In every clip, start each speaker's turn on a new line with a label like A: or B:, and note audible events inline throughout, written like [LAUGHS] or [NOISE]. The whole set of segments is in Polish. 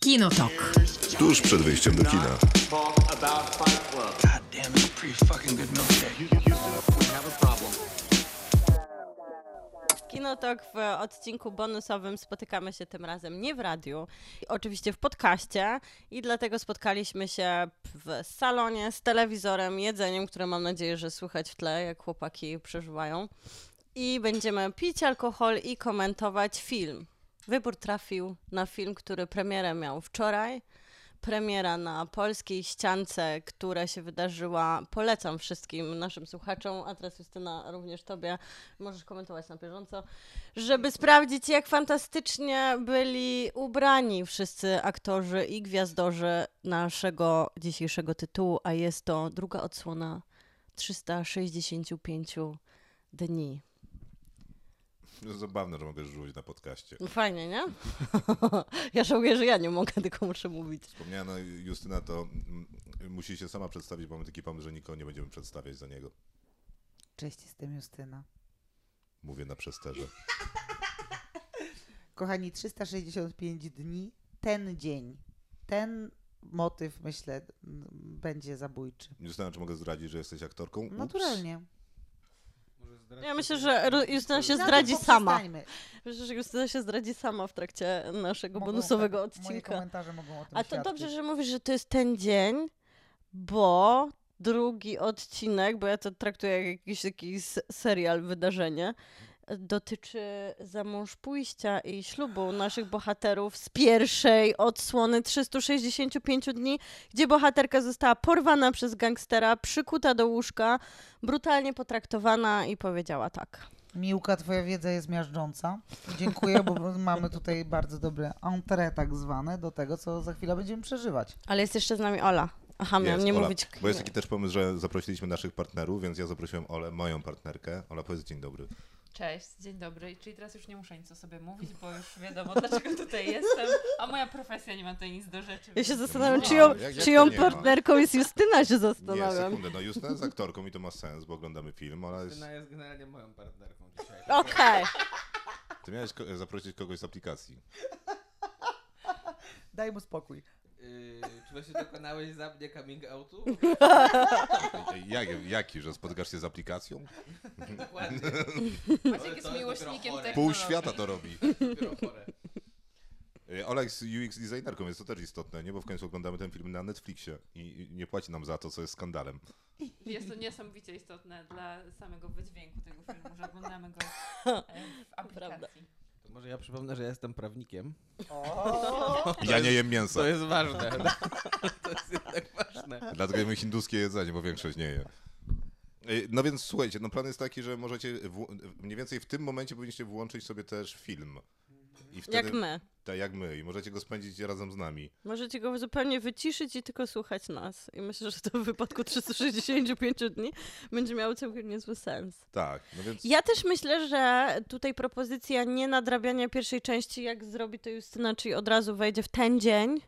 A: Kinotok.
B: Tuż przed wyjściem
C: No.
B: do kina.
D: God damn, it's a pretty fucking good milkshake.
E: Kinotok no w odcinku bonusowym spotykamy się tym razem nie w radiu, oczywiście w podcaście i dlatego spotkaliśmy się w salonie z telewizorem, jedzeniem, które mam nadzieję, że słychać w tle, jak chłopaki przeżywają. I będziemy pić alkohol i komentować film. Wybór trafił na film, który premierę miał wczoraj. Premiera na polskiej ściance, która się wydarzyła. Polecam wszystkim naszym słuchaczom, a teraz Justyna również tobie, możesz komentować na bieżąco, żeby sprawdzić, jak fantastycznie byli ubrani wszyscy aktorzy i gwiazdorzy naszego dzisiejszego tytułu, a jest to druga odsłona 365 dni.
C: Zabawne, że mogę rzucić na podcaście.
E: No Fajnie, nie? [LAUGHS] ja żałuję, że ja nie mogę, tylko muszę mówić.
C: Wspomniana Justyna to mm, musi się sama przedstawić, bo mamy taki pomysł, że nikogo nie będziemy przedstawiać za niego.
F: Cześć, jestem Justyna.
C: Mówię na przesterze.
F: Kochani, 365 dni, ten dzień, ten motyw, myślę, m, będzie zabójczy.
C: Justyna, czy mogę zdradzić, że jesteś aktorką? Ups.
F: Naturalnie.
E: Ja myślę, że Ru- Justyna się
F: Na tym
E: zdradzi sama.
F: poprzestańmy.
E: Myślę, że Justyna się zdradzi sama w trakcie naszego
F: Mogą-
E: bonusowego
F: Moje
E: odcinka.
F: komentarze mogą o tym
E: A to
F: świadczyć.
E: dobrze, że mówisz, że to jest ten dzień, bo drugi odcinek, bo ja to traktuję jak jakiś taki s- serial, wydarzenie, dotyczy za mąż pójścia i ślubu naszych bohaterów z pierwszej odsłony 365 dni, gdzie bohaterka została porwana przez gangstera, przykuta do łóżka, brutalnie potraktowana i powiedziała tak.
F: Miłka, twoja wiedza jest miażdżąca. Dziękuję, bo mamy tutaj bardzo dobre entre tak zwane do tego, co za chwilę będziemy przeżywać.
E: Ale jest jeszcze z nami Ola. Aha, miałam
C: Jest,
E: No, nie
C: Ola.
E: mówić.
C: Bo jest taki też pomysł, że zaprosiliśmy naszych partnerów, więc ja zaprosiłem Olę, moją partnerkę. Ola, powiedz dzień dobry.
G: Cześć, dzień dobry. Czyli teraz już nie muszę nic o sobie mówić, bo już wiadomo dlaczego tutaj jestem. A moja profesja nie ma tutaj nic do rzeczy.
E: Ja się
G: więc-
E: zastanawiam,
C: ma.
E: czyją,
C: No, Jak- jak to
E: czyją
C: nie ma?
E: partnerką jest Justyna, się
C: Nie,
E: zastanawiam.
C: sekundę. No Justyna jest aktorką i to ma sens, bo oglądamy film. Ola jest...
H: Justyna jest generalnie moją partnerką [LAUGHS] dzisiaj.
C: No,
E: Okej.
C: Ty miałeś ko- zaprosić kogoś z aplikacji. [LAUGHS]
F: Daj mu spokój.
H: Yy, czy właśnie dokonałeś za mnie coming [LAUGHS] outu?
C: Ej, Jak, jaki, że spotkasz się z aplikacją?
H: Dokładnie.
G: Maciek
H: To
G: jest
H: jest
G: miłośnikiem
H: dopiero chore.
G: technologii.
C: Pół świata to robi.
H: Dopiero chore.
C: Y, Ola jest UX designerką, więc to też istotne, nie? Bo w końcu oglądamy ten film na Netflixie i i nie płaci nam za to, co jest
H: [LAUGHS]
C: skandalem.
G: Jest to niesamowicie istotne dla samego wydźwięku tego filmu, że oglądamy go e,
E: [LAUGHS]
G: w aplikacji.
H: To może ja przypomnę, że ja jestem prawnikiem.
C: Ja nie jem mięsa,
H: To jest [LAUGHS] ważne. To jest jednak ważne.
C: dlatego jemy hinduskie jedzenie, bo większość nie je. Y, No więc słuchajcie, no plan jest taki, że możecie włą- mniej więcej w tym momencie powinniście włączyć sobie też film. I
E: Jak my.
C: Tak, jak my. I możecie go spędzić razem z nami.
E: Możecie go zupełnie wyciszyć i tylko słuchać nas. I myślę, że to w wypadku 365 dni będzie miało całkiem niezły sens.
C: Tak, no więc
E: Ja też myślę, że tutaj propozycja nie nadrabiania pierwszej części, jak zrobi to Justyna, czyli od razu wejdzie w ten dzień,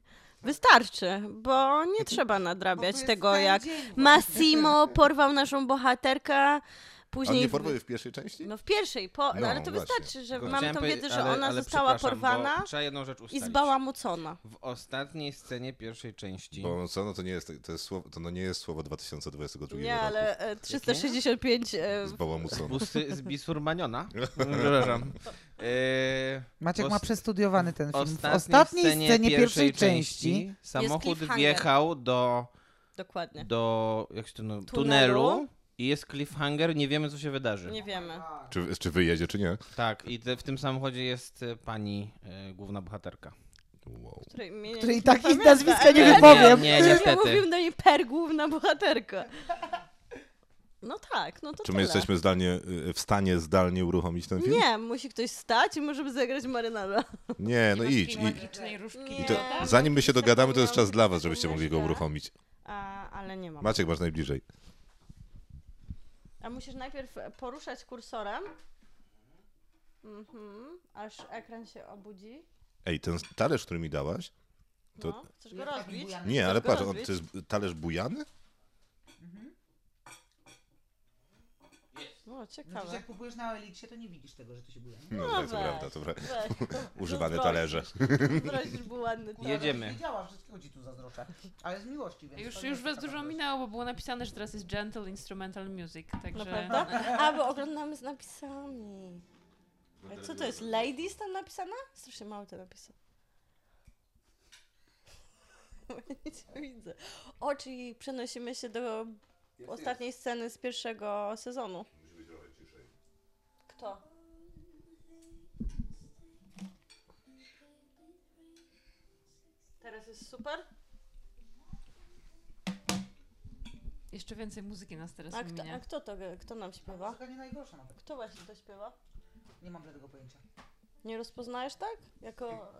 E: wystarczy, bo nie
C: Mhm.
E: trzeba
F: Bo to
E: nadrabiać
F: jest
E: tego,
F: ten
E: jak
F: dzień.
E: Massimo porwał naszą bohaterkę,
C: on
E: później
C: nie porwał w pierwszej części?
E: No w pierwszej, po,
C: No,
E: ale to
C: właśnie.
E: wystarczy, że
H: Tylko
E: mamy
H: chciałem
E: tą
H: powie-
E: wiedzę, że
H: ale-
E: ona
H: ale
E: została
H: przepraszam,
E: porwana
H: bo Trzeba jedną rzecz
E: i
H: ustalić.
E: zbałamucona.
H: W ostatniej scenie pierwszej części.
C: Bo co, no to nie jest, to jest słowo, to no nie jest słowo 2022
E: Nie,
C: roku.
E: ale e, 365 e,
C: Z bałamucą.
H: Busy z [LAUGHS] Bisurmaniona. Przepraszam. Yy,
F: Maciek
H: Os-
F: ma przestudiowany ten film. W ostatniej, scenie, pierwszej części,
H: samochód
E: cliffhanger.
H: wjechał do,
E: dokładnie.
H: do jak się to, no,
E: Tunelu.
H: tunelu. i jest cliffhanger, nie wiemy co się wydarzy.
E: Nie wiemy.
C: Czy, czy wyjedzie, czy nie?
H: Tak, i te, w tym samochodzie jest e, pani e, główna bohaterka.
C: Wow.
E: Której, mnie,
F: której i
E: nie
F: tak jej
E: pamiętam.
F: nazwiska nie
E: E,
F: wypowiem.
H: Nie,
E: Żeby
H: niestety.
E: Mówił do niej per główna bohaterka. No tak, no to
C: Czy my
E: tyle.
C: jesteśmy zdalnie, y, w stanie zdalnie uruchomić ten film?
E: Nie, musi ktoś stać i możemy zagrać marynarza.
C: Nie, no idź. I,
G: Magicznej różdżki.
C: i
E: Nie.
C: to, zanim my się dogadamy, to jest czas dla was, żebyście mogli go uruchomić.
E: A, ale nie mam.
C: Maciek, masz najbliżej.
E: A musisz najpierw poruszać kursorem. Mhm, aż ekran się obudzi.
C: Ej, ten talerz, który mi dałaś? To-
E: No, chcesz go rozbić?
C: Nie, ale
E: Chcesz go
C: patrz, on,
E: rozbić?
C: to jest talerz bujany?
E: O,
F: Znaczy, że
E: ciekawe.
F: jak kupujesz na Eliksie, to nie widzisz tego, że to się buja. nie?
C: No,
E: No
C: to
E: weź,
C: prawda, to prawda.
E: Weź,
C: Używane
E: zazdrościsz.
C: talerze.
E: Zazdrościsz, był ładny talerz.
H: Jedziemy.
F: Nie działa, wszystkiego ci tu zazdroszczę. Ale z miłości, więc...
G: Już,
F: to
G: już
F: nie
G: was
F: taka
G: dużo
F: zazdrość.
G: minęło, bo było napisane, że teraz jest gentle instrumental music,
E: [LAUGHS]
G: także...
E: Naprawdę? A, bo oglądamy z napisami. A co No to jest? Ladies tam napisane? Strasznie mało te napisy. [LAUGHS] Nic nie widzę. O, czyli przenosimy się do ostatniej sceny z pierwszego sezonu. Kto? Teraz jest super?
G: Jeszcze więcej muzyki nas teraz
E: A kto, a
G: minie.
E: kto to, kto nam śpiewa?
F: Muzyka nie najgorsza nawet.
E: Kto właśnie to śpiewa?
F: Nie mam żadnego pojęcia.
E: Nie rozpoznajesz tak? Jako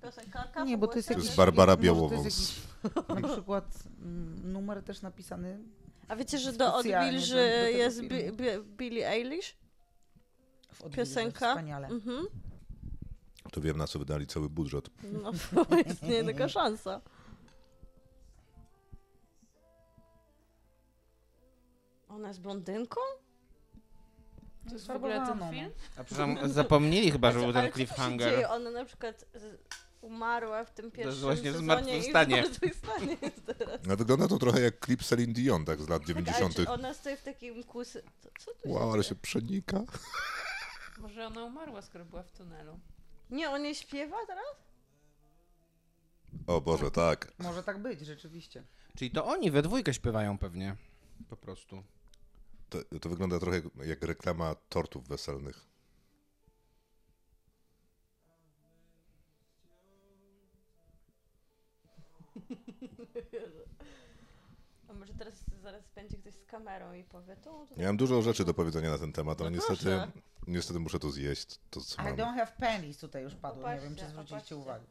E: e, piosenkarka?
F: Nie, bo to jest
E: pogłosia?
C: To
F: jakiś-
C: jest Barbara
F: może to jest
C: Białowąs.
F: jakiś- [LAUGHS] Na przykład mm, numer też napisany.
E: A wiecie, że do
F: specjalnie do- do
E: Odbilży
F: tego
E: jest
F: filmu.
E: Bi- Bi- Billie Eilish?
F: W odbiorze,
E: Piosenka?
F: Wspaniale.
E: Mhm.
C: To wiem, na co wydali cały budżet.
E: No, [LAUGHS] bo jest nie tylko szansa. Ona jest blondynką?
G: To jest w ogóle ten
F: Farbowana,
G: film?
H: A przepraszam, zapomnieli chyba, że był
E: Ale
H: ten
E: co tu się
H: cliffhanger.
E: dzieje? Ona na przykład z- umarła w tym pierwszym
H: właśnie w
E: sezonie i w
H: zmartwychwstanie.
E: zmartwychwstanie jest teraz.
C: No, wygląda to trochę jak klip Celine Dion tak z lat
E: Tak, ale
C: 90.
E: czy ona stoi w takim kusy... Co, co tu się
C: Wow, ale
E: dzieje?
C: się przenika.
G: Może ona umarła, skoro była w tunelu.
E: Nie, on nie śpiewa teraz?
C: O Boże, tak.
F: Może tak być, rzeczywiście.
H: Czyli to oni we dwójkę śpiewają pewnie. Po prostu.
C: To, to wygląda trochę jak reklama tortów weselnych.
E: A może teraz zaraz będzie ktoś z kamerą i powie to? to...
C: Miałem dużo rzeczy do powiedzenia na ten temat, ale
E: No
C: niestety,
E: proszę.
C: niestety muszę to zjeść. To co
F: I
C: mam.
F: don't have pennies tutaj już padło. Nie wiem, czy
E: Popatrzcie,
F: zwróciliście
E: popatrzcie.
F: uwagę.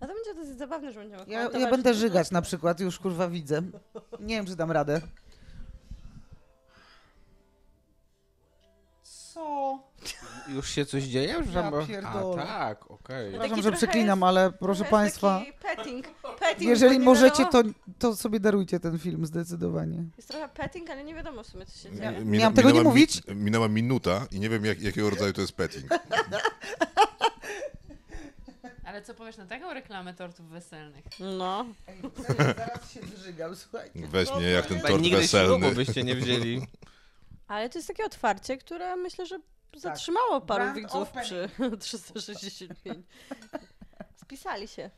E: A to będzie dosyć zabawne, że będziemy
F: Ja, ja
E: komentować-
F: będę żygać
E: tak.
F: na przykład, już kurwa widzę. Nie wiem, czy dam radę. Co?
H: Już się coś dzieje? Już tam- A
F: pierdolę.
H: tak, okej.
E: Taki
F: Przepraszam, że
E: trochę
F: przeklinam,
E: jest-
F: ale proszę
E: Trochę
F: Państwa,
E: Jest taki petting. petting
F: jeżeli
E: bo nie
F: możecie,
E: wiadomo-
F: to, to sobie darujcie ten film zdecydowanie.
E: Jest trochę petting, ale nie wiadomo w sumie, co się
C: Mi-
E: dzieje.
C: mi-
F: Miałam tego nie
C: minęła mi-
F: mówić?
C: Minęła minuta i nie wiem, jak, jakiego rodzaju to jest petting.
G: Ale co powiesz na taką reklamę tortów weselnych?
E: No.
F: Zaraz się zżygam, słuchajcie.
C: Weź mnie jak ten
H: Chyba
C: tort
H: Nigdy ślubu
C: weselny.
H: byście nie wzięli.
E: Ale to jest takie otwarcie, które myślę, że zatrzymało paru
F: Tak. Grand
E: widzów
F: opening.
E: przy [LAUGHS] 365. Spisali się.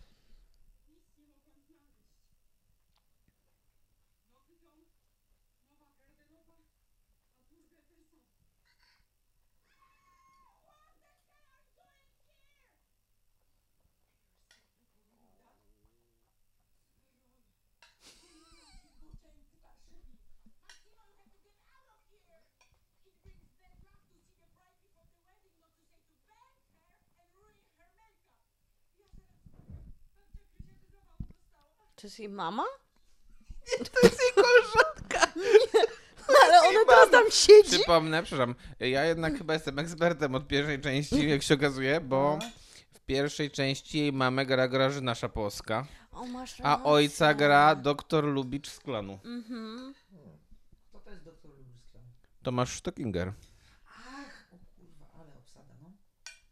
E: To jest jej
F: [LAUGHS]
E: mama? to jest jej koleżanka. Nie. [LAUGHS] Ale ona teraz tam siedzi.
H: Przypomnę, przepraszam, ja jednak chyba jestem ekspertem od pierwszej części, jak się okazuje, bo w pierwszej części jej mamę gra Grażyna Szapowska,
E: O, masz
H: a
E: rację.
H: ojca gra doktor Lubicz z klanu.
E: Mhm.
F: Co to jest doktor Lubuska?
H: Tomasz Sztokinger.
F: Ach, o kurwa, ale obsada, no.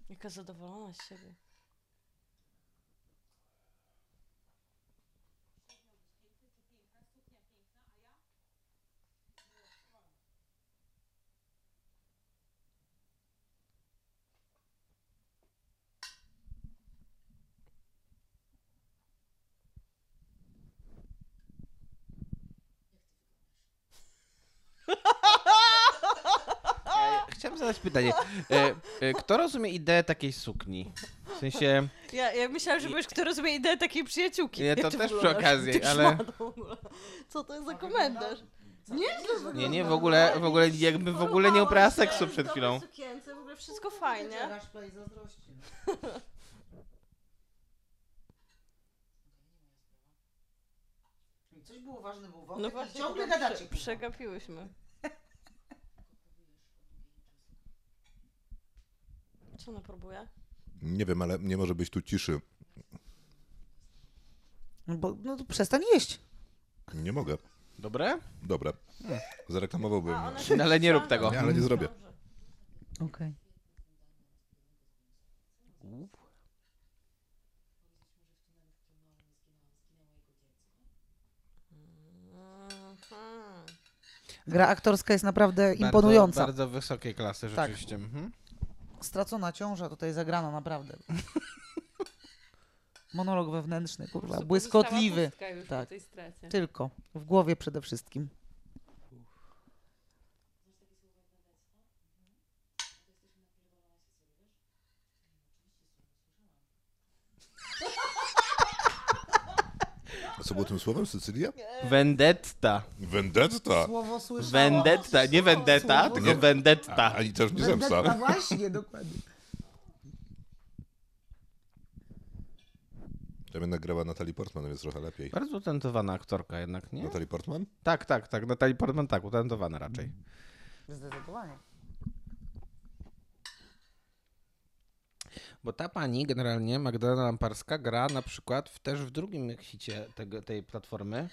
E: Jaka zadowolona z siebie.
H: Chciałem zadać pytanie. E, e, kto rozumie ideę takiej sukni? W sensie,
E: Ja, ja myślałam, że wiesz, kto rozumie ideę takiej przyjaciółki.
H: Nie, to
E: Czy
H: też
E: w ogóle
H: przy
E: ona
H: okazji,
E: się
H: ale-
E: szła w ogóle? Co to jest za komentarz? Nieźle
H: nie, nie, w ogóle, w ogóle, jakby w ogóle nie uprawiała seksu przed chwilą.
E: sukience, w ogóle wszystko fajnie.
F: Play zazdrości. [LAUGHS] Coś było ważne, było wątek
E: No
F: no
E: właśnie,
F: i ciągle
E: prze-
F: gadacie.
E: Przegapiłyśmy. Co ona próbuje?
C: Nie wiem, ale nie może być tu ciszy.
F: No Bo, no to przestań jeść.
C: Nie mogę.
H: Dobre?
C: Dobra. Zareklamowałbym.
H: No, ale nie rób tego.
C: Nie, ale nie zrobię.
F: Okej.
E: Mhm.
F: Gra aktorska jest naprawdę imponująca.
H: Bardzo, bardzo wysokiej klasy
F: Tak.
H: rzeczywiście. Mhm.
F: Stracona ciąża tutaj zagrana, naprawdę. Monolog wewnętrzny, kurwa, błyskotliwy. Tak.
G: Tak. Tej stracie.
F: Tylko. W głowie przede wszystkim.
C: A co było tym słowem? Sycylia?
H: Vendetta.
C: Vendetta.
F: Słowo słyszałam.
H: Vendetta. Nie vendetta, tylko
C: Nie.
H: vendetta.
C: Ani też nie zemsta.
F: No właśnie, dokładnie.
C: Tam jednak grała Natalie Portman, więc trochę lepiej.
H: Bardzo utalentowana aktorka jednak, nie?
C: Natalie Portman?
H: Tak, tak, tak. Natalie Portman tak, utalentowana raczej.
F: Zdecydowanie.
H: Bo ta pani, generalnie Magdalena Lamparska, gra na przykład w, też w drugim hicie tego, tej platformy,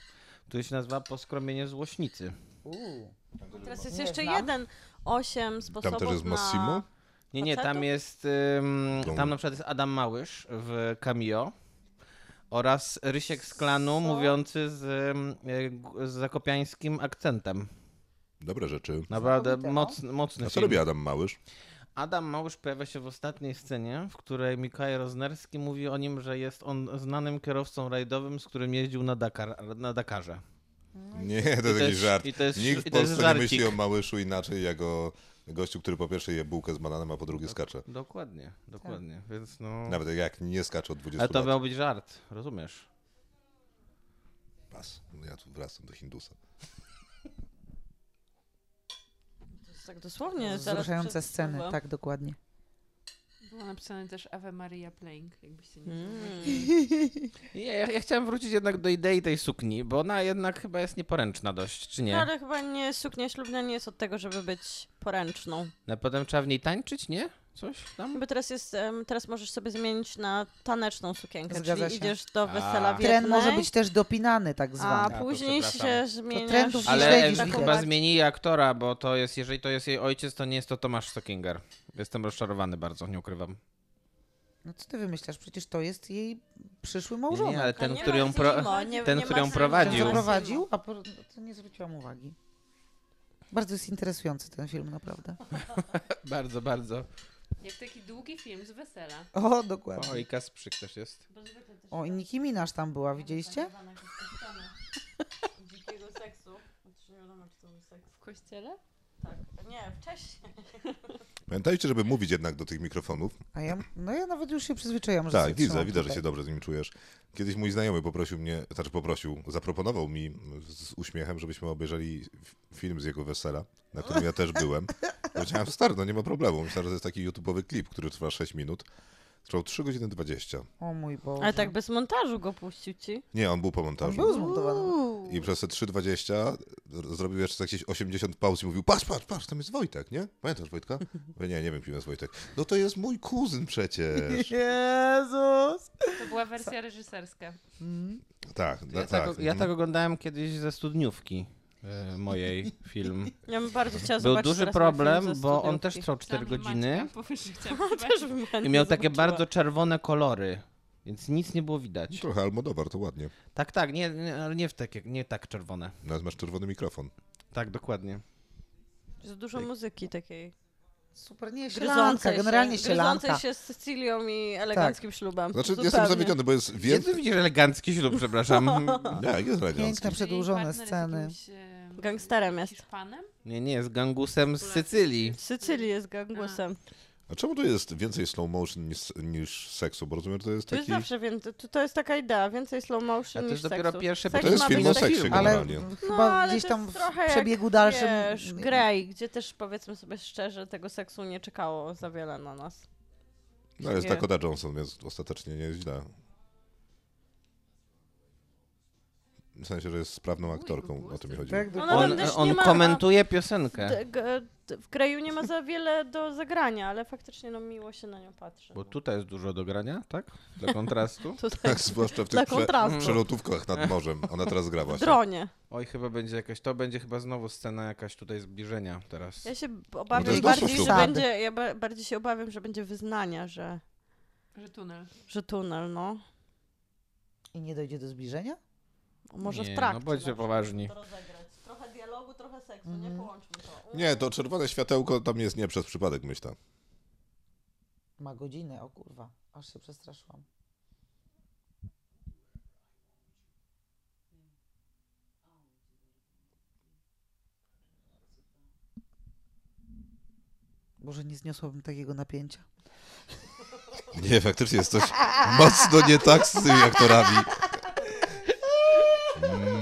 H: który się nazywa Poskromienie Złośnicy.
F: Uuu.
E: Teraz jest
F: Nie
E: jeszcze
F: znam.
E: jeden, osiem sposobów
C: Tam też jest
E: na...
C: Massimo?
H: Nie, nie, tam
E: Facetów?
H: jest. Ym,
C: Dom.
H: tam na przykład jest Adam Małysz w Cameo oraz Rysiek z klanu mówiący z, ym, y, g- z zakopiańskim akcentem.
C: Dobre rzeczy.
H: Naprawdę
F: Znakomite, no.
H: mocny, mocny
C: A co
H: film.
C: robi Adam Małysz?
H: Adam Małysz pojawia się w ostatniej scenie, w której Mikołaj Roznerski mówi o nim, że jest on znanym kierowcą rajdowym, z którym jeździł na, Dakar, na Dakarze.
C: Nie, to jest
H: to
C: jakiś
H: jest-
C: żart.
H: i to jest-
C: Nikt
H: i
C: w
H: to jest
C: Polsce nie myśli o
H: żarcik.
C: Małyszu inaczej, jak o gościu, który po pierwsze je bułkę z bananem, a po drugie skacze.
H: Dokładnie, dokładnie. Więc no.
C: Nawet jak nie skacze od 20
H: Ale to
C: lat.
H: miał być żart, rozumiesz?
C: Pas. No Ja tu wracam do Hindusa.
E: To jest tak dosłownie. zaraz
F: Wzruszające
E: przed
F: sceny,
E: słowem.
F: tak, dokładnie.
G: Było napisane też Ave Maria Playing, jakbyście nie
F: Hmm.
E: Mm.
H: Ja, ja, ja chciałem wrócić jednak do idei tej sukni, bo ona jednak chyba jest nieporęczna dość, czy
E: No,
H: nie?
E: ale chyba nie, suknia ślubna nie jest od tego, żeby być poręczną.
H: No, potem trzeba w niej tańczyć, nie? Coś tam?
E: Bo teraz jest, em, teraz możesz sobie zmienić na taneczną sukienkę,
F: Zgadza
E: czyli
F: się.
E: idziesz do wesela w
F: Tren może
E: jednej,
F: być też dopinany, tak
E: a
F: zwany.
H: to
E: później się
H: przepraszam.
E: zmieniasz.
F: trendów nie
H: Ale
F: śledzisz,
H: Ewi
F: widać.
H: chyba zmienili aktora, bo to jest, jeżeli to jest jej ojciec, to nie jest to Tomasz Stockinger. Jestem rozczarowany bardzo, nie ukrywam.
F: No co ty wymyślasz? Przecież to jest jej przyszły
H: Nie,
F: małżonek.
H: nie, ale
E: A
H: ten,
E: nie ma
H: który ją pro...
E: Zimo, nie-
H: ten,
E: nie
H: który
E: ma
H: ją
E: Zimo.
H: prowadził.
E: Nie ma
F: Zaprowadził,
E: Zimo.
F: a po, no to nie zwróciłam uwagi. Bardzo jest interesujący ten film, naprawdę.
H: Bardzo, bardzo.
G: Jak taki długi film z wesela.
F: O,
E: Tak.
F: dokładnie.
H: O, i Kasprzyk też jest.
F: O, i Nicki Minaj tam była, widzieliście?
E: Dzikiego seksu. Chociaż nie wiadomo, czy to był seks.
G: W kościele?
E: Tak. Nie, wcześniej.
C: Pamiętajcie, żeby mówić jednak do tych mikrofonów.
F: A ja, no ja nawet już się przyzwyczaiłam, że sobie
C: Tak, widzę,
F: trzymam
C: widzę, że
F: tutaj.
C: się dobrze z nim czujesz. Kiedyś mój znajomy poprosił mnie, znaczy poprosił, zaproponował mi z uśmiechem, żebyśmy obejrzeli f- film z jego wesela, na którym ja też byłem. Powiedziałem, stary, no nie ma problemu. Myślałem, że to jest taki YouTube'owy klip, który trwa 6 minut. Trwał 3 godziny 20.
F: O mój Boże.
E: Ale tak bez montażu go puścił ci.
C: Nie, on był po
F: On
C: montażu.
F: był zmontowany.
C: I przez te 3.20 r- zrobił jeszcze jakieś 80 pauz i mówił, patrz, patrz, patrz, tam jest Wojtek, nie? Pamiętasz Wojtka? Mówię, nie, nie wiem, kim jest Wojtek. No to jest mój kuzyn
F: [LAUGHS]
C: przecież.
F: Jezus!
G: To była wersja reżyserska.
C: Tak, no,
H: Ja
C: tak.
H: tak,
E: mhm.
H: ja tak oglądałem kiedyś ze studniówki
E: [LAUGHS]
H: e, mojej film.
E: Ja bym bardzo chciała
H: Był
E: zobaczyć
H: duży
E: teraz mój film ze
H: problem, bo on
E: studniówki.
H: też trwał 4
G: Tam
H: godziny.
G: Maćka powyżej
F: [LAUGHS]
G: chciałam
E: Też
G: zobaczyć.
E: bym chętnie
H: I miał takie
E: zobaczyła.
H: bardzo czerwone kolory, więc nic nie było widać.
C: Mhm.
E: No
C: Trochę Almodowar, to ładnie.
H: Tak, tak, nie, nie, ale nie, w takie, nie tak czerwone.
C: Nawet masz czerwony mikrofon.
H: Tak, dokładnie.
E: Jest dużo muzyki takiej.
F: Super, nie,
E: Gryzącej
F: sielanka, generalnie Tak.
E: się, gryzącej
F: sielanka.
E: się z Cecilią i eleganckim ślubem.
C: Znaczy, jestem
E: Zupełnie.
C: zawiedziony, bo jest
H: Gdzie
C: więcej...
H: ty widzisz elegancki ślub, przepraszam?
E: [LAUGHS]
C: Nie, jest elegancki.
F: Piękne,
G: Czyli jej
F: przedłużone
G: partner jest
F: sceny.
G: jakimś, e,
E: Gangsterem jest.
G: Hiszpanem?
H: Nie, nie, z gangusem z Sycylii.
E: W Sycylii jest gangusem.
C: A czemu tu jest więcej slow motion niż, niż seksu? Bo rozumiem, że to jest
E: Tu jest
C: taki...
E: zawsze więcej, to, to jest taka idea, więcej slow motion
H: A to
E: niż
H: jest dopiero
E: seksu.
H: pierwszy,
E: Seks
C: To jest
E: ma
C: film
E: być
C: o
E: taki,
C: seksie
F: Ale
C: generalnie.
E: No,
F: chyba
E: ale
F: gdzieś
E: to
F: tam
E: jest
F: w
E: trochę jak,
F: przebiegu dalszym...
E: Wiesz, Grey, gdzie też powiedzmy sobie szczerze, tego seksu nie czekało za wiele na nas.
C: No, jest
E: Nie.
C: Dakota Johnson, więc ostatecznie nie jest źle. W sensie, że jest sprawną aktorką,
G: głos
C: o to mi
G: jest-
C: chodzi.
F: Tak,
E: No,
F: dokładnie.
E: no,
H: On,
E: też nie
H: on
E: ma-
H: komentuje piosenkę,
E: D- g- d- W Greju nie ma za wiele do zagrania, ale faktycznie no miło się na nią patrzy. no.
H: bo tutaj jest dużo do grania, tak? Dla kontrastu.
E: Tutaj
C: Tak, zwłaszcza w
E: dla
C: tych prze,
E: kontrastu.
C: przelotówkach nad morzem. Ona teraz gra [LAUGHS]
E: w
C: właśnie.
E: dronie.
H: Oj, chyba będzie jakaś, to będzie chyba znowu scena jakaś tutaj zbliżenia teraz.
E: Ja się b-
C: to
E: obawiam
C: jest
E: bardziej,
C: dosyć
E: że
F: sztuka.
E: będzie, ja ba- bardziej się obawiam, że będzie wyznania, że,
G: Że tunel.
E: że tunel, no.
F: I nie dojdzie do zbliżenia?
E: Może
H: Nie,
E: w trakcie.
H: no bądźcie
E: na przykład
H: poważni.
E: to rozegrać. Trochę dialogu, trochę seksu, nie połączmy to.
C: Nie, to czerwone światełko tam jest nie przez przypadek, myślę.
F: Ma godzinę, o kurwa. Aż się przestraszyłam. Boże, nie zniosłabym takiego napięcia.
C: Nie, faktycznie jest coś mocno nie tak z tymi aktorami.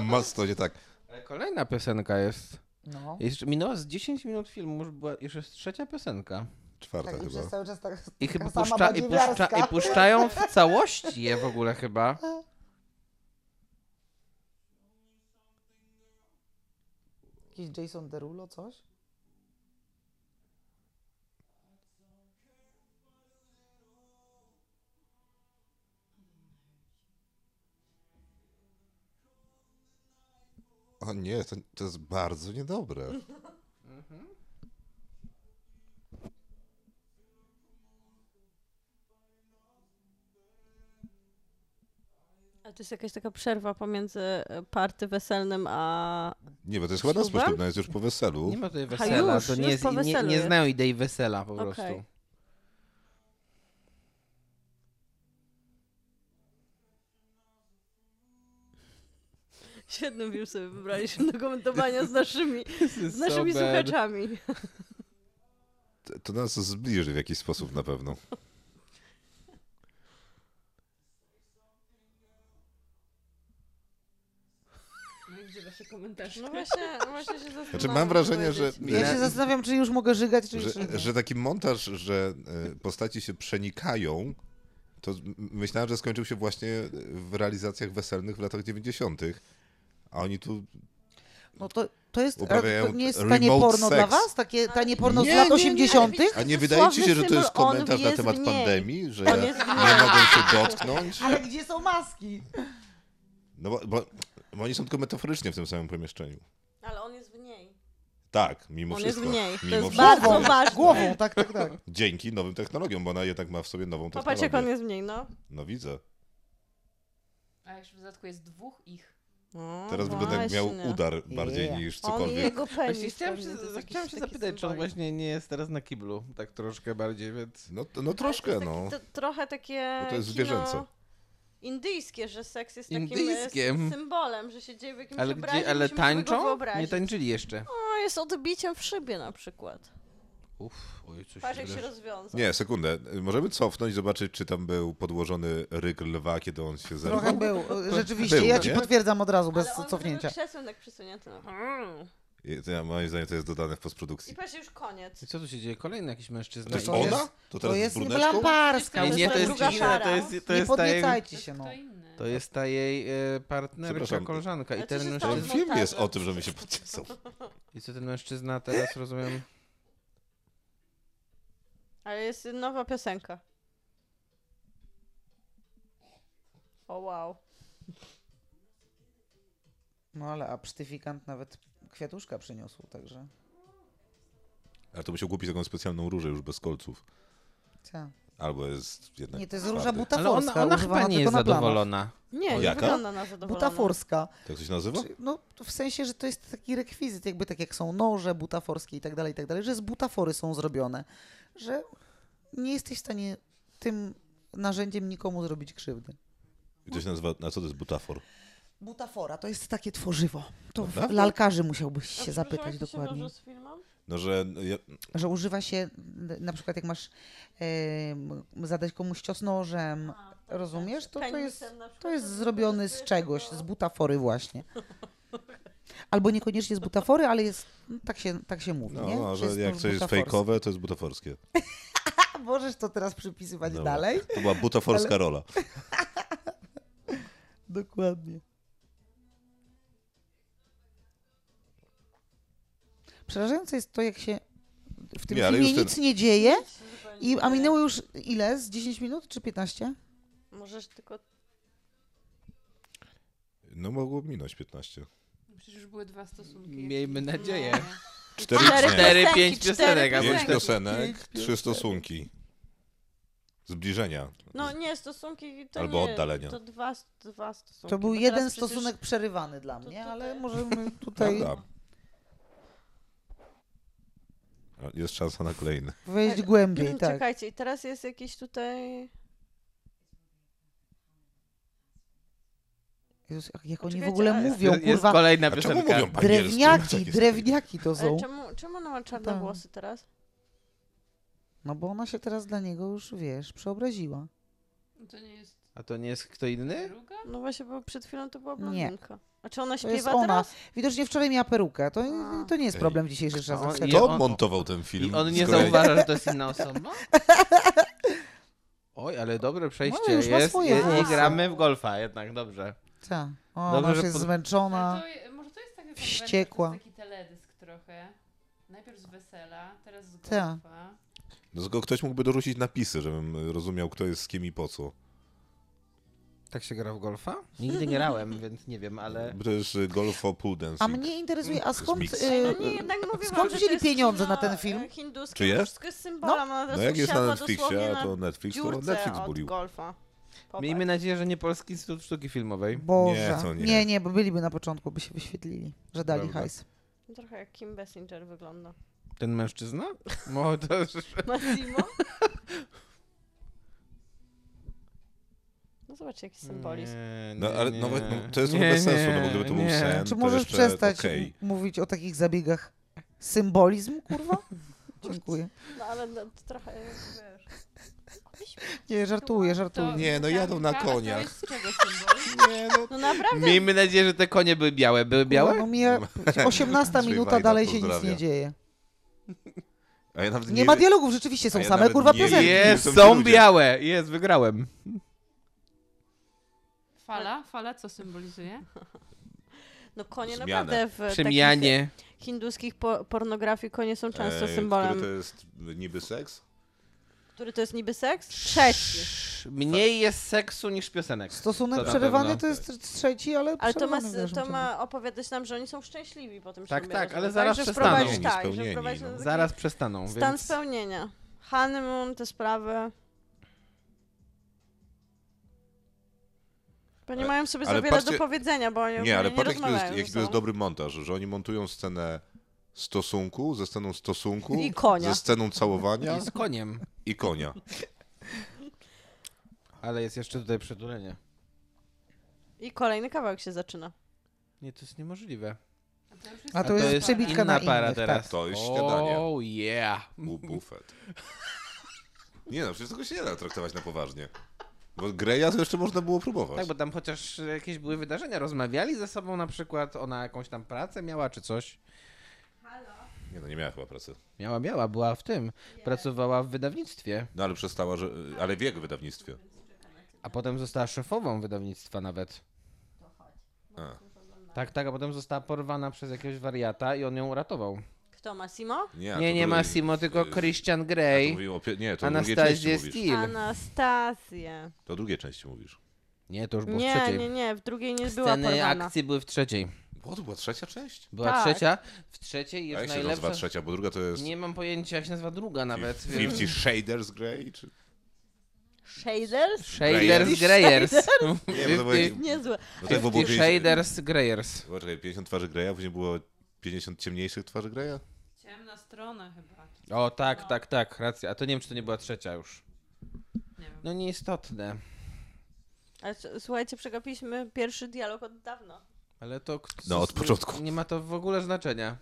C: Mocno nie tak.
H: Ale kolejna piosenka jest.
F: No.
H: Jeszcze minęło z 10 minut filmu, już była jeszcze jest trzecia piosenka.
C: Czwarta
F: Tak, i przez
C: chyba.
F: cały czas tak.
H: I chyba
F: sama
H: puszcza, i, puszcza,
F: badziwiarska.
H: i puszczają w całości je w ogóle chyba.
F: Jakiś Jason Derulo, coś?
C: O nie, to, to jest bardzo niedobre.
E: A to jest jakaś taka przerwa pomiędzy e, party weselnym a... [LAUGHS]
C: Nie, bo to jest chyba nas
E: Ślubem?
C: poślubna, jest już po weselu.
H: Nie ma tutaj
E: Aha,
H: wesela,
E: już,
H: to nie,
E: już
H: jest,
E: po
H: nie,
E: weselu
H: nie
E: jest.
H: znają idei wesela po
E: Okej.
H: prostu.
E: Świetny film sobie wybraliśmy do komentowania z naszymi, z naszymi
H: so bad.
E: słuchaczami.
C: T- To nas zbliży w jakiś sposób na pewno.
G: No i gdzie wasze komentarze?
E: No właśnie, właśnie się zastanawiam.
C: Znaczy mam
E: co
C: wrażenie, że,
E: No, powiedzieć.
F: Ja się zastanawiam, czy już mogę żygać, czy już
C: że,
F: nie.
C: że taki montaż, że e, postaci się przenikają, to m- myślałem, że skończył się właśnie w realizacjach weselnych w latach 90., a oni tu
F: No to, to jest, a
C: Uprawiają
F: to nie jest
C: remote
F: tanie porno dla
C: sex.
F: was? Takie tanie porno
C: Nie,
F: z lat
C: nie, nie. A
F: 80.
E: To
C: nie
E: jest
C: wydaje ci się, że to jest
E: sławny symbol, on
C: komentarz na
E: jest
C: temat
E: w niej.
C: pandemii, że
E: On
C: ja
E: jest w
C: nie mogę się dotknąć?
F: Ale gdzie są maski?
C: No bo, bo, bo oni są tylko metaforycznie w tym samym pomieszczeniu.
E: Ale on jest w niej.
C: Tak, mimo
E: On jest
C: wszystko.
E: w niej. To
C: Mimo
E: jest
C: wszystko.
E: bardzo ważne.
F: Głową, tak, tak, tak.
C: Dzięki nowym technologiom, bo ona jednak ma w sobie nową
E: Popatrz,
C: technologię.
E: jak on jest w niej, no.
C: No widzę.
G: A jeszcze w dodatku jest dwóch ich.
E: No,
C: Teraz będę miał
E: właśnie.
C: udar bardziej
F: Yeah.
C: niż
E: On i
C: cokolwiek.
E: jego
H: Właśnie
E: penis.
H: chciałem się,
E: pewnie, to jest jakiś
H: chciałem się
E: taki
H: zapytać, czy on
E: symbolik.
H: właśnie nie jest teraz na kiblu, tak troszkę bardziej, więc...
C: No, to- no troszkę,
E: Ale to
C: no.
E: jest taki- to, trochę takie.
C: Bo to jest
E: kino
C: zwierzęce.
E: Indyjskie, że seks jest takim
H: Indyjskie.
E: e, symbolem, że się dzieje w jakimś
H: Ale,
E: obrazie,
H: gdzie, ale
E: musimy sobie go
H: tańczą?
E: wyobrazić.
H: Nie tańczyli jeszcze.
E: No, jest odbiciem w szybie na przykład.
H: Uff, oj, coś
E: Patrz, jak się
H: wydarzy.
E: rozwiązał.
C: Nie, sekundę. Możemy cofnąć, zobaczyć, czy tam był podłożony ryk lwa, kiedy on się zerwał.
F: Trochę był. e, Rzeczywiście,
C: Był,
F: ja ci
C: nie?
F: potwierdzam od razu, bez
E: Ale on
F: cofnięcia.
E: zrobił krzesłem tak przysunięty. No.
C: Mhm.
E: Mm.
C: I to ja- Moim zdaniem to jest dodane w
E: I
C: postprodukcji.
E: patrz, już koniec.
H: I co tu się dzieje? Kolejny jakiś mężczyzna.
C: To jest
H: i-
F: To No jest-
C: ona? To
F: To
C: teraz
F: jest
C: z bruneczką?
F: nieblamparska.
H: Nie, nie, to jest
E: druga
H: inna, to
E: para.
H: jest, to
F: Nie
H: jest ta jego...
G: To
F: podniecajcie
G: jest
F: się, no.
G: kto inny.
H: To jest ta jej e, partnerka,
C: Przepraszam.
H: koleżanka. I
E: Ale
H: ten
E: co się stało?
C: Ten
F: No
H: mężczyzna.
C: film
F: tak.
C: jest o tym, że my się podniecą.
H: I co ten mężczyzna
F: [LAUGHS]
H: teraz rozumiem?
E: Ale jest nowa piosenka. O wow.
F: No ale a psztyfikant nawet kwiatuszka przyniósł, także.
C: Ale to musiał kupić taką specjalną różę już bez kolców. Tak.
F: Co?
C: Albo jest jednak...
F: Nie, to jest
C: twardy.
F: róża
H: Ale ona,
F: butaforska.
H: ona
F: używana
H: chyba nie
F: tylko
H: jest
F: na planach.
H: zadowolona.
E: Nie, nie
C: Jaka?
E: wygląda na zadowoloną.
F: Butaforska.
C: Tak to się nazywa?
F: Czy- No w sensie, że to jest taki rekwizyt, jakby tak jak są noże butaforskie i tak dalej, i tak dalej, że z butafory są zrobione. Że nie jesteś w stanie tym narzędziem nikomu zrobić krzywdy.
C: I to się nazywa... A co to jest butafor?
F: Butafora to jest takie tworzywo. To w-
C: Prawda?
F: lalkarzy musiałbyś
E: A
F: się
E: przepraszam,
F: zapytać
E: jak to się
F: dokładnie.
E: wiąże z filmem?
C: No, że... Ja...
F: Że używa się, n- na przykład jak masz em, zadać komuś cios nożem, rozumiesz? To, to,
E: tak, Penisem
F: jest,
E: na przykład,
F: to jest
E: żeby
F: zrobiony z
E: wykorzystujesz
F: czegoś,
E: jako-
F: z butafory właśnie. Albo niekoniecznie z butafory, ale jest, no, tak się, tak się mówi,
C: No,
F: nie?
C: no, że jak
F: to
C: coś jest
F: butaforskie.
C: fejkowe, to jest butaforskie.
F: A możesz to teraz przypisywać
C: Dobra.
F: dalej?
C: To była butaforska rola.
F: Dokładnie. Przerażające jest to, jak się w tym
C: Nie, ale
F: filmie
C: już ten-
F: nic nie dzieje, i, a minęło już ile? Z 10 minut czy 15?
E: Możesz tylko...
C: No mogło minąć 15.
G: No Przecież już były dwa stosunki. No.
H: Miejmy nadzieję.
C: Cztery
E: Cztery
C: piosenki.
H: Cztery, pięć
E: Cztery
H: piosenek, albo
C: Pięć
G: piosenki.
H: cztery.
C: piosenek, trzy stosunki. Zbliżenia.
E: No nie, stosunki to
C: Albo
E: nie,
C: oddalenia.
E: To dwa, dwa stosunki.
F: To był
E: bo
F: jeden
E: no teraz przecież- [CLEARS THROAT]
F: stosunek przerywany dla
E: to
F: mnie,
E: tutaj-
F: ale możemy tutaj
C: Prawda. A, No, Jest szansa na kolejny.
F: wejść głębiej, tak.
E: Czekajcie, i teraz jest jakiś tutaj... E,
F: Jezus, jak- jak oni w
E: Czekajcie,
F: ogóle
E: a-
F: mówią,
H: Jest
F: kurwa,
H: kolejna
C: A czemu
H: piosenka.
C: mówią po angielsku?
F: drewniaki,
C: Takie
F: drewniaki to
E: Ale
F: są.
E: czemu, czemu ona ma czarne
F: Tak.
E: włosy teraz?
F: No bo ona się teraz dla niego już, wiesz, przeobraziła.
G: No To nie jest
H: A to nie jest kto inny?
G: druga?
E: No właśnie, bo przed chwilą to była
F: Nie.
E: blondynka. A czy ona
F: To jest
E: śpiewa
F: ona.
E: teraz?
F: Widocznie wczoraj miała perukę, to,
E: A.
F: to nie jest
C: Ej.
F: problem w dzisiejszych
H: A on-
F: czasach.
H: i
F: serio.
C: Kto
H: on-
C: montował ten film?
H: I on
C: z
H: nie
C: kolei?
H: zauważa, że to
F: [LAUGHS]
H: jest inna osoba? Oj, ale dobre przejście
F: No, ale już ma
H: jest.
F: swoje
H: I, I
F: włosy.
H: gramy w golfa jednak, dobrze.
F: Ta.
C: No,
F: O,
H: Dobrze,
F: ona już
H: że
F: jest
H: pod-
F: zmęczona.
G: Ale to, je- może to jest taka
F: Wściekła.
G: Wściekła. taki teledysk trochę. Najpierw z wesela, teraz z
F: Tak.
G: golfa.
C: No tylko ktoś mógłby dorzucić napisy, żebym rozumiał, kto jest z kim i po co.
H: Tak się gra w golfa? Nigdy nie grałem, więc nie wiem, ale...
C: Bo to jest y, golf o pool
F: A
C: dancing.
F: mnie interesuje, a
C: To jest
F: skąd...
C: mix.
F: y,
E: Ej, no nie, jednak mówię wam,
F: skąd
E: że to
F: wzięli
E: jest
F: pieniądze
E: kino,
F: na ten film?
E: e, Hinduskie,
C: Czy jest?
E: to wszystko jest symbolem, no,
C: No jak jest na Netflixie, a to Netflix, to
E: dziurce
C: Netflix
E: od
C: bulił.
E: golfa. Popatrz.
H: Miejmy nadzieję, że nie Polski Instytut Sztuki Filmowej.
F: Boże.
C: Nie, to nie.
F: nie, nie, bo byliby na początku, by się wyświetlili, że dali
H: Prawda.
F: hajs.
E: Trochę jak Kim Basinger wygląda.
H: Ten mężczyzna? No, to już...
E: Massimo? No zobacz jaki symbolizm.
H: Nie,
C: No
H: nie,
C: ale
H: nie.
C: nawet, no, to jest
H: Nie,
C: nie, bez sensu, no bo
H: nie,
C: gdyby to był
H: nie.
C: sen,
F: Czy
C: to
F: możesz
C: jeszcze
F: przestać
C: okej.
F: m- mówić o takich zabiegach? Symbolizm,
E: [LAUGHS]
F: kurwa? Dziękuję.
E: No ale no, to trochę wiesz.
F: Nie, żartuję, żartuję.
E: tak.
C: Nie, no
G: tam-
C: jadą na
G: ta-
C: koniach.
G: To jest z czego symbol?
C: Nie, no.
E: No naprawdę
H: Miejmy nadzieję, że te konie były białe. Były białe?
F: Kurwa, No mija
C: [LAUGHS]
F: 18
C: Czyli
F: minuta,
C: Wajda
F: dalej się nic
C: pozdrawia.
F: nie dzieje.
C: A ja nawet
F: Nie ma dialogów, rzeczywiście są
C: A ja
F: same,
C: nawet
F: kurwa,
C: nie-
F: piosenki.
H: Jest,
C: Są ci
H: są
C: ludzie.
H: białe. Jest, wygrałem.
G: Fala, fala co symbolizuje?
E: No konie
C: Zmianę.
E: naprawdę w takich
H: Przemianie.
E: hinduskich po pornografii konie są często
C: Ej,
E: symbolem.
C: e, Który to jest niby seks?
E: jest niby seks? Trzeci.
H: Mniej jest seksu niż piosenek.
F: Stosunek
H: To na
F: przerywany
H: pewno.
F: to jest trzeci, ale
E: Ale to ma,
F: przerywany w dalszym
E: to
F: ciągu.
E: ma opowiadać nam, że oni są szczęśliwi po tym
H: Tak,
E: ślubie,
H: tak,
E: rozumiem,
H: ale zaraz
E: że
H: przestaną.
E: wprowadź-
C: Spełnieni,
E: Tak, że
C: spełnieni,
E: wprowadź
C: no.
E: taki
H: Zaraz przestaną,
E: stan
H: więc...
E: spełnienia. Honeymoon, te sprawy. Bo nie
C: Ale-
E: mają sobie za
C: ale
E: wiele do
C: patrzcie-
E: powiedzenia, bo oni
C: Nie, ale
E: nie
C: patrz jaki to
E: rozmawiają
C: jest, jaki
E: ze
C: to jest
E: sobą.
C: dobry montaż, że oni montują scenę stosunku, ze sceną stosunku,
E: I konia.
C: ze sceną całowania
H: I z koniem.
C: i konia.
H: Ale jest jeszcze tutaj przytulenie.
E: I kolejny kawałek się zaczyna.
H: Nie, to jest niemożliwe.
G: To już jest
F: A to
G: inna
F: jest
G: para.
F: przebitka na
H: inna para
F: innych,
H: teraz.
F: tak.
C: To jest śniadanie.
H: Oh yeah.
C: Bu- Bufet. Nie no, przecież tego się nie da traktować na poważnie. Bo Greja to jeszcze można było próbować.
H: Tak, bo tam chociaż jakieś były wydarzenia. Rozmawiali ze sobą na przykład, ona jakąś tam pracę miała czy coś.
C: Nie no, nie miała chyba pracy.
H: Miała, miała, była w tym. Pracowała w wydawnictwie,
C: No ale przestała, że... ale w jego wydawnictwie.
H: a potem została szefową wydawnictwa nawet.
E: No,
C: A.
H: Tak, tak, a potem została porwana przez jakiegoś wariata i on ją uratował.
E: Kto, Massimo?
C: Nie, to
H: nie, nie
C: był-
H: Massimo, tylko
C: y,
H: Christian
C: a to
H: Grey,
C: mówimy o pie- Nie, to o drugiej części
H: Anastazję
C: mówisz.
H: Steele.
E: no- Anastazję.
C: To o drugiej części mówisz.
H: Nie, to już było w
E: Nie,
H: trzeciej.
E: nie, nie, w drugiej nie była
H: Sceny
E: porwana.
H: akcji były w trzeciej.
C: Bo to była trzecia część?
H: Była
E: Tak.
H: trzecia, w trzeciej
C: A
H: jest
C: jak się nazywa
H: najlepsza.
C: trzecia, bo druga to jest...
H: Nie mam pojęcia, jak się nazywa druga nawet.
C: Fif- Fifty Shaders Grey? Czy...
E: Shaders?
C: Greyers.
H: Shaders Greyers.
C: Nie, bo to
H: Fifty-
C: było-
E: Niezłe.
C: No tak, bo to było
H: Fifty
C: 50
H: Shaders Greyers.
C: Bo Czekaj, 50 twarzy Greya, później było 50 ciemniejszych twarzy Greya?
G: Ciemna strona chyba.
H: O, tak, tak, tak, racja. A to nie wiem, czy to nie była trzecia już.
G: Nie wiem.
H: No nieistotne.
E: Ale s- słuchajcie, przegapiliśmy pierwszy dialog od dawna.
H: Ale to... k-
C: No, od początku.
H: Nie ma to w ogóle znaczenia.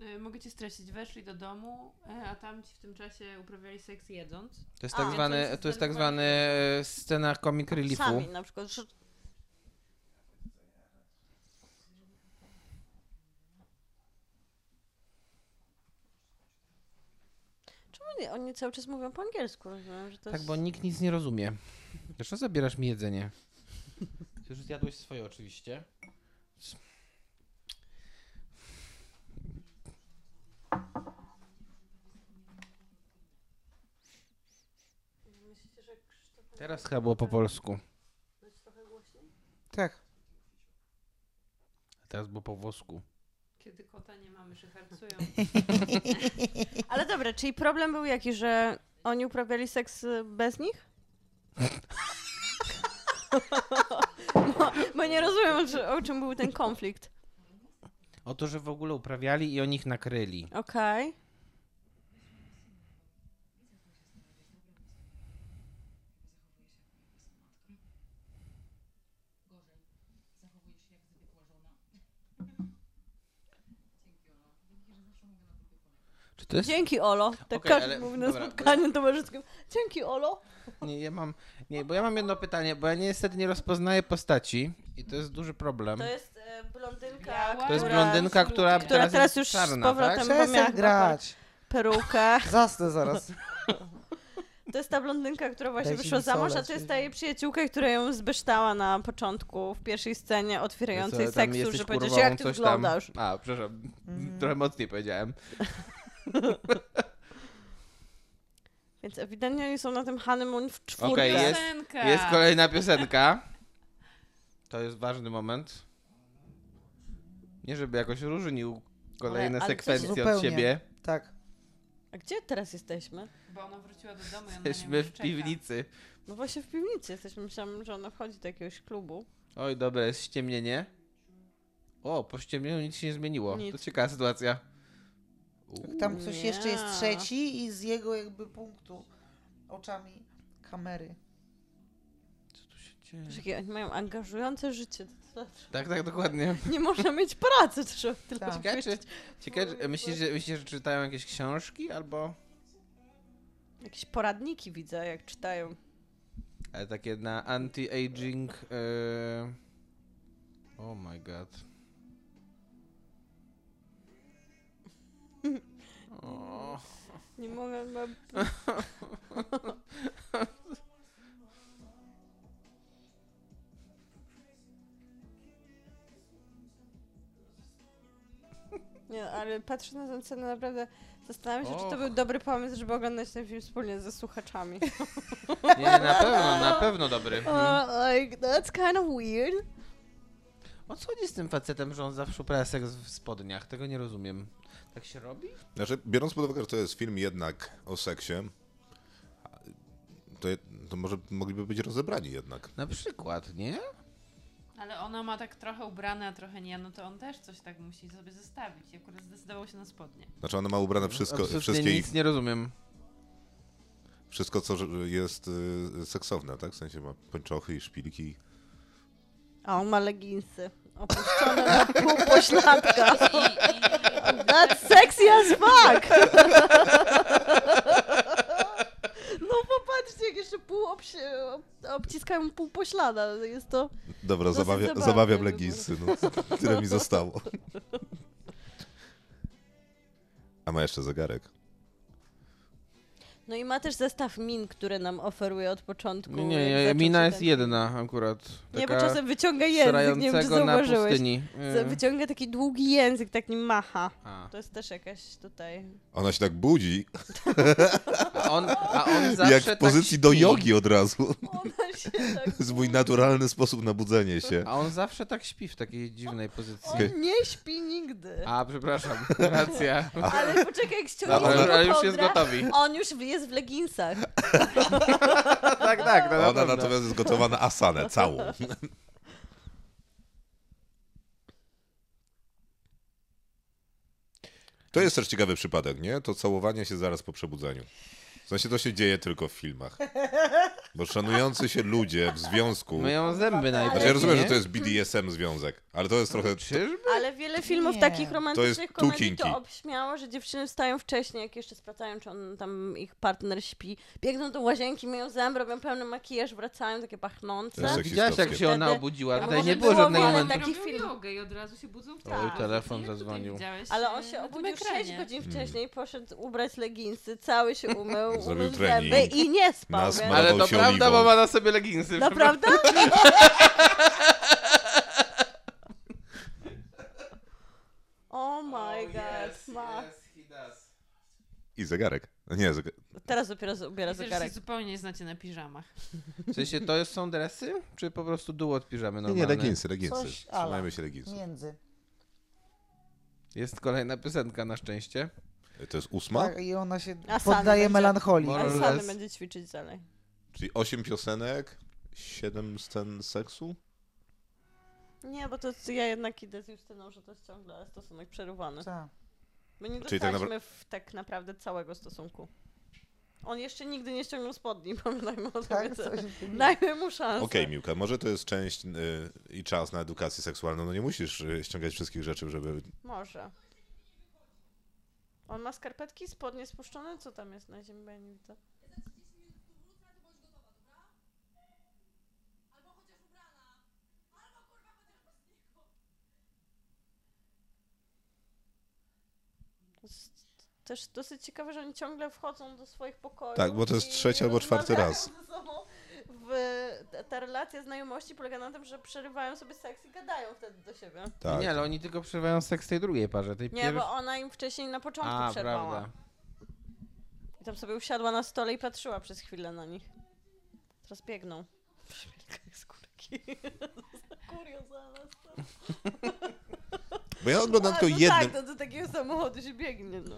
G: Y, Mogę cię stracić. Weszli do domu, y, a tam ci w tym czasie uprawiali seks jedząc.
H: To jest
E: A,
H: tak
E: więc
H: zwany,
G: oni
H: to jest tak
G: zdenerwowali.
H: zwany e, scena comic reliefu.
E: Sami na przykład. że- Czemu nie, oni cały czas mówią po angielsku? Rozumiem, że to
H: Tak,
E: jest...
H: bo nikt nic nie rozumie. Dlaczego zabierasz mi jedzenie? Ty już zjadłeś swoje oczywiście. Teraz chyba było po polsku.
F: Tak.
H: a Teraz było po włosku.
G: Kiedy kota nie mamy, że
C: [LAUGHS]
E: Ale dobra, czyli problem był jaki, że oni uprawiali seks y, bez nich? bo, bo nie rozumiem, o, czy- o czym był ten konflikt.
H: O to, że w ogóle uprawiali i o nich nakryli.
E: Okej.
H: Czy to jest...
E: Dzięki, Olo. Tak
H: Okej,
E: każdy
H: ale-
E: mówi na
H: dobra,
E: spotkaniu towarzyskim. Dzięki, Olo.
H: Nie, ja mam... Nie, bo ja mam jedno pytanie, bo ja niestety nie rozpoznaję postaci i to jest duży problem.
E: To jest e, blondynka,
G: Biała.
H: To jest
E: która,
H: blondynka, która,
E: która teraz,
H: jest
E: już
H: czarna,
E: z powrotem
H: Tak?
E: bo miała
F: Przestań
E: chyba
F: grać.
E: perukę.
F: Zasnę
E: [LAUGHS]
F: zaraz.
E: To jest ta blondynka, która właśnie
F: Dajcie
E: wyszła
F: mi
E: za mąż, a
F: solec,
E: to jest
F: weź.
E: ta jej przyjaciółka, która ją zbeształa na początku, w pierwszej scenie otwierającej
H: Co, e, tam
E: seksu,
H: jesteś
E: że powiedzieć,
H: kurwą,
E: jak ty
H: coś tam-
E: wyglądasz. Mhm.
H: A, przepraszam, trochę mocniej powiedziałem.
E: Więc ewidentnie oni są na tym honeymoon w czwórkę.
H: Okej, jest-
E: Tak.
G: Piosenka!
H: Jest kolejna piosenka. To jest ważny moment. Nie, żeby jakoś różnił kolejne
E: Ale- ale coś
H: sekwencje od
F: zupełnie.
H: siebie.
F: Tak.
E: A gdzie teraz jesteśmy?
G: Bo ona wróciła do domu i ona
H: Jesteśmy w
G: czeka.
H: piwnicy.
E: No właśnie w piwnicy jesteśmy. Myślałam, że ona wchodzi do jakiegoś klubu.
H: Oj, dobra, jest ściemnienie. O, po ściemnieniu nic się nie zmieniło.
E: Nic.
H: To ciekawa sytuacja.
F: Tam ktoś
E: Nie.
F: jeszcze jest trzeci i z jego jakby punktu oczami kamery.
H: Co tu się dzieje?
E: Że oni mają angażujące życie. To- to-
H: Tak, tak, dokładnie.
E: Nie można mieć pracy, [LAUGHS] trzeba tyle
F: Tak.
H: Ciekawe, czy,
E: powiedzieć.
H: ciekawe, czy- myślisz, że, myślisz, że czytają jakieś książki albo
E: Jakieś poradniki widzę, jak czytają.
H: ale takie na anti-aging... Yy... Oh my god. O.
E: Nie mogę... mam- Nie, ale patrzę na tę scenę naprawdę zastanawiam się, czy to
H: Och.
E: był dobry pomysł, żeby oglądać ten film wspólnie ze [LAUGHS] słuchaczami.
H: Nie, na pewno, na pewno dobry.
E: like, that's kind of weird.
H: O co chodzi z tym facetem, że on zawsze uprawia seks w spodniach? Tego nie rozumiem. Tak się robi?
C: Znaczy, biorąc pod uwagę, że to jest film jednak o seksie, to, je- to może mogliby być rozebrani jednak.
H: Na przykład, nie?
G: Ale ona ma tak trochę ubrane, a trochę nie, no to on też coś tak musi sobie zostawić. I Akurat zdecydował się na spodnie.
C: Znaczy, ona ma ubrane wszystko,
H: No, Absolutnie
C: wszystkie, ich-
H: nic nie rozumiem.
C: wszystko, co ż- jest y, seksowne, tak? W sensie ma pończochy i szpilki.
E: A on ma leginsy. [LAUGHS] Opuszczone na pół pośladka.
G: I, i,
E: That's sexy as fuck! No popatrzcie, jak jeszcze pół obsi- ob- obciskają mu pół poślada. Jest to...
C: Dobra,
E: Dosyć
C: zabawia,
E: zabawne
C: zabawiam
E: by
C: leginsy, no. Tyle mi zostało. A ma jeszcze zegarek.
E: No i ma też zestaw min, które nam oferuje od początku.
H: Nie,
E: jak
H: nie,
E: zaczął
H: mina
E: się tak-
H: jest
E: ten-
H: jedna akurat. Taka
E: Nie, bo czasem wyciąga język, nie wiem czy
H: srającego na
E: zauważyłeś.
H: pustyni.
E: Z-
H: Yy.
E: Wyciąga taki długi język, tak nim macha.
H: A.
E: To jest też jakaś tutaj...
C: Ona się tak budzi,
H: A on, a on
C: [LAUGHS]
H: zawsze
C: jak w pozycji
H: tak
C: do
H: śpi.
C: jogi od razu.
E: Ona
H: [LAUGHS]
E: się tak...
C: To jest mój naturalny sposób na budzenie się.
H: A on zawsze tak śpi w takiej dziwnej pozycji.
E: On nie śpi nigdy.
H: A, przepraszam, [LAUGHS] racja.
E: Ale poczekaj, jak ściągniesz
H: Dobra,
E: tego
H: ale już jest
E: kołdra,
H: gotowi.
E: [LAUGHS] On już jest w leginsach.
H: Tak, tak, no,
C: Ona natomiast jest gotowa na asanę całą. To jest też ciekawy przypadek, nie? To całowanie się zaraz po przebudzeniu. W sensie to się dzieje tylko w filmach. Bo szanujący się ludzie w związku...
H: Myją zęby najpierw.
C: Znaczy ja rozumiem,
H: nie?
C: że to jest BDSM związek, ale to jest trochę...
H: Czyżby?
E: Ale wiele filmów
F: Nie.
E: takich romantycznych
C: jest
E: komedii
C: tukinki.
E: to obśmiało, że dziewczyny wstają wcześniej, jak jeszcze sprawdzają, czy on tam ich partner śpi. Biegną do łazienki, myją zęby, robią pełny makijaż, wracają takie
C: To jest
E: pachnące.
C: seks-
H: Widziałaś, Tak. jak się ona
E: Wtedy-
H: obudziła.
E: A
H: Tutaj
E: może
H: nie było
E: było,
H: żadnego
E: ale
H: momentu.
E: tak- taki
G: Robią
E: film.
G: jogę i od razu się budzą w
H: Oj,
G: tak.
H: telefon
G: Jak tutaj
H: zadzwonił.
G: widziałeś,
E: Ale
G: e,
E: on się
G: na tym
E: obudził 6
G: ekranie?
E: godzin
C: Hmm.
E: wcześniej, poszedł ubrać leginsy, cały się umył,
C: [LAUGHS] Zrobił
E: umył
C: trening.
E: zęby i nie spał.
C: Nas
E: więc-
C: ma-
H: Ale
C: Malował
H: to
C: się
H: prawda,
C: oliwą.
H: bo ma na sobie leginsy.
E: Naprawdę? [LAUGHS] oh my god, ma.
C: I zegarek. Nie, zegar...
E: Teraz dopiero z- ubiera
G: Widzę, że
E: zegarek.
G: się zupełnie nie znacie na piżamach.
H: W sensie to jest, są dresy, czy po prostu dół od piżamy
C: nie,
H: normalne?
C: nie, leginsy, leginsy.
F: Coś, ale-
C: Trzymajmy się leginsy.
F: Między.
H: Jest kolejna piosenka na szczęście.
C: To jest ósma?
F: Tak, i ona się
E: A Sany
F: poddaje
E: będzie.
F: melancholii.
H: Moral-
E: A Sany
H: Morales.
E: będzie ćwiczyć dalej.
C: Czyli osiem piosenek, siedem scen seksu?
E: Nie, bo to ja jednak idę z Justyną, że to jest ciągle stosunek przerywany.
F: Tak.
E: My nie
C: Czyli tak
E: dostaliśmy w tak naprawdę całego stosunku. On jeszcze nigdy nie ściągnął spodni, [LAUGHS] pamiętajmy o
F: Tak,
E: tym.
F: coś w tym-
E: Dajmy mu szansę.
C: Okej, Miłka, może to jest część y, i czas na edukację seksualną. No nie musisz y, ściągać wszystkich rzeczy, żeby...
E: Może. On ma skarpetki, spodnie spuszczone? Co tam jest na ziemi, bo ja nie widzę. To jest Też dosyć ciekawe, że oni ciągle wchodzą do swoich pokoi.
C: Tak, bo to jest trzeci albo czwarty raz.
E: W, ta- ta relacja znajomości polega na tym, że przerywają sobie seks i gadają wtedy do siebie.
C: Tak.
E: no.
H: Nie, ale oni tylko przerywają seks tej drugiej parze. Tej
E: Nie,
H: pierw...
E: bo ona im wcześniej na początku
H: A,
E: przerwała.
H: prawda.
E: I tam sobie usiadła na stole i patrzyła przez chwilę na nich. Teraz biegną. Przebiegaj skórki. [LAUGHS] Kuriozalna scena.
C: Bo ja oglądam
E: A,
C: tylko
E: no
C: jednym...
E: tak, to do takiego samochodu się biegnie, no.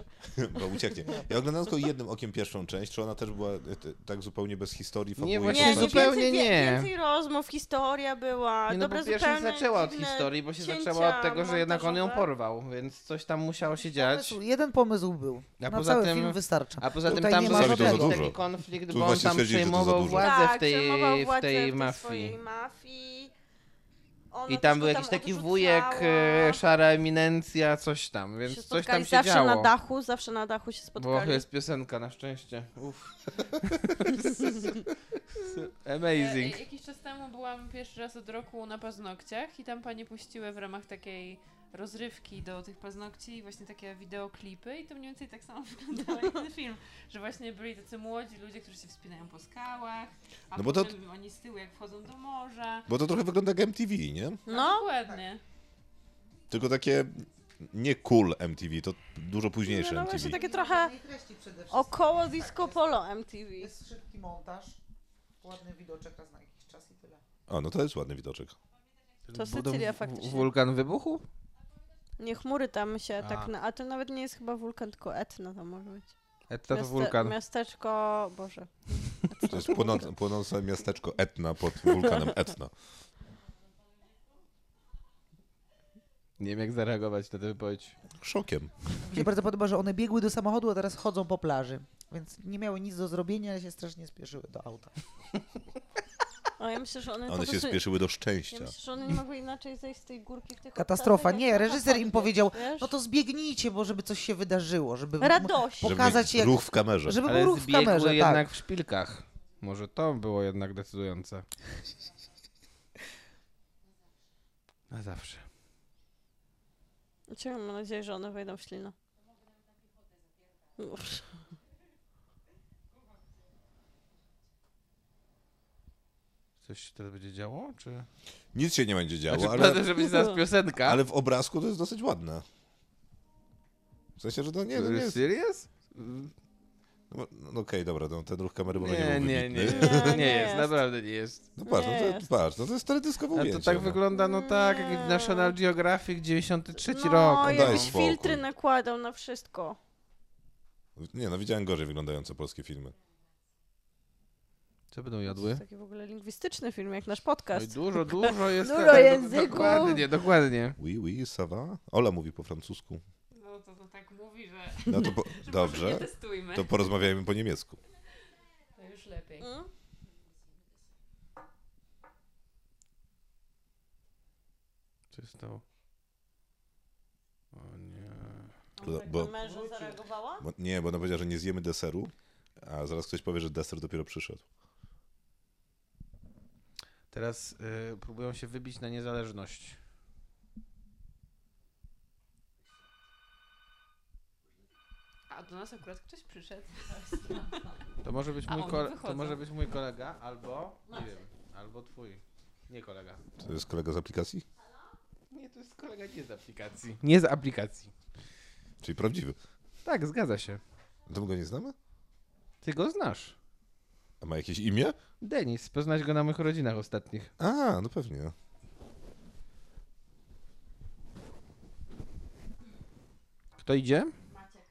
C: [LAUGHS] Bo ucieknie. Ja oglądam tylko jednym okiem pierwszą część, czy ona też była y, t- tak zupełnie bez historii, fabuły? i tak
H: właśnie
C: postaci?
H: nie, zupełnie
E: no więcej, wie-
H: nie.
E: Więcej rozmów, historia była,
H: Nie, no
E: dobre
H: bo pierwsza się
E: zupełnie
H: zaczęła od
E: dziwne
H: historii, bo się
E: cięcia
H: zaczęła od tego, że jednak on ją
E: montażowe.
H: porwał, więc coś tam musiało się dziać.
F: Pomysł, jeden pomysł był.
H: A
F: na
H: poza
F: cały
H: tym-
F: film wystarcza.
H: A poza tym
F: Tutaj
H: tam
F: nie
H: był
F: ma
C: Sami to za
H: taki
F: żadnego.
C: dużo.
H: konflikt,
C: Tu
H: bo on
C: właśnie
H: tam
C: stwierdzili, że to za
H: przejmował
C: dużo.
H: władzę
E: tak,
H: w tej,
E: przejmował
H: w
E: władzę
H: tej
E: swojej
H: mafii.
E: mafii. Ona
H: I tam
E: wszystko
H: był jakiś taki
E: odrzucała.
H: wujek, e, szara eminencja, coś tam,
E: się
H: więc coś
E: spotkali
H: tam się
E: zawsze na
H: działo.
E: dachu, zawsze na dachu się
H: Bo
E: spotkali.
H: jest piosenka na szczęście.
E: [LAUGHS]
H: Uff. Amazing.
G: Ja,
E: E,
G: ja- E, jakiś czas temu byłam pierwszy raz od roku na paznokciach i tam panie puściły w ramach takiej rozrywki do tych paznokci właśnie takie wideoklipy i to mniej więcej tak samo [LAUGHS] wyglądał jak ten film, że właśnie byli tacy młodzi ludzie, którzy się wspinają po skałach,
C: No
G: a no
C: bo
G: bo
C: to-
G: potem oni z tyłu jak wchodzą do morza. Tak,
C: Bo to trochę wygląda jak MTV, nie?
E: No,
G: Dokładnie.
H: Tak.
C: Tylko takie nie cool MTV, to dużo późniejsze
E: no
C: MTV.
E: właśnie takie trochę około disco polo MTV.
F: Jest szybki montaż, ładny widoczek raz na jakiś czas i tyle.
C: O, no to jest ładny widoczek.
E: To
H: Budą-
E: Sycylia
H: w-
E: faktycznie.
H: Wulkan wybuchu?
E: Nie chmury tam się
H: A.
E: tak, na, a to nawet nie jest chyba wulkan, tylko Etna to może być.
H: Eta E, to
E: Miaste-
H: wulkan.
E: Miasteczko, boże.
C: To jest
E: [LAUGHS]
C: płonące, płonące miasteczko Etna pod wulkanem Etna.
H: Nie wiem jak zareagować na tę wypowiedź.
C: Szokiem.
F: Mi się bardzo podoba, że one biegły do samochodu, a teraz chodzą po plaży. Więc nie miały nic do zrobienia, ale się strasznie spieszyły do auta.
E: O, ja myślę, że one, No, po
C: One się
E: prostu-
C: spieszyły do
E: Ja
C: szczęścia.
E: myślę, że one nie mogły inaczej zejść z tej górki w tych
F: Katastrofa.
E: obcasach, jak
F: Nie, reżyser im
E: samochody,
F: powiedział,
E: wiesz?
F: no to zbiegnijcie, bo żeby coś się wydarzyło, żeby m-
E: Radości.
C: Żeby
F: pokazać jak...
C: Ruch w kamerze.
F: Żeby był
H: Ale
F: ruch w kamerze,
H: zbiegły
F: tak.
H: jednak w szpilkach. Może to było jednak decydujące. Na No zawsze.
E: Ciekawe, Znaczy, mam nadzieję, że one wejdą w ślinę. Uff.
H: Coś się teraz będzie działo, czy...
C: Nic się nie będzie
H: Znaczy,
C: działo,
H: ale...
C: ale,
H: że będzie zaraz piosenka.
C: ale w obrazku to jest dosyć ładne. W sensie, że to nie, to nie jest...
H: E, Serious?
C: No, no okej, dobra, no, ten ruch kamery może nie,
H: Nie,
C: był
H: nie, nie,
C: wybitny.
H: nie,
E: nie
H: jest,
E: jest.
H: naprawdę nie jest.
C: No patrz,
E: Nie
C: no to,
E: jest.
C: patrz, no to jest teledyskowe
H: Ale
C: ujęcie.
H: to tak
C: no.
H: wygląda, no tak, jak
E: Nie.
H: w National Geographic 93
E: no,
H: rok.
C: daj
E: jakbyś
C: spokój.
E: filtry nakładał na wszystko.
C: Nie, no widziałem gorzej wyglądające polskie filmy.
H: Co będą
E: To
H: jadły?
E: jest taki w ogóle lingwistyczny film, jak nasz
H: Oj,
C: No
E: podcast.
H: dużo, dużo jest.
E: Dużo
H: tak, do-
E: języków.
H: Dokładnie, dokładnie.
C: Oui, oui, ça va? Ola mówi po francusku.
G: No to, to tak mówi, że
C: No to po...
G: nie
C: dobrze,
G: testujmy.
C: to
G: To...
C: porozmawiajmy po niemiecku.
G: już lepiej.
E: Mm?
H: Co się stało? O nie.
C: Bo-
E: Tak
C: bo-
E: na męża zareagowała?
C: Bo, nie, bo ona powiedziała, że nie zjemy deseru, a zaraz ktoś powie, że deser dopiero przyszedł.
H: Teraz y, próbują się wybić na niezależność.
G: A do nas akurat ktoś przyszedł.
H: To może być
G: A
H: mój,
G: oni
H: kole- to
G: wychodzą. No
H: może być mój kolega, albo. Nie wiem, albo twój. Nie kolega.
C: To jest kolega z aplikacji?
H: Nie, to jest kolega nie z aplikacji. Nie z aplikacji.
C: Czyli prawdziwy. No
H: Tak, zgadza się.
C: To my go nie znamy?
H: Ty go znasz.
C: A ma jakieś imię?
H: Denis, poznać go na moich rodzinach ostatnich.
C: A, no pewnie.
H: Kto idzie? Maciek.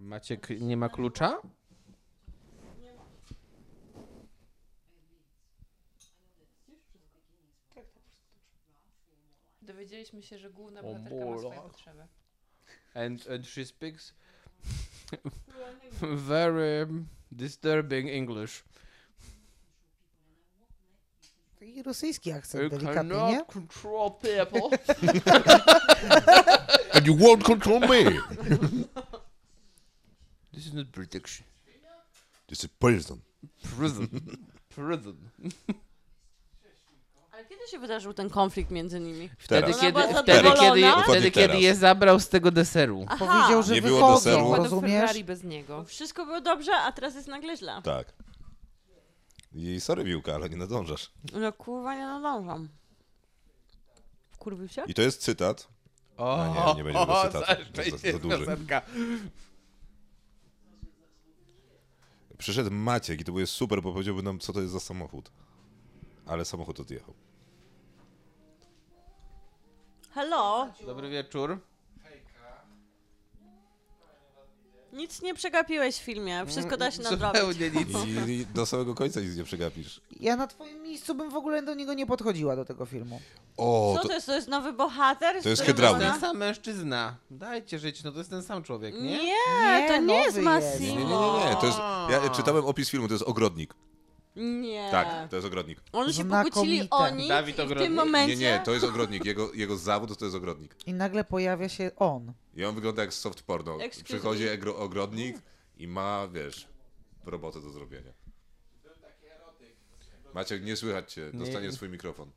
H: Maciek nie ma klucza?
G: Dowiedzieliśmy się, że główna
H: O
G: bohaterka ma swoje
H: bolach.
G: potrzeby.
H: And, and she
G: [LAUGHS]
H: speaks very disturbing English.
F: Taki rosyjski
H: You
F: akcent delikatny, nie?
H: cannot control people.
C: And you won't control [LAUGHS] me!
H: This is not protection.
C: This is poison.
H: Prison. [LAUGHS] Prison.
E: Ale kiedy się wydarzył ten konflikt między nimi?
H: Wtedy,
C: Teraz.
E: Ona
H: kiedy,
E: była
H: wtedy, kiedy,
E: zadowolona?
H: wtedy
C: Dokładnie
H: kiedy
C: teraz.
H: je zabrał z tego deseru.
F: Powiedział, że
C: Nie było
F: wychodzą,
C: deseru.
F: rozumiesz?
G: Ferrari bez niego.
E: Wszystko było dobrze, a teraz jest nagle źle.
C: Tak. I sorry Miłka, ale nie nadążasz.
E: No kurwa, nie nadążam. Wkurwił się?
C: I to jest cytat.
H: O,
C: A nie, nie będzie tego
H: o,
C: cytatu.
H: zaraz
C: To za-
H: będzie
C: za duży.
H: piosenka.
C: Przyszedł Maciek i to jest super, bo powiedziałby nam, co to jest za samochód. Ale samochód odjechał.
E: Hello?
H: Dobry wieczór.
E: Nic nie przegapiłeś w filmie, wszystko da się
C: Mm,
E: nadrobić.
H: Zupełnie nic.
C: I, i do samego końca nic nie przegapisz.
F: Ja na twoim miejscu bym w ogóle do niego nie podchodziła, do tego filmu.
C: O,
E: Co
C: to,
E: to jest? To jest nowy bohater? z
C: To jest
E: którym
H: To
C: hydraulik.
E: ona-
H: ten sam mężczyzna. Dajcie żyć, no to jest ten sam człowiek, nie?
E: Nie,
F: Nie,
E: to nie
F: nowy
E: jest
F: jest.
C: nie,
E: Massimo.
C: nie, nie, nie. To jest, ja czytałem opis filmu, to jest ogrodnik.
E: Nie.
C: Tak, to jest ogrodnik.
E: Oni się
F: Znakomite.
E: pokłócili o nic
H: Dawid
E: i w
H: Ogrodnik.
E: tym
H: Nie,
E: momencie...
C: Nie, nie, to jest ogrodnik. Jego, jego zawód to jest ogrodnik.
F: I nagle pojawia się on.
C: I on wygląda jak z soft porno.
E: Excuse
C: Przychodzi
E: me.
C: egro- ogrodnik i ma, wiesz, robotę do zrobienia. Maciek, nie słychać cię. Dostaniesz swój mikrofon.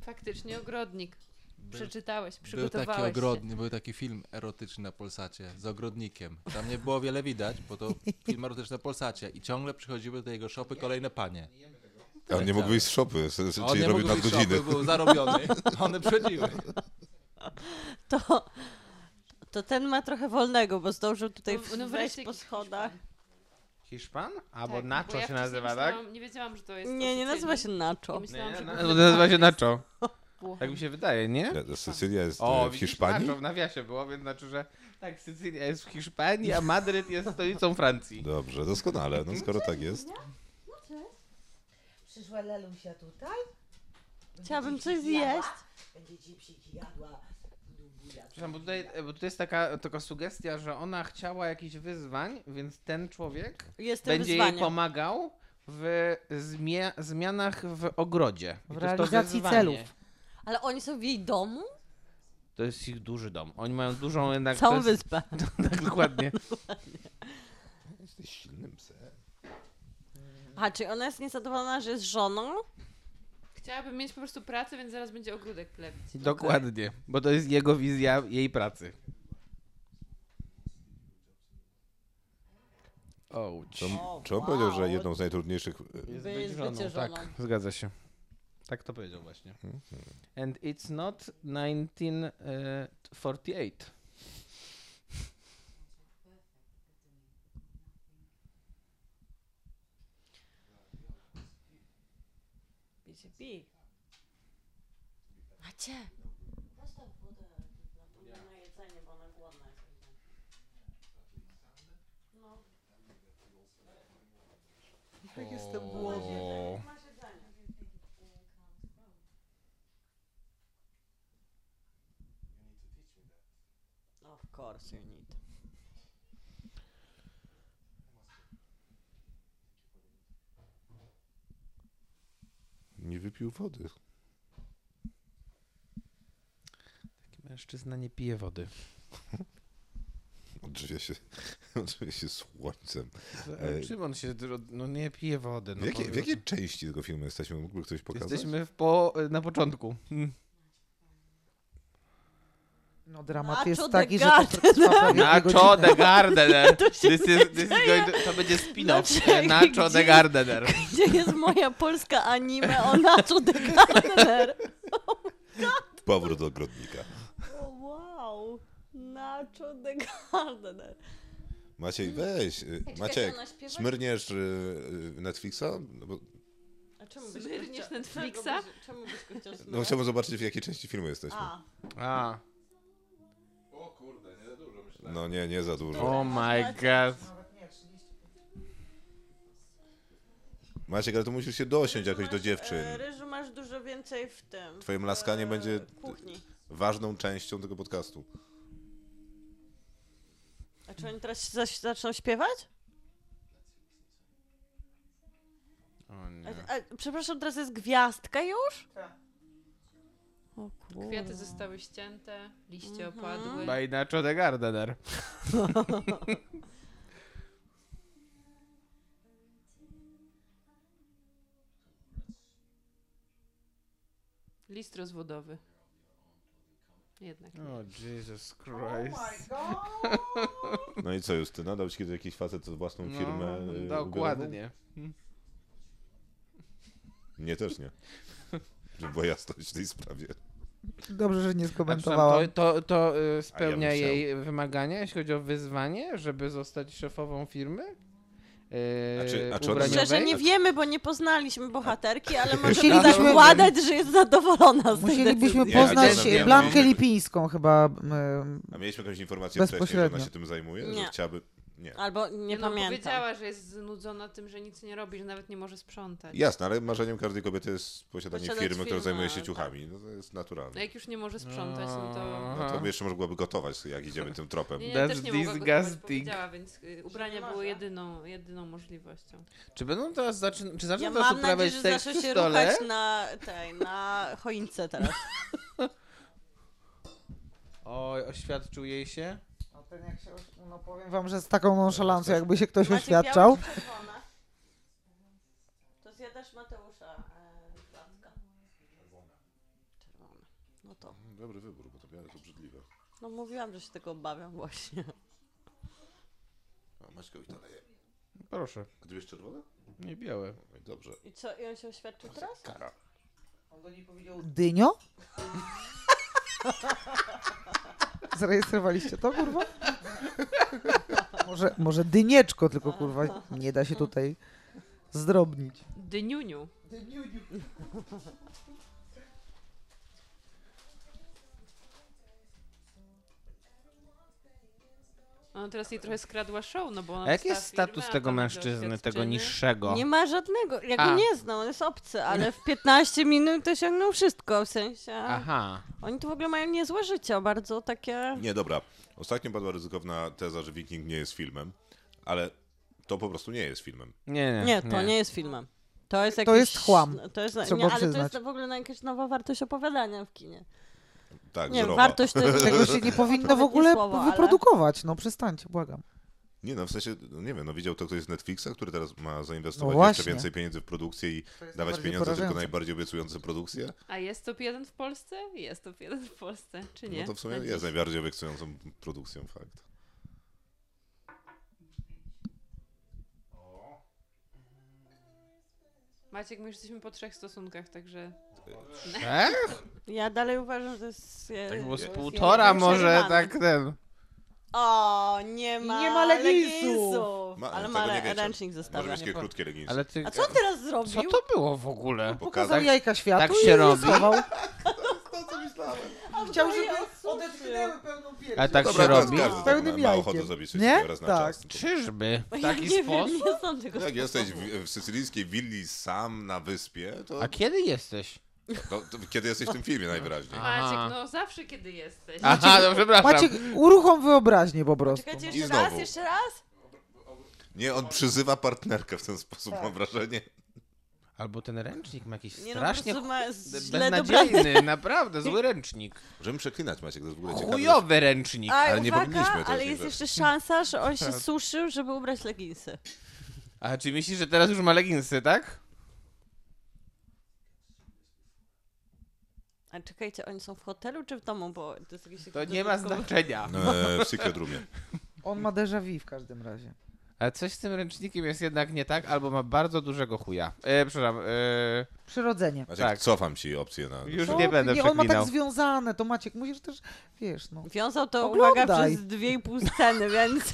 G: Faktycznie ogrodnik. Przeczytałeś,
A: Był taki,
G: przygotowałeś się.
A: ogrodny, był taki film erotyczny na Polsacie z ogrodnikiem. Tam nie było wiele widać, bo to film erotyczny na Polsacie i ciągle przychodziły do jego szopy kolejne panie.
C: A on nie mógł wyjść z szopy, s- s-
A: A
C: czyli
A: nie
C: robił
A: mógł wyjść z
C: nadgodziny.
A: szopy, był [LAUGHS] zarobiony, a one przychodziły.
E: [LAUGHS] To, to ten ma trochę wolnego, bo zdążył tutaj
G: No, no
E: wejść
G: wreszcie
E: po
G: jakiś
E: schodach.
H: Hiszpan? Albo
G: Tak,
H: Nacho
G: bo ja
H: się
G: wcześniej
H: nazywa, tak?
G: myślałam- Nie wiedziałam, że to jest
E: Nie, nie
G: oficjalny.
E: nazywa się
G: I
E: Nacho.
G: myślałam, że
H: na-
G: główny
H: nazywa się
G: bohater jest
H: [LAUGHS] Nacho.
G: Włochem.
H: Tak mi się wydaje, nie?
C: Nie, to Sycylia jest
H: O,
C: e, w
H: widzisz,
C: Hiszpanii?
H: Nacho w nawiasie było, więc znaczy, że tak, Sycylia jest w Hiszpanii, a Madryt jest stolicą Francji.
C: Dobrze, doskonale. No skoro tak jest.
I: Przyszła Lelusia tutaj?
E: Chciałabym coś zjeść.
I: Będzie cipsiki jadła. Dubula.
H: Przepraszam, bo tutaj, bo tutaj jest taka, taka sugestia, że ona chciała jakichś wyzwań, więc ten człowiek
E: Jestem
H: będzie
E: wyzwaniem.
H: jej pomagał w zmia- zmianach w ogrodzie. I
F: W
H: to jest to
F: realizacji
H: wyzwanie.
F: celów.
E: Ale oni są w jej domu?
H: To jest ich duży dom. Oni mają dużą jednak...
E: Całą
H: to jest-
E: wyspę.
H: Tak, [LAUGHS] dokładnie.
C: Jesteś silnym psem.
E: A, czy ona jest niezadowolona, że jest żoną?
G: Chciałabym mieć po prostu pracę, więc zaraz będzie ogródek plebić.
H: Dokładnie. Bo to jest jego wizja jej pracy. O,
C: Czy on,
E: O,
C: czy on
E: wow.
C: powiedział, że jedną z najtrudniejszych... e,
H: Jest
E: By-
H: być
E: z
H: żoną,
E: bycie żoną.
H: tak. Zgadza się. Tak to powiedział właśnie. And it's not e, 1948.
E: BCB. Macie.
H: O.
E: No, Of course you need.
C: Nie wypił wody.
H: Taki mężczyzna nie pije wody.
C: Odżyje się, [LAUGHS] odżyje się słońcem.
H: Ale E, Czym on się... dro- No nie pije wody. No
C: W jakiej, w
H: powiem.
C: jakiej części tego filmu jesteśmy? Mógłby ktoś pokazać?
H: Jesteśmy w po, e, na początku. Mm.
F: No dramat
E: Nacho
F: jest
E: the
F: taki, że to trwa prawie dwie
H: Nacho
F: godziny.
H: the [LAUGHS] Gardener. This is, this is going to, to będzie spin-off.
E: Dlaczego?
H: Nacho
E: Gdzie-
H: the Gardener.
G: [LAUGHS]
E: Gdzie jest moja polska anime o Nacho the Gardener? Oh my god!
C: dobro do ogrodnika.
E: O, wow, Nacho the Gardener.
C: Maciej, weź. y,
E: czekaj,
C: Maciek,
E: to ona śpiewa?
C: smyrniesz y, y, Netflixa? No, bo,
E: A czemu byś
G: byś
E: go
G: go Smyrniesz chciał- Netflixa?
E: Czemu byś, czemu byś go chciał
C: no chciałbym zobaczyć, w jakiej części filmu jesteśmy.
E: A,
H: A,
A: O kurde, nie za dużo myślę.
C: No nie, nie za dużo.
H: oh my god.
C: Maciek, ale to musisz się dosiąść jakoś do dziewczyn.
E: e, Ryżu masz dużo więcej w tym.
C: Twoje
E: w,
C: mlaskanie
E: e,
C: będzie-
E: kuchni.
C: Ważną częścią tego podcastu.
E: A czy oni teraz się zaś, zaczną śpiewać?
H: O
E: A,
H: nie.
E: a, przepraszam, teraz jest gwiazdka już?
F: Tak.
E: O kurde.
G: Kwiaty zostały ścięte, liście
E: Mhm.
G: opadły.
H: By Nacho the Gardener.
G: List rozwodowy. Jednak. nie.
H: O Jesus Christ.
C: No i co, Justyna? Dał ci kiedy jakiś facet własną firmę? y,
H: No, dokładnie.
C: ubiorową? Mnie też nie. Żeby była jasność w tej sprawie.
F: Dobrze, że nie
H: A przepraszam,
F: skomentowałam.
H: To, to, to y, spełnia
C: bym chciał.
H: jej wymagania, jeśli chodzi o wyzwanie, żeby zostać szefową firmy? Yy,
C: A czy- a czy ona-
H: ubraniowej?
E: Szczerze nie wiemy, bo nie poznaliśmy bohaterki, ale możemy
F: Musielibyśmy-
E: zakładać, że jest zadowolona z tej
F: Musielibyśmy
E: decyzji.
C: Nie,
F: poznać
C: nie, nie,
H: no.
C: nie.
F: Blankę Lipińską chyba. mm,
C: A mieliśmy jakąś informację wcześniej, że ona
F: Bezpośrednio.
C: się tym zajmuje?
E: Nie.
C: Że chciałaby... Nie.
E: Albo nie
G: no,
E: pamiętam.
G: powiedziała, że jest znudzona tym, że nic nie robi, że nawet nie może sprzątać.
C: Jasne, ale marzeniem każdej kobiety jest posiadanie
E: Posiadać
C: firmy, która
E: firmę,
C: zajmuje się
E: tak.
C: ciuchami. No to jest
G: No
C: naturalne.
G: jak już nie może sprzątać, no to...
C: No to jeszcze może byłaby gotować, jak idziemy tym tropem.
G: Nie, nie,
H: That's
G: też nie mogła gotować,
H: disgusting.
G: powiedziała, więc y, ubrania
E: nie
G: były
E: może?
G: jedyną, jedyną możliwością.
H: Czy będą teraz zaczyn... czy zaczną
E: Ja
H: teraz
E: mam nadzieję,
H: uprawiać
E: że
H: seks
E: zaczął
H: przy
E: się
H: stole?
E: ruchać na, tej, na choince teraz.
H: Oj, oświadczył jej się.
F: No ten jak się, oś- no powiem wam, że z taką nonszalancją, jakby się ktoś
E: Macie
F: oświadczał.
E: białe czy czerwone? To zjadasz Mateusza e, placka. Czerwone. No to.
C: Dobry wybór, bo to białe to obrzydliwe.
E: No mówiłam, że się tego obawiam właśnie.
C: A Maćka i dalej.
H: Proszę,
C: Gdybyś czerwone?
H: nie białe.
C: No i dobrze.
E: I co, i on się oświadczył teraz?
C: Kara.
F: On do niej powiedział dynio? [LAUGHS] Zarejestrowaliście to, kurwa? Może, może dynieczko, tylko kurwa nie da się tutaj zdrobnić.
G: Dyniuniu. [LAUGHS] Ona teraz jej trochę skradła show, no bo ona
H: A jaki
G: dostała
H: jest status
G: firmę, a
H: tego
G: pani do
H: mężczyzny, tego
G: oświadczyny?
H: niższego?
E: Nie ma żadnego. Ja go
H: A.
E: nie znam, on jest obcy, ale w 15 minut osiągnął wszystko w sensie.
H: Aha.
E: Oni tu w ogóle mają niezłe życie, bardzo takie.
C: Nie, dobra. Ostatnio padła ryzykowna teza, że Wiking nie jest filmem, ale to po prostu nie jest filmem.
H: Nie, nie.
E: Nie, to nie, jest filmem. To jest
F: To
E: jakiś,
F: jest chłam,
E: To jest, nie,
F: trzeba
E: ale to
F: przyznać.
E: jest w ogóle na jakaś nowa wartość opowiadania w kinie.
C: Tak,
E: Nie,
C: wzorowa.
E: wartość to
F: [LAUGHS]
E: jest
F: Tego się nie powinno w
E: Nawet nie
F: ogóle
E: słowo, ale-
F: wyprodukować, no przestańcie, błagam.
C: Nie, no w sensie, no nie wiem, no widział to ktoś z Netflixa, który teraz ma zainwestować
F: No
C: jeszcze
F: właśnie.
C: więcej pieniędzy w produkcję i
F: jest
C: dawać
F: najbardziej
C: pieniądze tylko
F: porażające.
C: najbardziej obiecujące produkcje?
G: A jest top jeden w Polsce? Jest top jeden w Polsce, czy nie? Tak.
C: No to w sumie
G: Na
C: jest
G: dziś.
C: najbardziej obiecującą produkcją, fakt.
G: Maciek, my już jesteśmy po trzech stosunkach, także...
H: Trzech?
E: Ja dalej uważam, że to jest. e,
H: Tak było z
E: to jest
H: półtora
E: jeden
H: może,
E: przerywany.
H: tak ten.
E: O, nie ma.
F: nie ma leginsów.
C: Ma-
E: ale
C: tego
E: ma
C: nie
E: re-
C: wiecie.
E: ręcznik
C: Może
E: zestawiony.
C: mieć takie
H: po-
C: krótkie leginsy.
H: Ale ty...
E: A co on teraz zrobił?
H: Co to było w ogóle?
F: Pokazał
C: Pokazać?
F: jajka światu
H: tak
F: i
H: się
F: je
H: robi? [LAUGHS]
F: schował.
E: A
F: Chciał,
E: to
F: żeby
E: jest-
F: odetchnęły pełną piersią.
H: Ale tak się
C: Dobra,
H: robi?
C: to każdy
F: Pełnym
C: ma, ma
F: jajkiem.
C: ochotę zrobić coś
F: Nie?
C: takiego raz na
F: Tak.
C: czas. No
H: Czyżby? W
E: No ja
H: taki
E: nie wiem,
H: sposób?
E: nie znam tego.
C: Jak jesteś w, w sycylijskiej willi sam na wyspie, to,
H: A kiedy jesteś?
C: to, No, to kiedy jesteś w tym filmie najwyraźniej.
H: A. Aha.
G: Maciek, no zawsze kiedy jesteś.
H: Aha, no przepraszam.
F: Maciek, uruchom wyobraźnię po prostu.
E: Czekajcie,
C: I
E: jeszcze
C: znowu.
E: raz, jeszcze raz?
C: Nie, on przyzywa partnerkę w ten sposób,
H: Tak.
C: mam wrażenie.
H: Albo ten ręcznik ma jakiś
E: Nie no,
H: strasznie
E: po prostu
H: no,
E: ma źle dobrany. [LAUGHS]
H: beznadziejny, naprawdę, zły ręcznik.
C: Możemy przeklinać, Maciek, to jest w ogóle ciekawe.
H: Chujowy ręcznik.
E: Aj,
C: Ale nie
E: uwaga,
C: powinniśmy, to jest
E: ale jest
C: niegrzeczne.
E: jeszcze szansa, że on
H: Tak.
E: się suszył, żeby ubrać leginsy.
H: A czy myślisz, że teraz już ma leginsy, tak?
E: A czekajcie, oni są w hotelu czy w domu, bo to jest jakiś taki
H: To nie ma
C: No,
E: dodatkowy-
C: e,
H: znaczenia.
C: Eee, w Secret Roomie.
F: On ma déjà vu w każdym razie.
H: Ale coś z tym ręcznikiem jest jednak nie tak, albo ma bardzo dużego chuja. E, przepraszam, e,
F: Przyrodzenie.
C: Maciek,
H: Tak.
C: cofam ci opcję na...
H: Już
F: No,
H: nie będę
F: nie, on ma tak
H: przeklinał.
F: związane, to Maciek, musisz też, wiesz, no.
E: Wiązał to,
F: Oglądaj.
E: uwaga, przez dwie i pół sceny, [LAUGHS] więc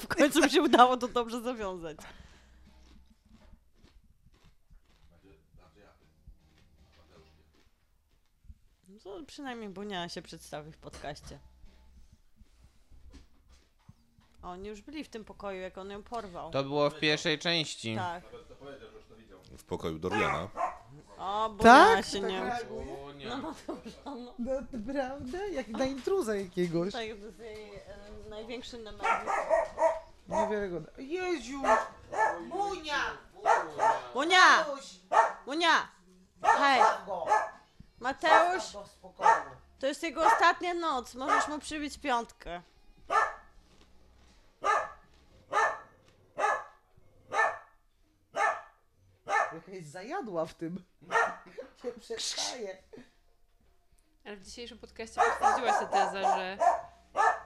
E: w końcu mi się udało to dobrze zawiązać. No to przynajmniej Bunia się przedstawi w podcaście. A Oni już byli w tym pokoju, jak on ją porwał.
H: To było w pierwszej części.
E: Tak.
C: W pokoju Doriana.
E: O, Bunia
F: Tak?
E: się nie...
H: O nie.
F: No, prawda? Jak na intruza jakiegoś.
E: Tutaj to jest jej e, największy namiot.
F: Niewiarygodne. Jeziu! Munia!
E: Bunia! Bunia! Hej! Mateusz!
F: No,
E: To jest jego ostatnia noc, możesz mu przybić piątkę.
F: Jakaś zajadła w tym. [LAUGHS] Cię przestaje.
G: Ale w dzisiejszym podcaście potwierdziła się teza, że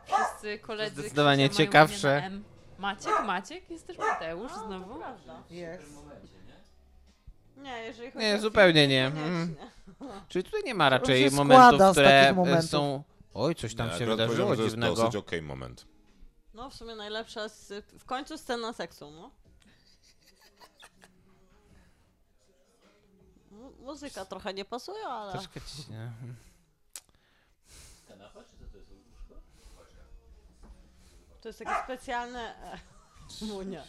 G: wszyscy koledzy
H: Zdecydowanie
G: Krzysia mają
H: ciekawsze.
G: imię na M. Maciek, Maciek, jest też Mateusz znowu.
F: Jest.
E: Nie, jeżeli chodzi
H: Nie,
E: o
H: zupełnie nie.
E: film,
H: Mm.
E: koniecznie.
H: Czyli tutaj nie ma raczej
F: się składa
H: momentów,
F: z
H: które e,
F: takich momentów.
H: są... Oj, coś tam
C: Nie,
H: się
C: akurat powiedziałem,
H: wydarzyło
C: że jest
H: dziwnego.
C: dosyć okej moment.
E: No, w sumie najlepsza z, w końcu scena seksu, no. Mu- Muzyka trochę nie pasuje, ale...
H: Troszkę ci nie.
E: To jest takie specjalne. e, [LAUGHS] Munia.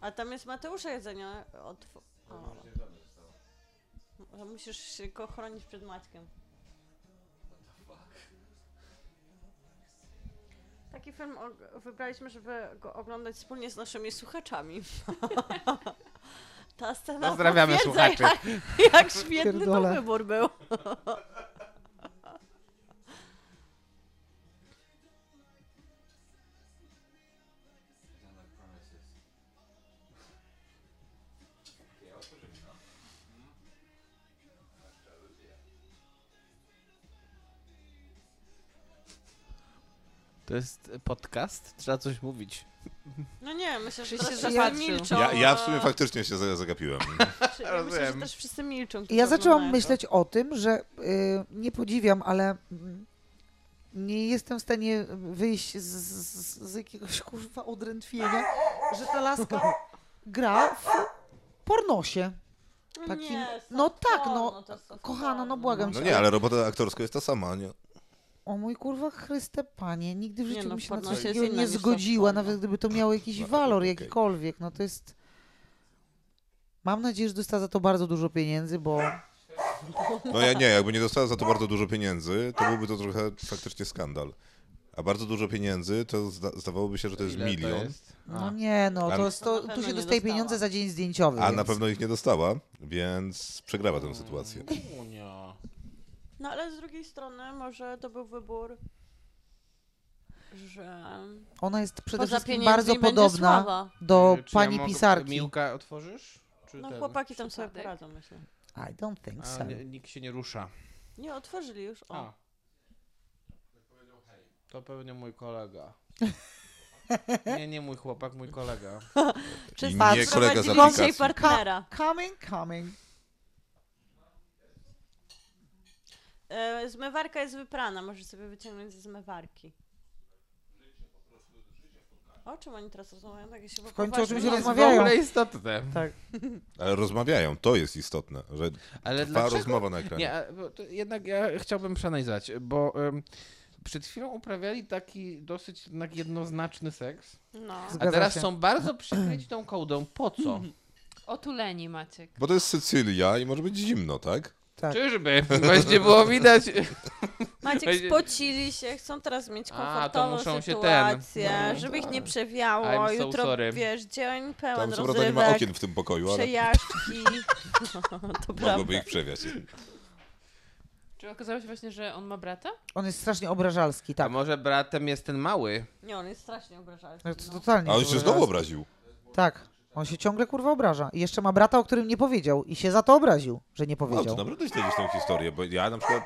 E: A tam jest Mateusza jedzenie od. O. Że Musisz się go chronić przed Maćkiem. Taki film og- wybraliśmy, żeby go oglądać wspólnie z naszymi słuchaczami. [LAUGHS] Ta scena
H: Pozdrawiamy
E: potwierdza,
H: słuchaczy.
E: Jak, jak świetny to
F: Pierdolę.
E: wybór był.
H: To jest podcast? Trzeba coś mówić.
E: No nie, myślę, że
G: Krzyś się
E: teraz wszyscy
G: zapatrzył.
E: milczą.
C: Ja, ja w
E: a-
C: sumie faktycznie się za-
H: [LAUGHS]
C: zagapiłem.
E: Czy- Ja Znaczy, myślę, że
H: Rozumiem.
E: też wszyscy milczą.
F: Ja zaczęłam
E: oglądają.
F: myśleć o tym, że y, nie podziwiam, ale mm, nie jestem w stanie wyjść z, z, z jakiegoś kurwa odrętwienia, że ta laska gra w pornosie.
E: No
F: Takim-
E: nie, są
F: no tak,
E: porno,
F: no,
E: to są
F: Kochana, no
E: porno.
F: błagam
C: No
F: cię.
C: nie,
F: ale-
C: ale robota aktorska jest ta sama, nie?
F: O mój kurwa Chryste Panie, nigdy w
E: Nie
F: życiu
E: no,
F: bym się na
E: porno
F: coś
E: się jest
F: takiego nie
E: inna niż to
F: zgodziła,
E: porno.
F: nawet gdyby to miało jakiś
C: No,
F: walor
C: okej.
F: jakikolwiek. No to jest... Mam nadzieję, że dostała za to bardzo dużo pieniędzy, bo...
C: No ja nie, jakby nie dostała za to bardzo dużo pieniędzy, to byłby to trochę faktycznie skandal. A bardzo dużo pieniędzy, to zda zdawałoby się, że to jest
H: Ile
C: milion,
H: jest?
F: No
H: A.
F: nie, no
C: A-
F: to, jest to
E: To na
F: tu się
E: pewno nie
F: dostaje
E: dostała.
F: pieniądze za dzień zdjęciowy.
C: a
F: więc...
C: na pewno ich nie dostała, więc przegrała tę sytuację.
H: Unia.
E: No ale z drugiej strony może to był wybór, że
F: Ona jest przede
E: poza
F: wszystkim
E: pieniędzmi
F: bardzo
E: będzie
F: podobna
E: sława.
F: do
H: Czy
F: pani
H: ja mogę-
F: pisarki.
H: Miłka otworzysz? Czy
E: No
H: ten?
E: chłopaki tam sobie
G: Przypadek.
E: poradzą, myślę.
F: I don't think
H: A,
F: so.
H: nie, nikt się nie rusza.
E: Nie, otworzyli już. O.
H: A. To pewnie mój
F: [LAUGHS]
H: kolega. Nie, nie mój chłopak, mój kolega.
E: Czy
C: I
E: pan
C: nie
E: prowadzi
C: kolega z
E: dzisiaj
C: aplikacji.
E: partnera.
F: Coming, coming.
E: E, zmywarka jest wyprana, możesz sobie wyciągnąć ze zmywarki. O czym oni teraz rozmawiają? Tak, ja się w
F: końcu o czymś
H: To jest
F: Rozmawiają.
H: w ogóle istotne.
C: Ale rozmawiają, to jest istotne, że
H: Ale
C: trwa
H: dlaczego
C: rozmowa na ekranie.
H: Nie, a, bo to jednak ja chciałbym przeanalizować, bo ym, przed chwilą uprawiali taki dosyć jednak jednoznaczny seks,
E: No.
H: a
F: Zgadza
H: teraz
F: się.
H: są bardzo przykryci tą kołdą. Po co?
G: Otuleni Maciek.
C: Bo to jest Sycylia i może być zimno, tak?
F: Tak.
H: Czyżby? Właśnie było [LAUGHS] widać.
E: Maciek, spocili się, chcą teraz mieć
H: A,
E: komfortową
H: to muszą się
E: sytuację,
H: ten- no,
E: żeby ich nie przewiało.
H: I'm so
E: Jutro,
H: sorry.
E: wiesz, dzień pełen
C: Tam co prawda nie ma
E: rozrywek,
C: okien w tym pokoju, ale [LAUGHS]
E: przejażdżki. to
C: mogłoby
E: prawda.
C: ich przewiać.
G: Czy okazało się właśnie, że on ma brata?
F: On jest strasznie obrażalski,
H: A
F: tak.
H: może bratem jest ten mały?
E: Nie, on jest strasznie obrażalny.
F: No, to
E: No.
F: totalnie.
C: A on się znowu
F: obrażalski.
C: obraził.
F: Tak. On się ciągle kurwa obraża. I jeszcze ma brata, o którym nie powiedział. I się za to obraził, że nie
C: No, to
F: powiedział.
C: naprawdę śledzisz tą historię, bo ja na przykład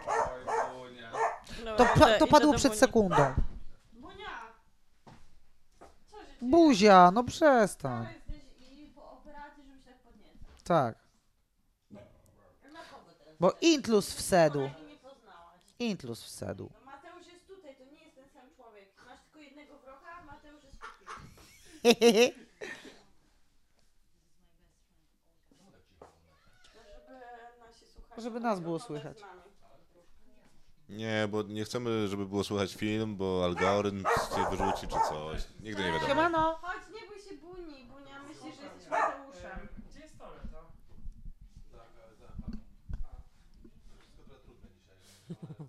E: Dobra,
F: To, pra-
E: no. idę-
F: to
E: idę
F: padło
E: do
F: przed
E: Buni.
F: sekundą.
E: Bunia!
F: Buzia, no przestań. Tak. Bo intlus wsedł. Intlus wsedł.
E: Mateusz jest tutaj, to nie jest ten sam człowiek. Masz tylko jednego wroga, Mateusz jest
F: Żeby nas było słychać.
C: Nie, bo nie chcemy, żeby było słychać film, bo algorytm cię wyrzuci czy coś. Nigdy nie wiadomo.
F: Siemano.
E: Chodź, nie bój się buni, bunia myśli, że jesteś Mateuszem. [LAUGHS]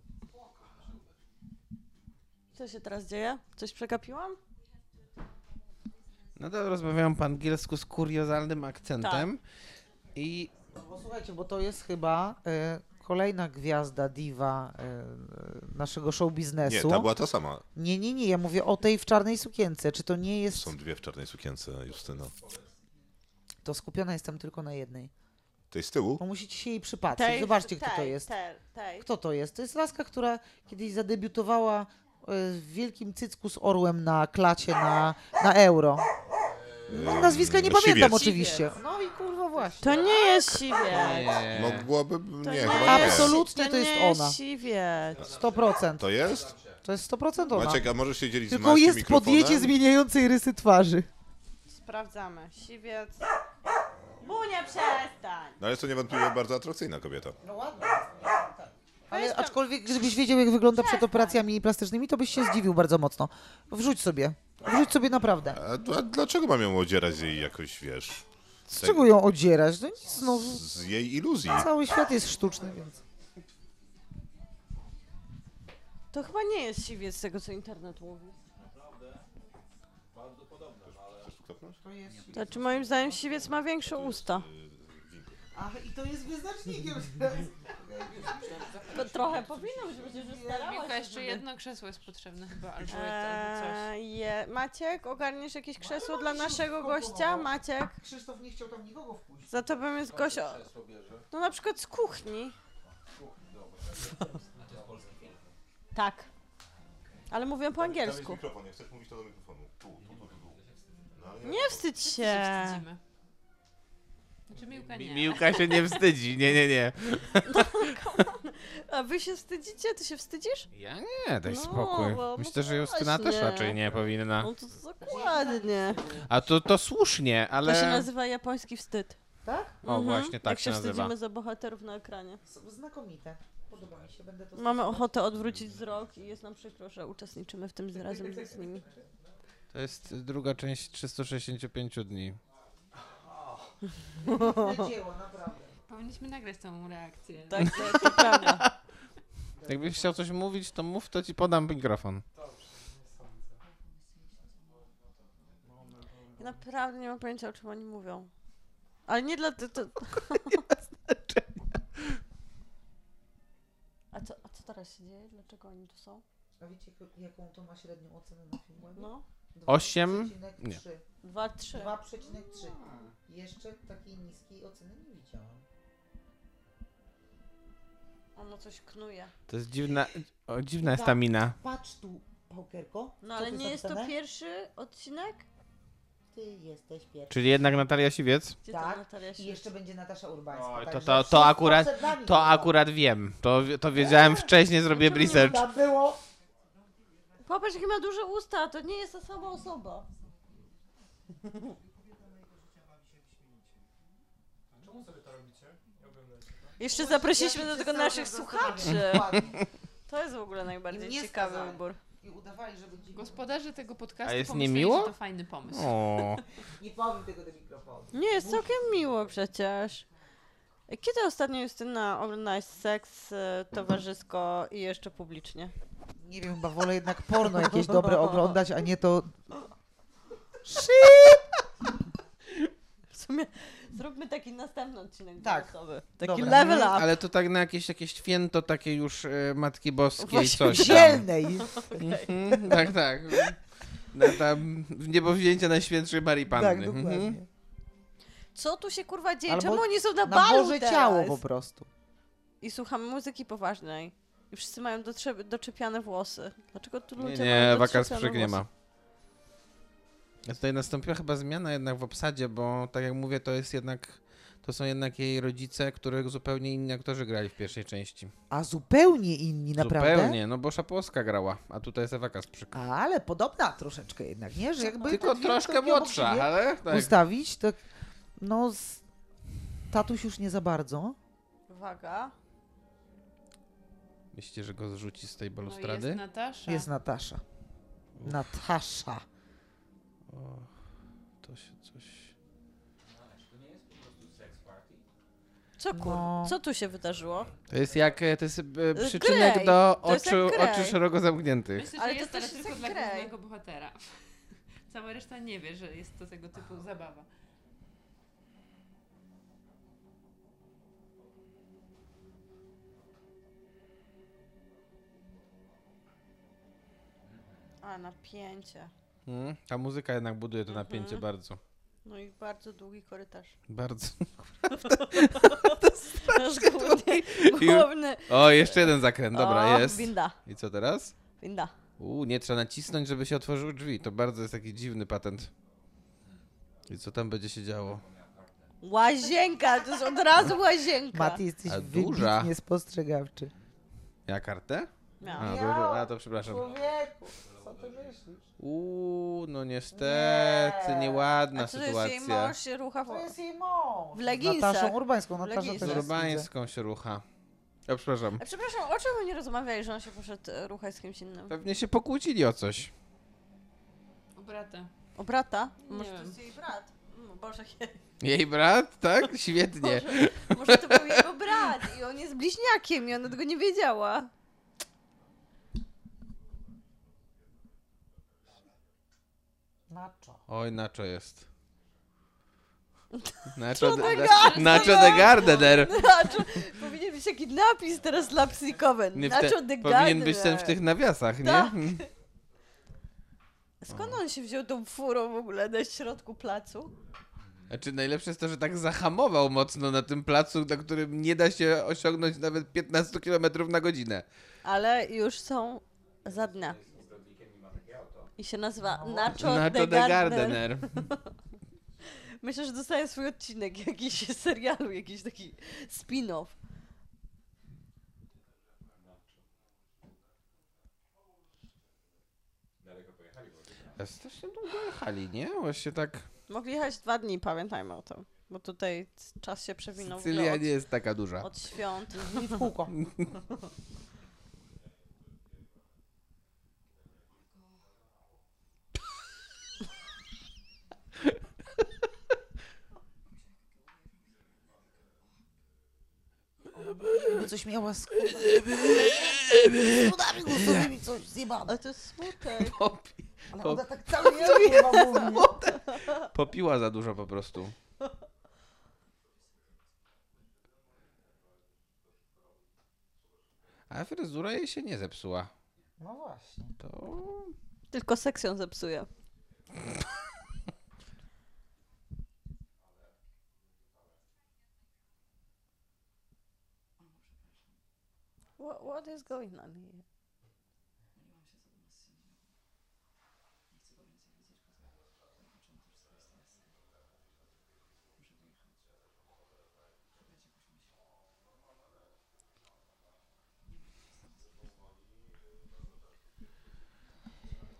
E: Co się teraz dzieje? Coś przegapiłam?
H: No to rozmawiałam po angielsku z kuriozalnym akcentem.
E: Tak.
H: I
F: Bo słuchajcie, bo to jest chyba e, kolejna gwiazda, diwa e, naszego show
C: Nie,
F: biznesu.
C: ta była ta sama.
F: nie, nie, nie, ja mówię o tej w czarnej sukience. Czy to nie jest...
C: Są dwie w czarnej sukience, Justyno.
F: To skupiona jestem tylko na jednej.
C: Tej z tyłu?
F: Bo musicie się jej przypatrzeć.
E: Tak,
F: Zobaczcie, kto to jest.
E: Tej, tej.
F: Kto to jest? To jest laska, która kiedyś zadebiutowała e, w wielkim cycku z orłem na klacie na, na euro. No, nazwiska nie
C: Siwiec.
F: pamiętam oczywiście. No i kurwa właśnie.
E: To nie jest siwiec.
H: nie.
C: Mogłaby...
E: To
C: Nie,
E: nie
C: chyba nie.
E: jest-
F: Absolutnie to jest
E: nie jest
F: ona.
E: siwiec.
F: 100%.
C: To jest?
F: To jest 100% ona.
C: Maciek, a możesz się dzielić z
F: Tylko
C: Maćkiem
F: jest
C: mikrofonem?
F: podjęcie zmieniającej rysy twarzy.
E: Sprawdzamy. Siwiec. Bunia, przestań!
C: No ale jest to niewątpliwie bardzo atrakcyjna kobieta.
F: Ale aczkolwiek, żebyś wiedział, jak wygląda przed operacjami plastycznymi, to byś się zdziwił bardzo mocno. Wrzuć sobie. Wrzuć sobie naprawdę.
C: A, a dlaczego mam ją odzierać z jej jakoś, wiesz,
F: Z
C: Tak.
F: czego ją odzierać? No nic, no.
C: z jej iluzji?
F: Cały świat jest sztuczny, więc.
E: To chyba nie jest siwiec z tego, co internet mówi. Znaczy moim zdaniem siwiec ma większe usta.
F: Ach, i to jest wyznacznikiem teraz.
H: [LAUGHS]
E: To trochę powinno być, przecież
G: Miłka,
E: wystarała
G: jeszcze jedno krzesło jest potrzebne chyba, albo, albo coś.
E: Eee, je. Maciek, ogarniesz jakieś krzesło dla naszego gościa? Maciek,
F: Krzysztof nie chciał tam nikogo wpuścić.
E: za tobą jest gość... o- No na przykład z kuchni. Tak. Ale mówię po angielsku.
C: mikrofon, jak chcesz mówić to do mikrofonu. Tu, tu, tu, tu.
E: Nie wstydź się.
G: się wstydzimy. Znaczy Miłka nie.
H: Mi- Miłka się nie wstydzi, nie, nie, nie.
E: A wy się wstydzicie? Ty się wstydzisz?
H: Ja nie, daj
E: No,
H: spokój.
E: bo-
H: Myślę, że
E: no
H: Justyna też
E: właśnie.
H: raczej nie powinna.
E: No to dokładnie.
H: A to, to słusznie, ale...
E: To się nazywa japoński wstyd. Mhm.
H: O, właśnie tak
E: Jak
H: się
E: się
H: nazywa.
E: wstydzimy za bohaterów na ekranie.
F: Znakomite. Podoba mi się, będę to.
E: Mamy ochotę odwrócić wzrok i jest nam przykro, że uczestniczymy w tym z- razem z nimi.
H: To jest druga część 365 dni.
F: dzieło, no. naprawdę.
G: Powinniśmy nagrać tą reakcję.
E: Tak, tak, [LAUGHS] to prawda.
H: Jakbyś chciał coś mówić, to mów, to ci podam mikrofon.
E: Ja naprawdę nie mam pojęcia, o czym oni mówią. Ale nie dla... To, to... [LAUGHS] A co, a co teraz się dzieje? Dlaczego oni tu są?
F: A wiecie, jaką to ma średnią ocenę na filmie?
E: No,
H: Osiem? Nie.
F: 2,3.
E: dwa, trzy.
F: 2,3. Jeszcze takiej niskiej oceny nie widziałam.
E: Ono coś knuje.
H: To jest dziwna... O, dziwna jest ta
E: Tak.
H: mina.
F: Patrz tu, paukerko.
E: No
F: co
E: ale
F: tu
E: nie jest to
F: napisane?
E: pierwszy odcinek?
F: Ty jesteś pierwszy.
H: Czyli jednak Natalia Siwiec?
E: Gdzie ta
F: Tak,
E: Natalia się...
F: i jeszcze będzie Natasza Urbańska.
H: Oj, to-
F: także
H: to- to
F: wszystko
H: akurat-
F: przed nami,
H: To
F: kurwa.
H: akurat wiem. To, to wiedziałem wcześniej, zrobiłem research.
F: [LAUGHS] Tam było.
E: Popatrz, jakie ma duże usta, to nie jest ta sama osoba. Jeszcze zaprosiliśmy do tego naszych słuchaczy. To jest w ogóle najbardziej
F: I mnie
E: ciekawy
F: skazali.
E: wybór.
F: I udawali, żeby dziwi.
G: Gospodarze tego podcastu
H: A jest
G: pomyśleli,
H: niemiło?
G: że to fajny pomysł.
H: O,
F: Nie powiem tego do mikrofonu.
E: Nie, jest całkiem miło przecież. Kiedy ostatnio Justyna oglądałaś seks e, towarzysko i jeszcze publicznie?
F: Nie wiem, chyba wolę jednak porno jakieś
E: [LAUGHS]
F: dobre oglądać, a nie to...
E: W sumie zróbmy taki następny odcinek
F: Tak.
E: bonusowy. Taki
F: Dobra.
E: level up.
H: ale to tak na jakieś, jakieś święto takie już e, Matki Boskiej,
E: Właśnie
H: coś tam.
F: Zielnej.
H: Mhm, tak, tak. Na tam w niebowzięcia Najświętszej Marii Panny.
F: Tak,
H: Mhm.
F: dokładnie.
E: Co tu się kurwa dzieje?
F: Albo
E: Czemu oni są na,
F: Na
E: balu
F: Boże
E: teraz?
F: ciało po prostu.
E: I słuchamy muzyki poważnej. I wszyscy mają dotrze- doczepiane włosy. Dlaczego tu
H: Nie,
E: ludzie mają
H: nie,
E: doczepiane
H: wakacjów nie
E: włosy?
H: ma. Tutaj nastąpiła chyba zmiana jednak w obsadzie, bo tak jak mówię, to jest jednak. To są jednak jej rodzice, których zupełnie inni aktorzy grali w pierwszej części.
F: A zupełnie inni, naprawdę?
H: Zupełnie, no bo Szapowska grała, a tutaj jest Ewa Kasprzyk.
F: Ale podobna troszeczkę jednak, nie? Że jakby
H: Tylko
F: te dwie
H: troszkę
F: córki obok
H: młodsza,
F: siebie
H: ale tak.
F: Ustawić, to no z... tatuś już nie za bardzo.
E: Uwaga.
H: Myślicie, że go zrzuci z tej
G: No i jest
H: balustrady?
G: Natasza.
F: Jest Natasza. Natasza.
H: O, to się coś...
E: Co, kur...
F: No.
E: Co tu się wydarzyło?
H: To jest jak, e, to jest e, przyczynek
E: Grey.
H: do
E: To jest jak
H: oczu,
E: Grey.
H: oczu szeroko zamkniętych.
G: Myślę, że
E: Ale to
G: jest
E: też
G: ale
E: jest
G: tylko
E: jak
G: dla
E: graj.
G: głównego bohatera. [LAUGHS] Cała reszta nie wie, że jest to tego typu zabawa.
E: A, napięcie.
H: Mm, ta muzyka jednak buduje
E: Mhm.
H: to napięcie bardzo.
E: No i bardzo długi korytarz.
H: Bardzo.
E: [LAUGHS] Nasz główny, główny...
H: O, jeszcze jeden zakręt, dobra,
E: O,
H: jest.
E: Winda,
H: I co teraz?
E: winda.
H: Uuu, nie trzeba nacisnąć, żeby się otworzyły drzwi. To bardzo jest taki dziwny patent. I co tam będzie się działo?
E: Łazienka, to jest od
H: [LAUGHS]
E: razu łazienka.
F: Mati, jesteś
H: A duża.
F: wybitnie spostrzegawczy.
H: Ja kartę?
E: Miałam.
H: A, dobra, a to przepraszam.
F: Człowieku, co ty myślisz?
H: Uuu, no niestety, nieładna
E: A co to jest jej
H: sytuacja.
E: mąż się rucha w...
F: To jest jej mąż.
E: W leginsach.
F: Nataszą Urbańską.
E: W
F: Natasza też
E: leginsach.
H: Z
F: jest, widzę.
H: urbańską się rucha. Ja przepraszam.
E: A E, przepraszam, o czym oni rozmawiali, że on się poszedł e, ruchać z kimś innym?
H: Pewnie się pokłócili o coś.
G: O brata.
E: O brata?
G: Nie
E: Może to
G: wiem.
E: jest jej brat? Mm, Boże,
H: Jej
E: [LAUGHS]
H: brat, tak? Świetnie.
E: może to był jego brat i on jest bliźniakiem i ona tego nie wiedziała. [LAUGHS]
F: Nacho.
H: Oj, Nacho
E: [LAUGHS]
H: jest. Nacho de,
E: the
H: de, Nacho the Gardener.
E: Nacho, powinien być taki napis teraz lapsnikowy.
H: Nie, w
E: Nacho
H: te,
E: the
H: powinien być ten
E: Gardener.
H: w tych nawiasach, nie?
E: Tak.
H: Mm.
E: Skąd on się wziął tą furą w ogóle na środku placu?
H: [LAUGHS] Znaczy najlepsze jest to, że tak zahamował mocno na tym placu, na którym nie da się osiągnąć nawet 15 km na godzinę.
E: Ale już są za dnia. I się nazywa Nacho,
H: Nacho
E: the,
H: the
E: Gardener.
H: Gardener. [LAUGHS]
E: Myślę, że dostaje swój odcinek jakiś [LAUGHS] serialu, jakiś taki spin-off.
H: A Strasznie długo jechali, nie? Właśnie tak.
E: Mogli jechać dwa dni, pamiętajmy o tym. Bo tutaj c- czas się przewinął w ogóle
H: Sycylia nie jest taka duża.
E: No, od,
H: [LAUGHS]
E: od świąt. [LAUGHS]
F: I w kółko. Jakby coś miała z Cudami głosowymi coś zjebane.
E: Ale to jest smutek.
H: Popi-
F: Ale
H: To-
F: ona tak cały dzień kurwa mówi.
H: popiła za dużo po prostu. A fryzura jej się nie zepsuła.
F: No właśnie.
H: To
E: Tylko seksją zepsuje. What, what is going on here?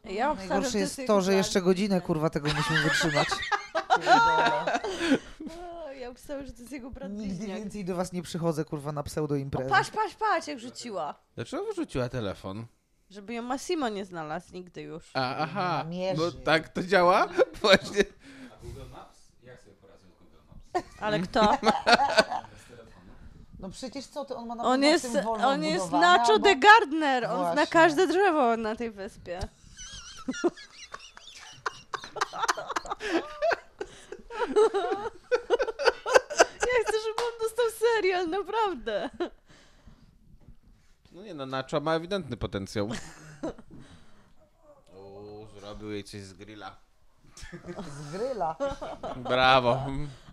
E: Ej, Ja obstawiam, że
F: Najgorsze jest
E: jego
F: to, że
E: plan.
F: jeszcze godzinę kurwa tego musimy wytrzymać.
E: O, Ja obstawiam, że to jest jego brat
F: Nigdy
E: bliźniak.
F: więcej do was nie przychodzę kurwa na pseudoimprezę.
E: No Patrz, patrz, patrz, jak rzuciła.
H: Dlaczego wyrzuciła telefon?
E: Żeby ją Massimo nie znalazł nigdy już.
H: A, aha.
F: Namierzy.
H: No tak to działa? [LAUGHS] Właśnie.
E: Ale kto?
F: No przecież co ty, on ma na
E: On
F: pewno w
E: jest,
F: tym wolno
E: on jest
F: budowane,
E: Nacho
F: albo-
E: the Gardner. On zna
F: Właśnie.
E: każde drzewo na tej wyspie. Ja chcę, żeby on dostał serial, naprawdę.
H: No nie no, Nacho ma ewidentny
E: [LAUGHS]
H: potencjał. Uuu, zrobił jej coś z grilla.
F: Z gryla.
H: Brawo.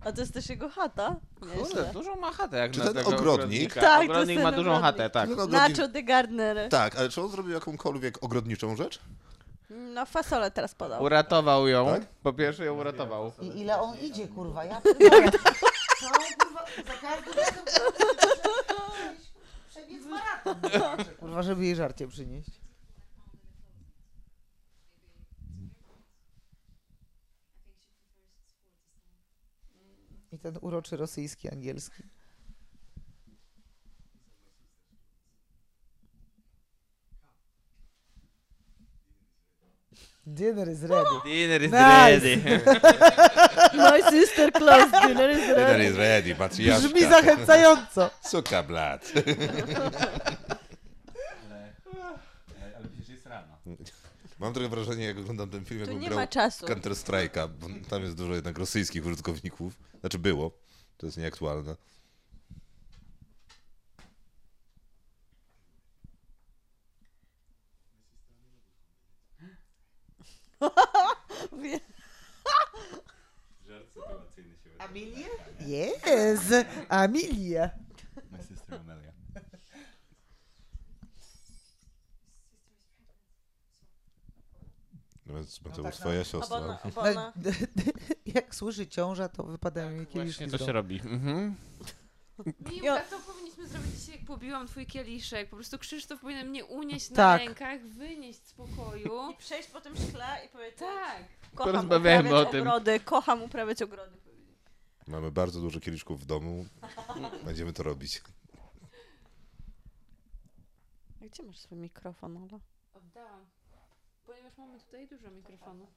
E: A to jest też jego chata?
H: Kurde,
E: Nieźle.
H: dużą ma chatę jak
C: Czy
H: na
C: ten
H: tego
C: ogrodnik?
H: ogrodnika.
E: Tak, to jest
H: ogrodnik
E: ten
H: ma dużą
F: no
E: ogrodnik.
H: chatę, tak.
C: Ten ogrodnik-
E: Nacho the Gardner.
C: Tak, ale czy on zrobił jakąkolwiek ogrodniczą rzecz?
E: No fasolę teraz podał.
H: Uratował ją.
C: Tak?
H: Po pierwsze ją uratował.
F: I ile on idzie, kurwa, ja pierdolę. Co, kurwa, za każdym razem przebiec maraton. Kurwa, żeby jej żarcie przynieść. I ten uroczy rosyjski, angielski. Dinner is ready.
H: Dinner is
F: Nice.
E: My sister close dinner is
C: Dinner is ready, patriaszka.
F: Brzmi zachęcająco.
C: Suka
E: [LAUGHS]
C: blat.
A: Ale przecież jest rano.
C: Mam trochę wrażenie, jak oglądam ten film,
E: Tu
C: jakbym
E: nie
C: grał
E: ma czasu.
C: Counter Strike'a, bo tam jest dużo jednak rosyjskich użytkowników. Znaczy było. To jest nieaktualne.
F: Amelia? Yes, Amelia.
A: My sister Amelia.
C: No Więc Mateusz, twoja siostra.
E: Obona,
F: No, [LAUGHS]
E: obona.
F: jak słyszy ciąża, to wypadają mi jakieś
H: Właśnie to się robi. Mhm.
G: Miłka, to powinniśmy zrobić dzisiaj, jak pobiłam twój kieliszek. Po prostu Krzysztof powinien mnie unieść na
F: Tak.
G: rękach, wynieść z pokoju.
E: Przejść po tym szkle i powiedzieć
G: [LAUGHS] Tak.
E: kocham
H: Porozmawiajmy
E: uprawiać
H: o tym.
E: ogrody, kocham uprawiać ogrody.
C: Mamy bardzo dużo kieliszków w [LAUGHS] domu. Będziemy to robić.
E: A Gdzie masz swój mikrofon, Ola?
G: Oddałam. Ponieważ mamy tutaj dużo mikrofonów.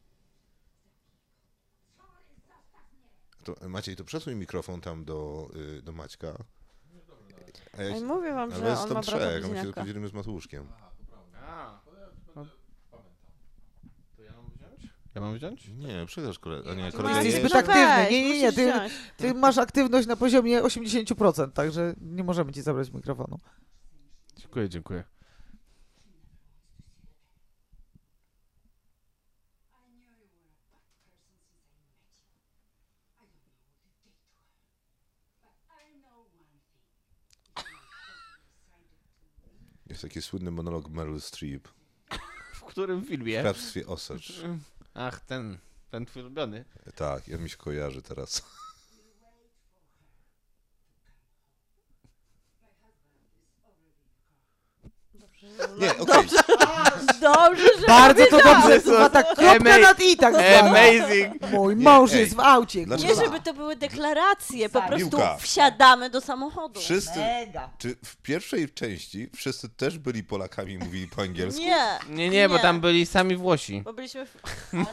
C: To, Maciej, to przesuń mikrofon tam do, y, do Maćka. A ja
E: Ej,
C: się-
E: mówię wam,
C: ale
E: że
C: jest
E: on ma
C: tam trzech,
E: brata
C: a my się
E: bliźniaka.
C: podzielimy z Mateuszkiem.
H: To ja mam wziąć? Ja mam wziąć?
C: Nie, przecież kolega. Nie,
F: Ty
C: kolega
F: jesteś
C: nie
F: zbyt
E: No
F: aktywny.
E: weź,
F: Nie, nie, nie.
E: musisz
F: Ty,
E: wziąć.
F: ty masz aktywność na poziomie 80%, także nie możemy ci zabrać mikrofonu.
H: Dziękuję, dziękuję.
C: Jest taki słynny monolog Meryl Streep.
H: W którym
C: W
H: filmie?
C: hrabstwie Osage.
H: Ach, ten. Ten twój ulubiony.
C: Tak, ja mi się kojarzy teraz. Nie, okej.
E: Dobrze, że
F: Bardzo to dobrze.
H: Jezus.
F: Chyba tak kropka
H: Amazing.
F: nad i tak zwana.
H: Amazing!
F: Mój mąż
C: Nie,
F: jest w aucie.
C: Dlaczego?
E: Nie,
F: kurwa.
E: żeby to były deklaracje, po prostu
C: Piłka.
E: wsiadamy do samochodu.
C: Wszyscy,
F: Mega.
C: czy w pierwszej części wszyscy też byli Polakami i mówili po angielsku?
E: Nie,
H: Nie, nie, bo tam byli sami Włosi.
E: Bo byliśmy w...
F: [LAUGHS] Więc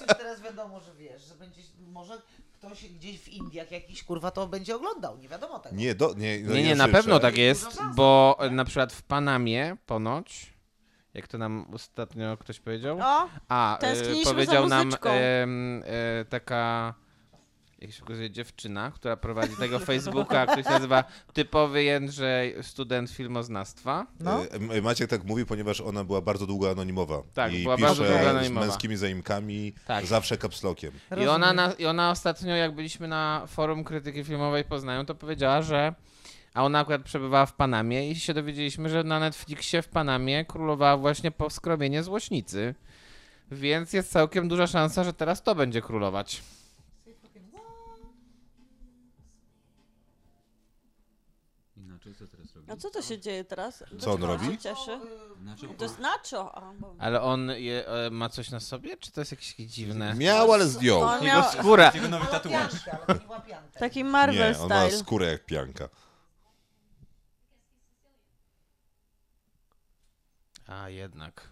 F: już teraz wiadomo, że wiesz, że będzie może ktoś gdzieś w Indiach jakiś kurwa to będzie oglądał, nie wiadomo tego.
C: Nie, do, nie, no
H: nie, nie, na
C: krzyczę.
H: pewno tak jest, bo e, na przykład w Panamie ponoć, jak to nam ostatnio ktoś powiedział,
E: O,
H: a
E: tęskniliśmy
H: e,
E: za
H: powiedział nam
E: muzyczką.
H: e, m, e, taka, jak się okazuje, dziewczyna, która prowadzi
E: [LAUGHS]
H: tego Facebooka, który się nazywa typowy Jędrzej, student filmoznawstwa.
F: No.
C: E, M- Maciek tak mówi, ponieważ ona była bardzo długo anonimowa.
H: Tak,
C: I
H: była
C: pisze
H: bardzo
F: długo
H: anonimowa.
C: z męskimi zaimkami,
H: Tak.
C: zawsze kapslokiem.
H: [LAUGHS] I
F: Rozumiem.
H: ona, na, I ona ostatnio, jak byliśmy na forum krytyki filmowej Poznają, to powiedziała, że. A ona akurat przebywała w Panamie i się dowiedzieliśmy, że na Netflixie w Panamie królowała właśnie poskromienie złośnicy. Więc jest całkiem duża szansa, że teraz to będzie królować.
A: Inaczej No, co teraz robi?
E: a No co to się dzieje teraz? Do
C: Co on
E: czego
C: robi?
E: Się cieszy?
A: Znaczy,
E: To znaczy, a, bo...
H: Ale on je, e, ma coś na sobie? Czy to jest jakieś takie dziwne?
C: Miał, ale zdjął.
E: on
H: Jego
E: miał
H: skóra.
A: jego nowy tatuaż.
E: taki Marvel
C: Nie, on ma
E: style.
C: skórę jak pianka.
H: A jednak.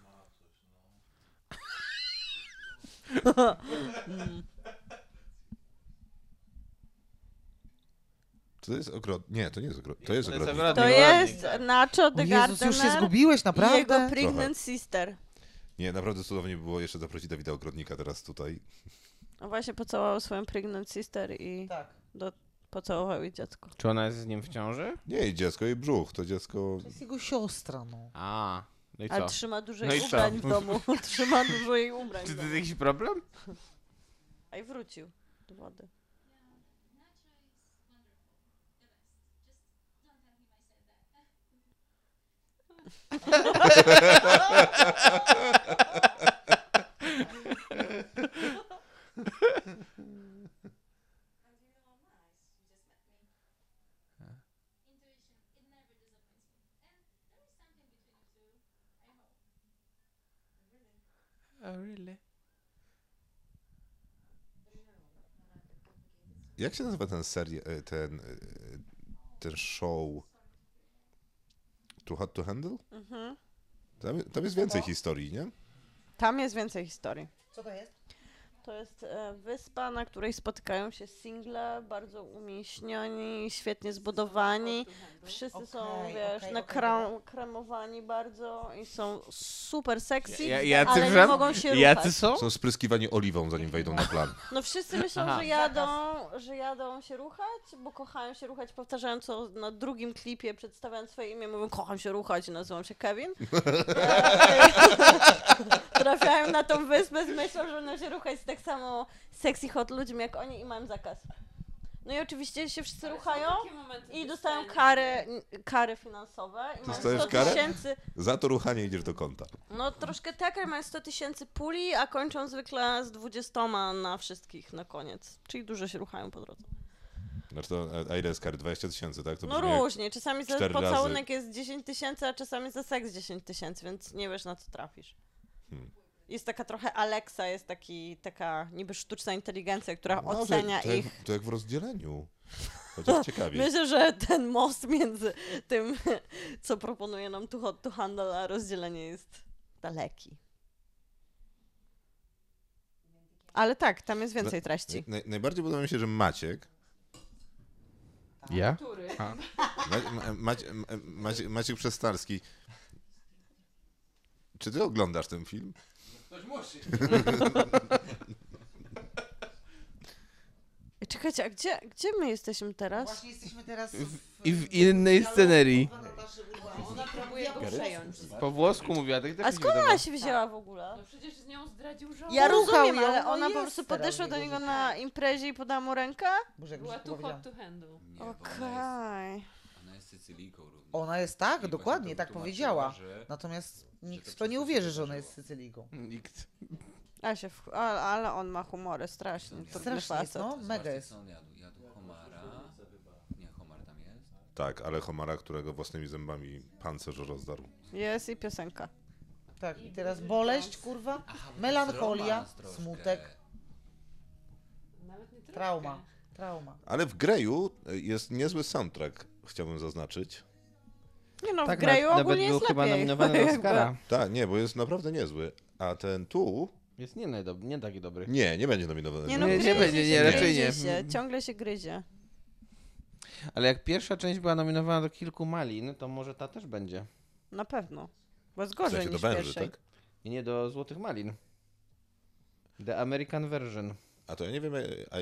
C: To jest ogrodnik. Nie, to nie jest ogrodnik. To jest
H: To jest
C: ogrodnik.
H: ogrodnik.
E: To jest Nacho
F: O
E: the
F: Jezus, już się
E: Gardener
F: zgubiłeś,
E: i jego
F: naprawdę?
E: pregnant sister.
C: Nie, naprawdę cudownie by było jeszcze zaprosić Dawida Ogrodnika teraz tutaj.
E: On No właśnie pocałował swoją pregnant sister i
F: Tak.
E: pocałował jej dziecko.
H: Czy ona jest z nim w ciąży?
C: Nie, i dziecko, i brzuch. To dziecko...
F: To jest jego siostra, no.
H: A, no i
E: Ale
H: co?
E: trzyma dużo
H: No i
E: jej
H: co?
E: ubrań
H: [LAUGHS]
E: w domu. Trzyma dużo jej ubrań
H: Czy
E: w
H: to jest
E: domu.
H: jakiś problem?
E: A i wrócił do wody.
G: Oh, really?
C: Jak się nazywa ten serial, ten, e, ten show Too Hot to Handle? Tam, tam jest więcej historii, nie?
E: Tam jest więcej historii.
F: Co to jest?
E: To jest e, wyspa, na której spotykają się single, bardzo umięśnioni, świetnie zbudowani. Wszyscy są,
F: Okej,
E: wiesz,
F: okej,
E: nakram- kremowani bardzo i są super sexy,
H: Ja- jacy
E: ale nie
H: wrzem?
E: mogą się
H: Jacy
E: ruszać.
H: są?
C: Są spryskiwani oliwą, zanim wejdą na plan.
E: No wszyscy myślą,
H: Aha.
E: że jadą, że jadą się ruchać, bo kochają się ruchać, powtarzają co na drugim klipie, przedstawiając swoje imię, mówią kocham się ruchać, nazywam się
C: [LAUGHS]
E: Kevin. [LAUGHS] Eee, Trafiają na tą wyspę z myślą, że będą się ruchać z tak samo sexy hot ludźmi jak oni i mają zakaz. No i oczywiście się wszyscy ruchają
G: No.
E: i dostają kary, kary finansowe. I mają
C: Dostajesz
E: 100
C: karę?
E: tysięcy,
C: Za to ruchanie idziesz do konta.
E: no troszkę tak, ale mają 100 tysięcy puli, a kończą zwykle z 20 na wszystkich na koniec. Czyli dużo się ruchają po drodze.
C: Znaczy to, a ile jest kary? 20 tysięcy, tak? To
E: No
C: brzmi jak-
E: różnie, czasami za
C: cztery razy.
E: pocałunek jest 10 tysięcy, a czasami za seks 10 tysięcy, więc nie wiesz na co trafisz.
C: Hmm.
E: Jest taka trochę Alexa, jest taki, taka niby sztuczna inteligencja, która
C: No, że-
E: ocenia
C: to, jak-
E: ich.
C: To jak w
E: [LAUGHS]
C: rozdzieleniu. Chociaż ciekawie.
E: Myślę, że ten most między tym, co proponuje nam tu hot to handle, a rozdzielenie jest daleki. Ale tak, tam jest więcej treści.
C: Naj, najbardziej podoba mi się, że Maciek
H: Ja?
G: Który?
C: Ma- Ma- Macie- Ma- Macie- Maciek Przestarski. Czy ty oglądasz ten film?
A: Ktoś musi.
E: Czekajcie, a gdzie, gdzie my jesteśmy teraz?
F: Właśnie jesteśmy teraz
H: I w innej scenerii.
G: Ona próbuje go przejąć.
H: Po włosku mówiła, tak
E: A
H: też mi się
E: skąd ona
H: wydawało.
E: się wzięła w ogóle?
G: No przecież z nią zdradził żonę.
E: Ja
F: Ruchał
E: rozumiem,
F: ją,
E: ale
F: no
E: ona po
F: jest tak.
E: prostu
F: teraz
E: podeszła do
F: jego
E: niego
F: życie.
E: na imprezie i podała mu rękę?
F: Boże, jak
G: Była
F: już
G: tu hot
F: powiedziałam.
G: to handle.
A: Nie, bo ona,
E: Okej.
A: jest, ona jest Sycylijką również.
F: Ona jest tak,
A: I właśnie
F: dokładnie,
A: to
F: tak
A: wytłumaczyła,
F: powiedziała.
A: znaczy, że-
F: Natomiast nikt
A: to
F: w to nie
A: wszystko
F: uwierzy,
A: się
F: że ona
A: wydarzyło.
F: jest Sycylijką.
H: Nikt.
E: A się w... ale, ale on ma humory strasznie. To
F: Strasznie jest, no, mega
A: Zobaczcie,
F: jest.
A: co on jadł. Jadł homara. Nie, homar tam jest.
C: Tak, ale Homara, którego własnymi zębami pancerz rozdarł.
E: Jest i piosenka.
F: Tak, i teraz boleść, kurwa, melancholia,
A: Romans troszkę.
F: smutek,
G: Nawet nie trochę.
F: trauma, trauma.
C: Ale w Greju jest niezły soundtrack, chciałbym zaznaczyć.
E: Nie no,
H: Tak,
E: w Greju
H: nawet
E: ogólnie
H: był
E: jest
H: chyba
E: lepiej. [LAUGHS]
H: nominowany do
E: Jakby-
H: Oscara.
C: Tak, nie, bo jest naprawdę niezły. A ten tu...
H: Jest nie, najdob- nie taki dobry.
C: Nie, nie będzie nominowany.
E: Nie no,
H: Nie, nie
E: gryzie
H: będzie,
E: się,
H: nie, raczej
E: gryzie
H: nie.
E: Się, ciągle się gryzie.
H: Ale jak pierwsza część była nominowana do kilku malin, to może ta też będzie.
E: Na pewno. Bo jest
C: W
E: gorzej
C: sensie do
E: niż
C: węży,
E: pierwszej.
C: tak?
H: I nie do Złotych Malin. The American Version.
C: A to ja nie wiem, e, a, a,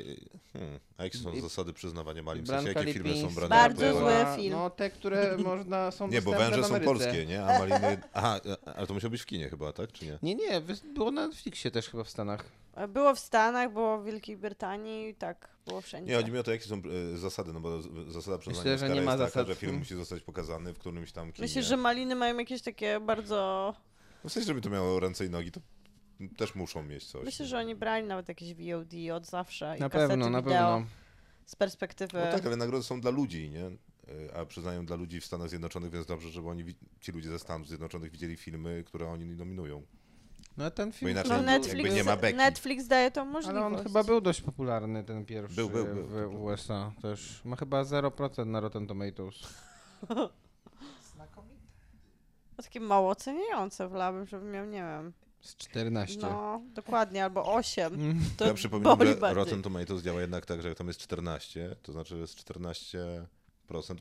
C: hmm, a jakie są
H: I-
C: zasady przyznawania malim? W sensie, jakie filmy są
H: Lipińska.
C: brane
E: Bardzo
C: pod uwagę?
E: złe. film.
H: No
E: [LAUGHS]
H: te, które można są
C: Nie, bo
H: dostępne
C: węże
H: w
C: są
H: Ameryce.
C: polskie, nie? A maliny... Aha, a- ale to musiał być w kinie chyba, tak? Czy nie?
H: Nie, nie, wys- było na Netflixie też chyba w Stanach.
E: E, Było w Stanach, było w Wielkiej Brytanii, tak, było wszędzie.
C: Nie, chodzi mi o to, jakie są e, zasady, no bo z- zasada przyznania
H: Myślę, że
C: Oscara
H: nie ma
C: jest
H: zasad.
C: taka, że film musi zostać pokazany w którymś tam kinie.
E: Myślisz, że maliny mają jakieś takie bardzo...
C: No W sensie, żeby to miało ręce i nogi, to też muszą mieć coś.
E: Myślę, że oni brali nawet jakieś VOD od zawsze i
H: Na
E: kasety
H: pewno, na
E: wideo
H: pewno.
E: z perspektywy...
C: No tak, ale nagrody są dla ludzi, nie? E, A przyznają dla ludzi w Stanach Zjednoczonych, więc dobrze, żeby oni, wi- ci ludzie ze Stanów Zjednoczonych widzieli filmy, które oni nominują.
H: No a ten film...
C: inaczej
E: No
C: Czyli
E: Netflix,
C: jakby nie ma beki.
E: Netflix daje tą możliwość.
H: Ale on chyba był dość popularny, ten pierwszy
C: Był, był, był,
H: w
C: to prawda.
H: USA też. Ma chyba 0% na Rotten Tomatoes.
E: Takie mało oceniające wolałabym, żebym miał, nie wiem,
H: Z 14.
E: no dokładnie, albo 8.
H: Mm.
E: To
C: ja przypominam,
E: boli
C: że
E: bardziej.
C: Rotten Tomatoes działa jednak tak, że jak tam jest 14, to znaczy, że jest 14%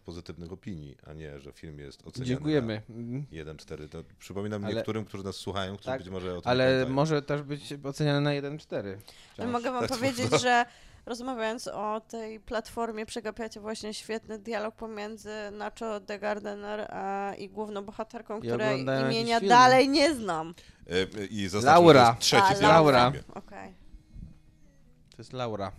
C: pozytywnych opinii, a nie, że film jest oceniany
H: Dziękujemy.
C: na 1,4. To przypominam
H: Ale-
C: niektórym, którzy nas słuchają, którzy
H: Tak,
C: być może o tym
H: Ale
C: pamiętają.
H: może też być oceniany na 1,4.
E: Ale mogę wam
C: Tak,
E: powiedzieć,
C: można.
E: że rozmawiając o tej platformie, przegapiacie właśnie świetny dialog pomiędzy Nacho de Gardener a, i główną bohaterką, której
H: oglądają jakiś
E: imienia
H: film.
E: dalej nie znam.
C: E, e, I zaznaczmy,
H: Laura.
C: Laura. To jest trzeci
E: A,
C: film
H: Laura.
C: w filmie.
E: Okej.
H: To jest Laura.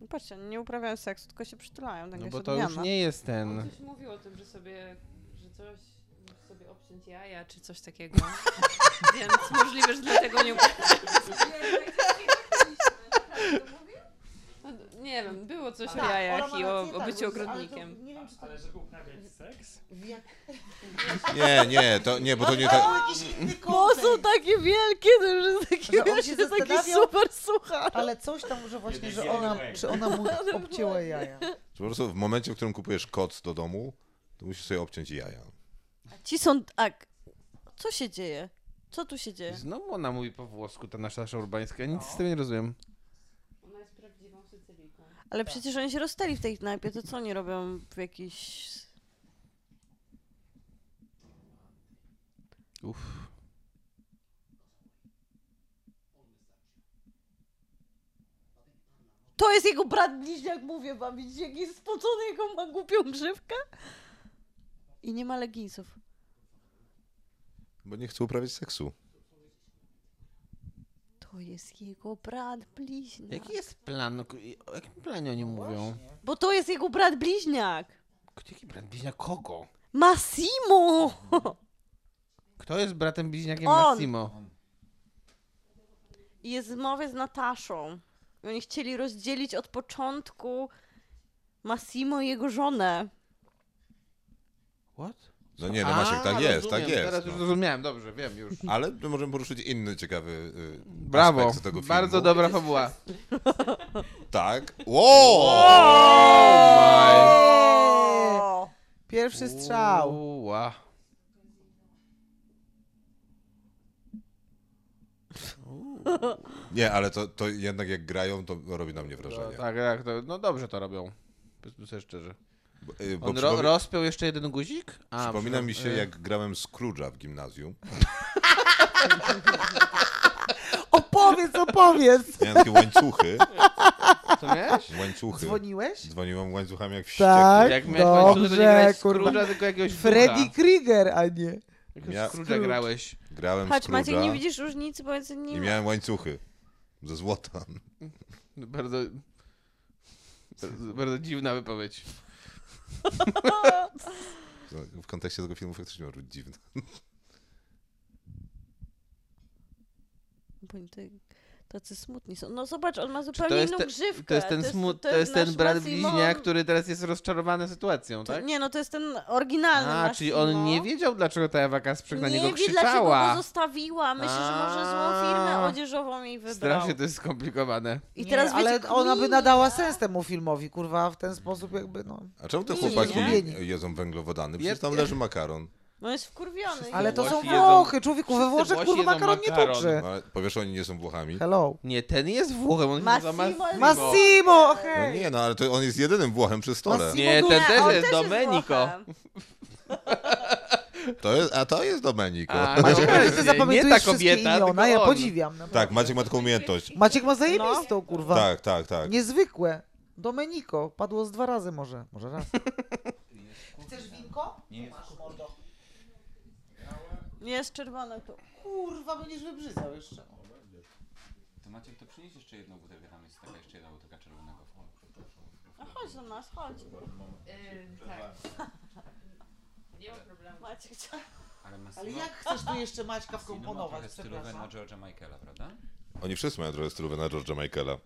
E: No Patrzcie, oni nie uprawiają seksu, tylko się przytulają. Tak
H: No
E: jak
H: bo
E: jest
H: to już
E: odmiana.
H: nie jest
G: On
H: ten.
G: coś mówił o tym, że sobie, że coś, że sobie obciąć jaja, czy coś takiego. Więc możliwe, że dlatego nie... No, nie wiem, było coś o
F: Tak,
G: jajach
F: ona
G: i
F: ma
G: o,
F: rację,
G: o
F: tak,
G: byciu
F: bo to- ale to
G: ogrodnikiem.
F: Nie wiem, czy to
J: Ale żeby uprawiać seks?
F: w jak...
C: Nie, nie, to nie, bo to nie tak.
F: jakiś inny
E: Bo są
F: kontekst.
E: takie wielkie, to już jest taki,
F: Że Znaczy, on się
E: wiesz, jest [LAUGHS] taki
F: zastanawiał-
E: super suchar.
F: Ale coś tam, że właśnie,
J: Jeden
F: że ona,
J: wielek.
F: czy ona mu obcięła jaja. Eee,
C: Po prostu w momencie, w którym kupujesz koc do domu, to musisz sobie obciąć jaja.
E: Ci są tak. Co się dzieje? Co tu się dzieje?
H: Znowu ona mówi po włosku, ta nasza Sasza Urbańska. Nic z tym nie rozumiem.
G: Ona jest prawdziwą Sycylijką.
E: Ale przecież oni się rozstali w tej knajpie, to co oni robią w jakiś...
H: Uff.
E: To jest jego brat bliźniak, mówię wam, widzicie, jaki jest spocony, jaką ma głupią grzywkę? I nie ma leginsów.
C: Bo nie chcę uprawiać seksu.
E: To jest jego brat bliźniak.
H: Jaki jest plan? No, k- i- O jakim planie oni mówią?
E: Bo to jest jego brat bliźniak.
H: K- Jaki brat bliźniak? Kogo?
E: Massimo!
H: Kto jest bratem bliźniakiem
E: On!
H: Massimo?
E: I jest w mowie z Nataszą. I Oni chcieli rozdzielić od początku Massimo i jego żonę.
H: What?
C: No nie, no Maciek, tak
H: A,
C: jest, tak
H: rozumiem,
C: jest.
H: Teraz już
C: No.
H: zrozumiałem, dobrze, wiem już.
C: Ale to możemy poruszyć inny ciekawy y,
H: Brawo,
C: aspekt tego filmu.
H: bardzo dobra fabuła.
C: Tak. Wow!
E: O!
F: Pierwszy strzał.
H: Uła.
C: Nie, ale to, to jednak jak grają, to robi na mnie
H: No,
C: wrażenie.
H: tak, tak, to, no dobrze to robią. Powiedzmy sobie szczerze.
C: Bo, y, bo
H: On ro,
C: przypomi-
H: rozpiął jeszcze jeden guzik? A,
C: przypomina
H: przepraszam,
C: mi się,
H: y,
C: jak grałem Scrooge'a w gimnazjum.
F: Opowiedz, opowiedz!
C: Miałem takie łańcuchy.
H: Co miałeś?
C: łańcuchy.
F: [LAUGHS] Dzwoniłeś?
C: Dzwoniłem łańcuchami jak wściekły.
F: Tak.
H: Jak miałeś łańcuchy, to nie grałeś
F: Dobrze, kurwa.
H: Scrooge'a, tylko jakiegoś
F: Freddy
H: ducha.
F: Krieger, a nie.
H: Jakiegoś
C: Mia-
H: Scrooge'a grałeś.
C: Grałem
E: Patrz, Maciek, nie
C: Scrooge'a
E: widzisz różnicy pomiędzy
C: i
E: nimi.
C: miałem łańcuchy. Ze złota.
H: No, Bardzo... Bardzo, bardzo dziwna wypowiedź.
C: W kontekście tego filmu faktycznie może być dziwne.
E: Bo oni tak- Tacy smutni są. No zobacz, on ma
H: to
E: zupełnie
H: jest
E: inną
H: te-
E: grzywkę.
H: To jest ten smut, to jest ten
E: nasz
H: brat
E: Massimo.
H: bliźniak, który teraz jest rozczarowany sytuacją,
E: To-
H: tak?
E: Nie, no to jest ten oryginalny
H: A,
E: nasz
H: czyli on
E: Simo.
H: nie wiedział, dlaczego ta Ewa Kasprzyk na
E: nie
H: niego
E: wie, dlaczego go
H: krzyczała.
E: zostawiła. Myślę, że może złą firmę
H: A.
E: odzieżową jej wybrał.
H: Strasznie to jest skomplikowane.
E: I
F: Nie,
E: teraz
F: ale
E: wiecie,
F: ona by
E: kmin-
F: nadała sens temu filmowi, kurwa, w ten sposób jakby, no.
C: A czemu te
E: Nie,
C: chłopaki
F: nie.
C: jedzą węglowodany?
H: Jest-
C: Przecież tam leży makaron.
E: No jest wkurwiony.
F: Ale to są
H: Włosi jedzą-
F: Włochy, człowieku, we
H: wszyscy
F: Włoszech,
H: Włosi
F: kurwa,
H: jedzą
F: makaron nie
H: makaron.
F: tuczy.
C: No, ale powiesz, że oni nie są Włochami.
F: Hello.
H: Nie, ten jest Włochem, on się
E: Massimo
H: nazywa Massimo.
E: jest-
F: Massimo,
C: No
F: okej.
C: nie, no ale to on jest jedynym Włochem przy stole.
F: Massimo-
H: Nie, ten
E: Nie,
H: też
E: on
H: jest Domenico.
E: Włochem.
C: To jest, a to jest Domenico.
H: A, no,
F: Maciek, ale ty
H: nie,
F: zapamiętujesz
H: nie ta
F: wszystkie
H: kobieta,
F: imiona,
H: tylko
F: ja
H: on.
F: podziwiam. naprawdę.
C: Tak, Maciek ma taką umiejętność.
F: Maciek ma
E: No.
F: zajebistą, kurwa.
C: Tak, tak, tak.
F: Niezwykłe. Domenico. Padło z dwa razy może. Może raz. [LAUGHS] Chcesz winko? Nie masz, mordo.
E: Nie jest czerwone tu.
F: Kurwa, będziesz wybrzydzał jeszcze.
J: To Maciek, to przynieś jeszcze jedną butelkę, tam jest taka jeszcze jedna butelka czerwonego.
E: No chodź do nas, chodź.
G: tak. Nie ma problemu.
E: Maciek, co-
J: Ale Massimo,
F: Ale jak chcesz tu jeszcze Maćka
J: Massimo ma trochę
F: wkomponować,
J: stylówę na
F: przepraszam?
J: George'a Michaela, prawda?
C: Oni wszyscy mają trochę stylówę na George'a Michaela.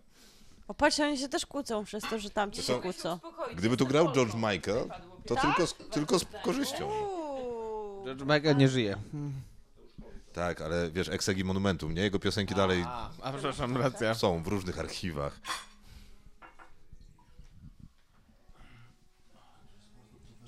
E: O patrz, oni się też kłócą przez to, że tamci się
C: są-
E: kłócą.
C: Gdyby tu grał George Michael, to tylko, z- tylko z korzyścią.
E: Uuu.
H: George Michael nie żyje.
C: Tak, ale wiesz, Exegi Monumentum, nie? Jego piosenki dalej
H: A, a przepraszam, racja.
C: są w różnych archiwach.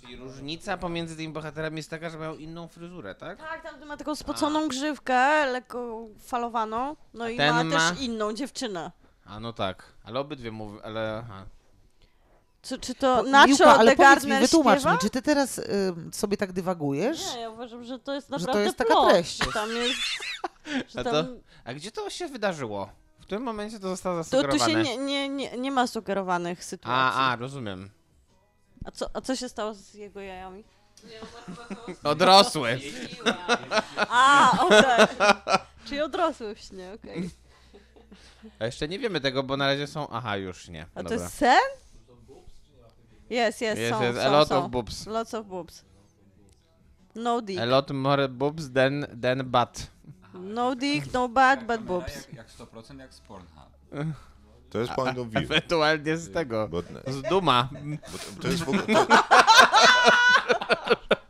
H: Czyli różnica pomiędzy tymi bohaterami jest taka, że mają inną fryzurę, tak?
E: Tak, tamten ma taką spoconą grzywkę, lekko falowaną. No i ma
H: ten ma-
E: też inną dziewczynę.
H: A no tak, ale obydwie mówią, ale aha.
E: Czy, czy to
F: Po- Miłka,
E: Nacho de
F: ale powiedz mi,
E: Gardner
F: wytłumacz
E: śpiewa?
F: mi, czy ty teraz ym, sobie tak dywagujesz?
E: Nie, ja uważam, że to jest
F: to
E: naprawdę
F: jest taka
E: plot.
F: treść. No
E: Że Tam
F: [LAUGHS]
E: jest,
H: A,
E: że
H: to,
E: tam,
H: a gdzie to się wydarzyło? W którym momencie to
E: to,
H: zostało
E: tu
H: zasugerowane?
E: się nie, nie, nie, nie ma sugerowanych sytuacji.
H: A, a, rozumiem.
E: A co, a co się stało z jego jajami?
H: Odrosły.
E: A, okej.
F: [LAUGHS]
E: Czyli odrosły w śnie, okej.
H: A jeszcze nie wiemy tego, bo na razie są... Aha, już nie.
E: A
H: Dobra.
E: to jest sen? Jest, jest,
H: Jest,
E: są,
H: jest,
E: są,
H: a lot
E: są.
H: of boobs.
E: Lots of boobs. No dick.
H: A lot more boobs than, than butt.
E: No dick, no bad, bad
J: Kamera
E: boobs.
J: Jak, jak 100% jak z Pornhub.
C: To jest point of view.
H: Ewentualnie z tego.
C: Bo,
H: Z duma.
C: bo to- to, jest w ogóle, to,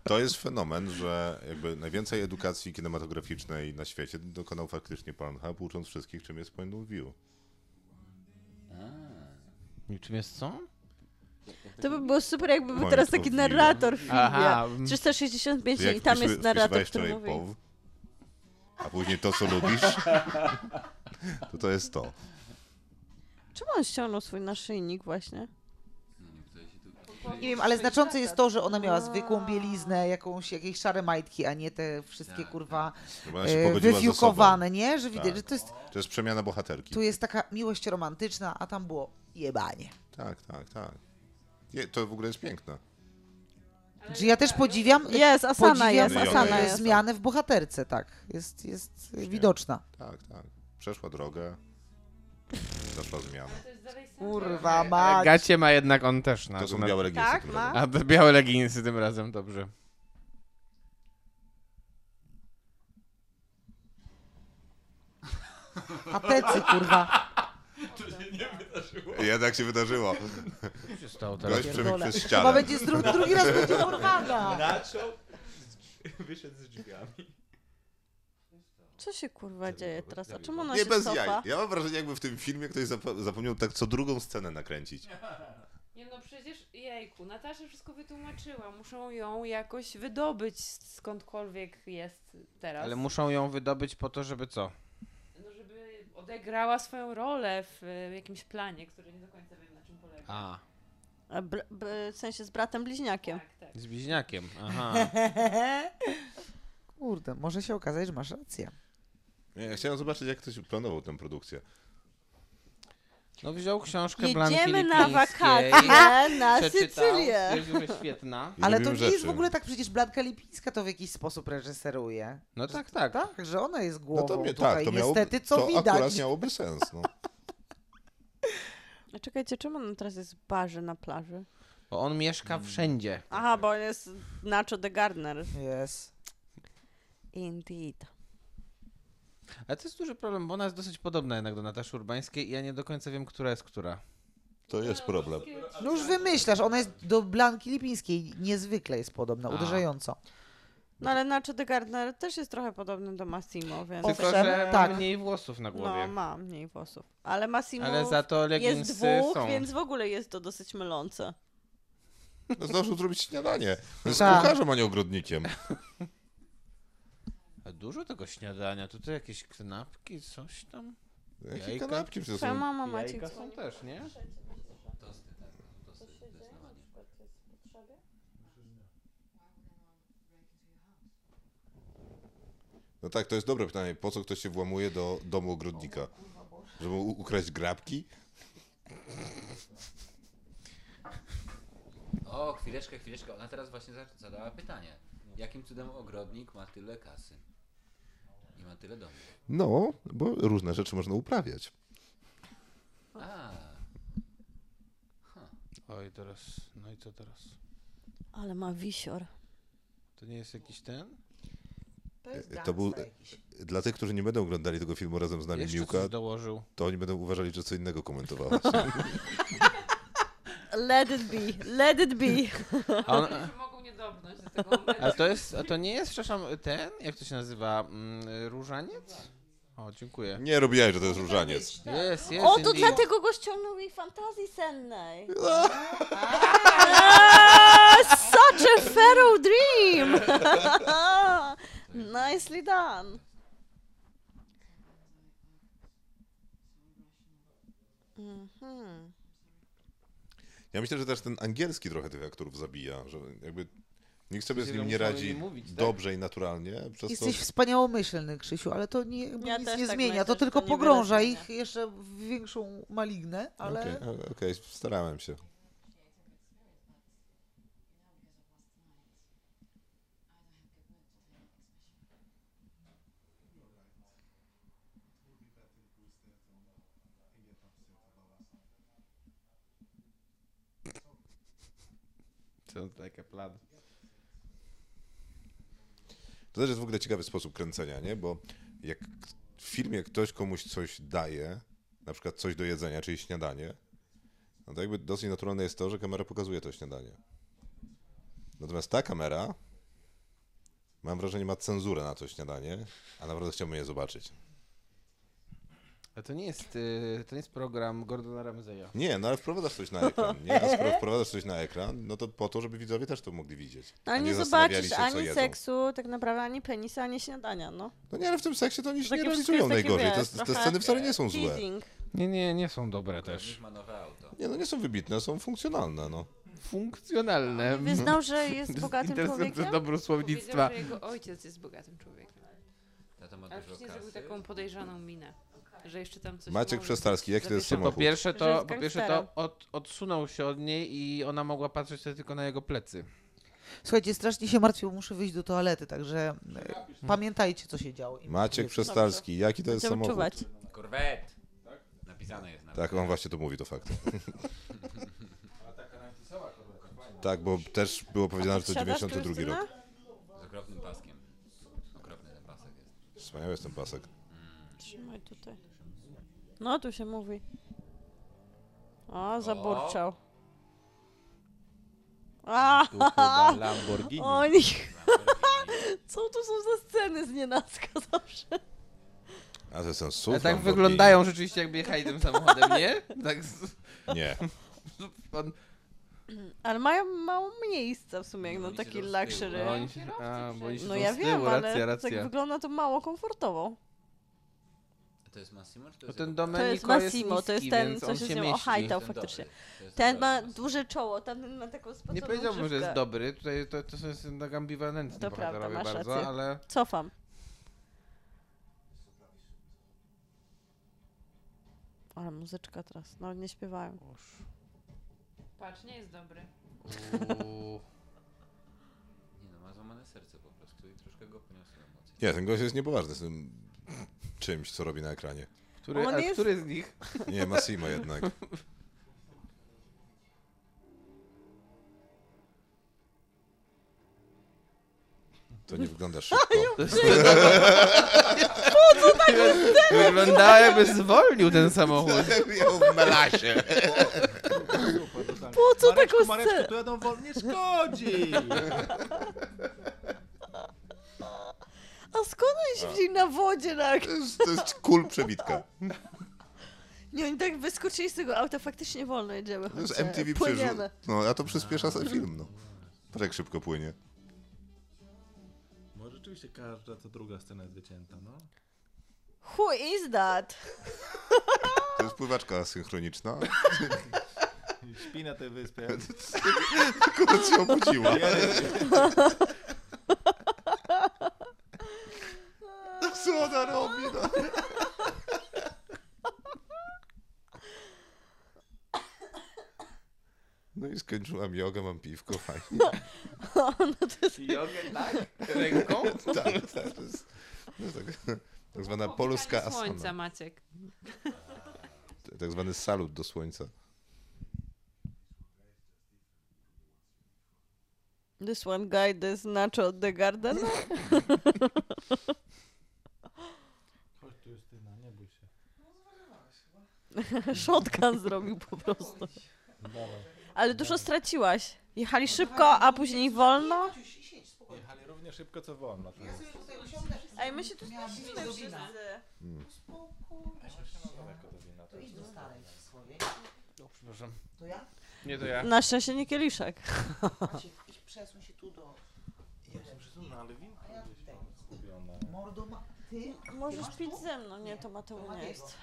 C: to jest fenomen, że jakby najwięcej edukacji kinematograficznej na świecie dokonał faktycznie Pornhub, ucząc wszystkich, czym jest point of view.
H: Czym jest co?
E: To by było super, jakby był
C: Point
E: teraz
C: of
E: taki
C: view.
E: narrator w filmie.
H: Aha.
E: 365
C: Że jak
E: i tam
C: wpisu-
E: jest narrator,
C: wpisywałeś
E: który
C: wczoraj POW,
E: mówi.
C: a później to, co
E: [LAUGHS]
C: lubisz, to to jest to.
E: Czemu on ściągnął swój naszyjnik właśnie?
F: Nie wiem, ale znaczące jest to, że ona miała zwykłą bieliznę, jakąś, jakieś szare majtki, a nie te wszystkie, kurwa,
C: Bo Tak, Ona się
F: e,
C: pogodziła ze sobą.
F: wyfiukowane, nie? Że widać,
C: Tak.
F: że to jest,
C: To jest przemiana bohaterki.
F: tu jest taka miłość romantyczna, a tam było jebanie.
C: Tak, tak, tak. Je, to w ogóle jest piękne.
F: Czy ja też podziwiam,
E: Jest, Asana
F: podziwiam
E: jest,
C: No i ona
E: Asana
C: jest.
E: jest.
F: zmianę w bohaterce, tak. Jest, jest widoczna.
C: Tak, tak. Przeszła drogę, zaszła zmiana.
E: Tak.
G: To jest dalej sam
C: E,
F: Kurwa
H: A
F: mać.
H: gacie ma jednak on też na.
C: To są
H: na-
C: białe leginsy.
E: Tak,
C: tym
E: ma.
C: razem.
H: A te białe leginsy tym razem dobrze.
F: A tecy, kurwa.
C: Jednak tak się wydarzyło.
E: Tak.
H: Co się stało teraz?
C: Gość przebiegł
F: Pierdolę.
C: przez
F: Chyba
C: ścianę.
F: będzie z dru- drugi raz będzie porwana.
E: Co się kurwa dzieje teraz? A czemu ona
C: Nie
E: się
C: bez
E: cofa?
C: jaj. Ja mam wrażenie, jakby w tym filmie ktoś zapo- zapomniał tak co drugą scenę nakręcić.
G: Nie no przecież, jejku, Natasza wszystko wytłumaczyła. Muszą ją jakoś wydobyć skądkolwiek jest teraz.
H: Ale muszą ją wydobyć po to, żeby co?
G: No żeby odegrała swoją rolę w e, jakimś planie, który nie do końca wiem na czym
H: [LAUGHS]
G: polega.
H: A,
E: A br- b- w sensie z bratem bliźniakiem.
G: Tak, tak.
H: z bliźniakiem. [LAUGHS] Aha.
F: Kurde, może się okazać, że masz rację.
C: Nie, Ja chciałem zobaczyć, jak ktoś planował tę produkcję.
H: No wziął książkę Blanki
E: Jedziemy na
H: Lipińskiej, [LAUGHS]
E: wakacje na
H: przeczytał,
E: Sycylię.
H: jest w ogóle świetna.
C: I
F: Ale to
C: robimy
F: nie jest
C: rzeczy.
F: w ogóle tak, przecież Blanka Lipińska to w jakiś sposób reżyseruje.
H: No tak, tak.
F: Tak, że ona jest
C: No
F: głową
C: to mnie,
F: tutaj,
C: tak, to miało,
F: niestety, co
C: to akurat
F: widać.
C: miałoby sens. No.
E: A czekajcie, czemu on teraz jest w barze na plaży?
H: Bo on mieszka wszędzie.
E: Aha, bo on jest Nacho the Gardner.
F: Yes.
E: Indeed.
H: Ale to jest duży problem, bo ona jest dosyć podobna jednak do Nataszy Urbańskiej i ja nie do końca wiem, która jest która.
C: To jest problem.
F: No już wymyślasz, ona jest do Blanki Lipińskiej niezwykle jest podobna,
H: A.
F: uderzająco.
E: No ale Nacho the Gardner też jest trochę podobny do Massimo, więc...
H: Tylko,
F: Owszem,
H: że
F: tak.
H: ma mniej włosów na
E: No,
H: głowie.
E: ma mniej włosów. Ale Massimo
H: Ale za to
E: jest
H: leginsy
E: dwóch,
H: są.
E: więc w ogóle jest to dosyć mylące.
C: No zdążył zrobić śniadanie. No jest
F: Tak.
C: kucharzem, a nie ogrodnikiem.
H: A Dużo tego śniadania, tutaj jakieś knapki, coś tam.
C: Jakie
H: Jajka.
C: kanapki przecież
E: Twoja
C: są.
E: mama Maciek
H: Jajka są też, nie?
C: No tak, to jest dobre pytanie. Po co ktoś się włamuje do domu ogrodnika? Żeby u- ukraść grabki?
J: O, chwileczkę, chwileczkę. Ona teraz właśnie za- zadała pytanie. Jakim cudem ogrodnik ma tyle kasy? I ma tyle domów.
C: No, bo różne rzeczy można uprawiać.
J: A,
H: Oj, teraz, no i co teraz?
E: Ale ma wisior.
H: To nie jest jakiś ten?
C: To był, dla tych, którzy nie będą oglądali tego filmu razem z nami
H: Jeszcze
C: Miłka,
H: coś dołożył.
C: to oni będą uważali, że co innego komentowałaś.
E: Let it be, let it be.
H: A, on,
G: Że mogą nie dobrnąć do tego momentu.
H: a to jest, a to nie jest, przepraszam, ten, jak to się nazywa, mm, różaniec? O, dziękuję.
C: Nie robiłeś, że to jest różaniec.
H: Jest, jest.
E: O, to
H: indeed.
E: dlatego go ściągnął jej fantazji
C: [LAUGHS]
E: sennej. Such a feral dream! [LAUGHS] Nicely done. Mhm.
C: Ja myślę, że też ten angielski trochę tych aktorów zabija, że jakby nikt sobie z
H: Że
C: nim nie
H: musiały
C: radzi
H: im mówić, tak?
C: dobrze i naturalnie, przez co
F: Jesteś wspaniałomyślny, Krzysiu, ale to nie, jakby
E: Ja
F: nic
E: też
F: nie
E: tak
F: zmienia.
E: myślę,
F: to
E: że
F: tylko
E: to nie
F: pogrąża
E: wyraźnie.
F: ich jeszcze w większą malignę, ale...
C: Okej, okay, starałem się.
H: Sounds like a plan.
C: To też jest w ogóle ciekawy sposób kręcenia, nie? Bo jak w filmie ktoś komuś coś daje, na przykład coś do jedzenia, czyli śniadanie, no to jakby dosyć naturalne jest to, że kamera pokazuje to śniadanie. Natomiast ta kamera, mam wrażenie, ma cenzurę na to śniadanie, a naprawdę chciałbym je zobaczyć.
H: A to nie jest, y, to nie jest program Gordona Ramseya.
C: Nie, no ale wprowadzasz coś na ekran, nie? A skoro wprowadzasz coś na ekran, no to po to, żeby widzowie też to mogli widzieć.
E: No,
C: a
E: ale nie,
C: zastanawiali
E: zobaczysz
C: się, co
E: ani
C: jedzą.
E: seksu, tak naprawdę ani penisa, ani śniadania, no.
C: No nie, ale w tym seksie to oni się
E: Takie
C: nie
E: wszystko
C: realizują
E: jest takie,
C: najgorzej.
E: wiesz,
C: te, te
E: trochę
C: sceny wcale nie są No złe.
E: Teasing.
H: Nie, nie, nie są dobre też.
J: Niech ma nowe auto.
C: Nie, no nie są wybitne, są funkcjonalne, no.
H: Funkcjonalne.
E: Wyznał,
C: [LAUGHS]
E: że jest bogatym
H: Interesujące
E: człowiekiem?
H: dobru
G: Powiedział,
H: słownictwa.
G: że jego ojciec jest bogatym człowiekiem.
J: Tata ma
G: Ale
J: dużo
G: wcześniej
J: kasy.
G: zrobił taką podejrzaną minę, że jeszcze tam coś
C: Maciek
G: może
C: Przestalski,
G: być.
C: jaki to jest
G: Zapiszę.
H: Po
C: samochód?
H: pierwsze
E: Że
H: to,
E: jest
H: po pierwsze
E: gangsterem.
H: to od, odsunął się od niej i ona mogła patrzeć sobie tylko na jego plecy.
F: Słuchajcie, strasznie się martwię, bo muszę wyjść do toalety, także e, pamiętajcie, co się działo. i
C: Maciek
F: mówię, co-
C: Przestalski, jaki to jest
E: Cię
C: samochód?
E: odczuwać.
J: Korwet! Napisane jest nawet.
C: Tak, on właśnie to mówi, to fakt. [LAUGHS] Tak, bo też było powiedziane, że to
E: Siadasz,
C: 92
E: Krystyna?
C: rok.
J: Z okropnym paskiem. Okropny ten pasek jest.
C: Wspaniały jest ten pasek.
E: Trzymaj tutaj. No, tu się mówi. O, zaburczał. A,
A: Tu chyba Lamborghini.
E: oni... [LAUGHS] Co tu są za sceny z nienacka [LAUGHS] zawsze?
C: A to jest ten
H: A
C: SUV
H: tak
C: Lamborghini.
H: wyglądają rzeczywiście, jakby jechali tym samochodem, nie? [LAUGHS] Tak. z-
C: Nie.
H: On,
E: Ale mają mało miejsca w sumie,
J: No,
E: jak na
J: oni się
E: taki
J: rozsyłą.
E: luxury.
H: no, oni się, a, bo oni się
E: No
H: są
E: ja
H: z
E: wiem,
H: tyłu,
E: ale
H: racja, racja.
E: tak wygląda to mało komfortowo.
J: A to jest Massimo czy to
H: Bo
J: jest
H: ten
J: jego-
H: Domenico
E: To jest Massimo, to jest
H: No, niski,
E: ten,
H: więc
E: co
H: on
E: się z
H: się
E: nią
H: mieści.
E: ohajtał.
J: ten
E: to
J: dobry.
E: faktycznie.
J: To jest
E: Ten
J: dobry
E: ma
J: Massimo.
E: duże czoło, ten ma taką spaconą
H: Nie powiedziałbym, że jest
E: brzywkę.
H: dobry, tutaj to, to jest tak ambiwalentny
E: To prawda,
H: bohaterowie
E: masz
H: bardzo,
E: rację.
H: ale
E: Cofam. Ale muzyczka teraz, no nie śpiewają.
G: Patrz, nie jest dobry.
H: Uuu,
J: Nie no, ma złamane serce po prostu i troszkę go poniosły emocje.
C: Nie, ten gość jest niepoważny z tym czymś, co robi na ekranie.
H: który,
E: On
H: a
E: jest-
H: który z
E: [LAUGHS]
H: nich?
C: Nie, Massimo jednak. To nie [LAUGHS] wygląda szybko.
E: tak
H: [LAUGHS] Wyglądał jakby zwolnił ten samochód.
C: w melasie.
E: Po co
A: Mareczku,
E: taką
A: Mareczku,
E: scenę?
A: tu jadą wolnie, szkodzi!
E: A skąd oni się wzięli na wodzie? no Na...
C: To jest, to jest kul przebitka.
E: Nie, oni tak wyskoczyli z tego auta, faktycznie wolno jedziemy.
C: To jest
E: chodźcie,
C: MTV
E: Płyniemy.
C: przerzu- No, a to przyspiesza sobie film, no. Patrz jak szybko płynie.
A: [LAUGHS] Może rzeczywiście każda to druga scena jest wycięta, no.
E: Who is that?
C: To jest pływaczka synchroniczna.
A: Śpi na tej wyspie.
C: Akurat się obudziła. No Co ona robi? No? No i skończyłam jogę, mam piwko, fajnie. Tak,
H: Jogę tak? Ręką?
C: Tak, tak, to jest, to jest tak, tak zwana polska
G: Pokanie Słońca,
C: asana.
G: Maciek.
C: Tak zwany salut do słońca.
E: This one guy, this nacho the [LAUGHS] garden.
A: Chodź tu Justyna, nie bój się.
E: [LAUGHS] Shotgun zrobił po prostu. Ale dużo straciłaś. Jechali szybko, a później wolno.
A: Jechali równie szybko co wolno. teraz.
E: Ej, my się tu zmieścimy wszyscy.
C: Mm.
F: To idź do starej swojej.
A: No,
H: O, przepraszam.
F: To
A: [LAUGHS]
F: ja?
H: Nie to ja.
E: Na szczęście nie kieliszek.
F: Maciek, idź przesuń się tu do... Mordo ma... Ty?
E: Możesz pić ze mną. Nie, to Mateusz nie jest.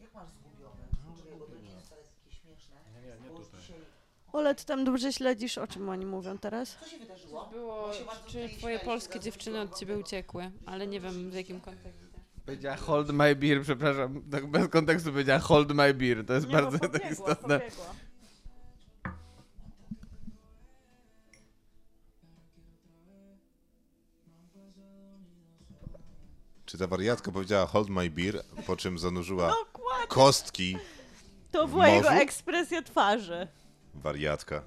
F: Jak masz zgubione? Czekaj, bo to nie jest teraz jakieś śmieszne.
A: Nie, nie, nie
F: Bo już
A: tutaj.
F: dzisiaj...
E: Ole, ty tam dobrze śledzisz, o czym oni mówią teraz?
F: Co się wydarzyło?
G: To było,
F: Bo się bardzo
G: czy
F: tutaj
G: twoje
F: śmialiśmy,
G: polskie
F: bardzo
G: dziewczyny od ciebie
F: dużo.
G: uciekły, ale nie wiem w jakim kontekście.
H: Powiedziała hold my beer, przepraszam. Tak bez kontekstu powiedziała hold my beer. To jest bardzo [LAUGHS] tak istotne.
C: Czy ta wariatka powiedziała hold my beer, po czym zanurzyła
E: Dokładnie.
C: kostki
E: To była jego
C: morzu?
E: ekspresja twarzy.
C: wariatka.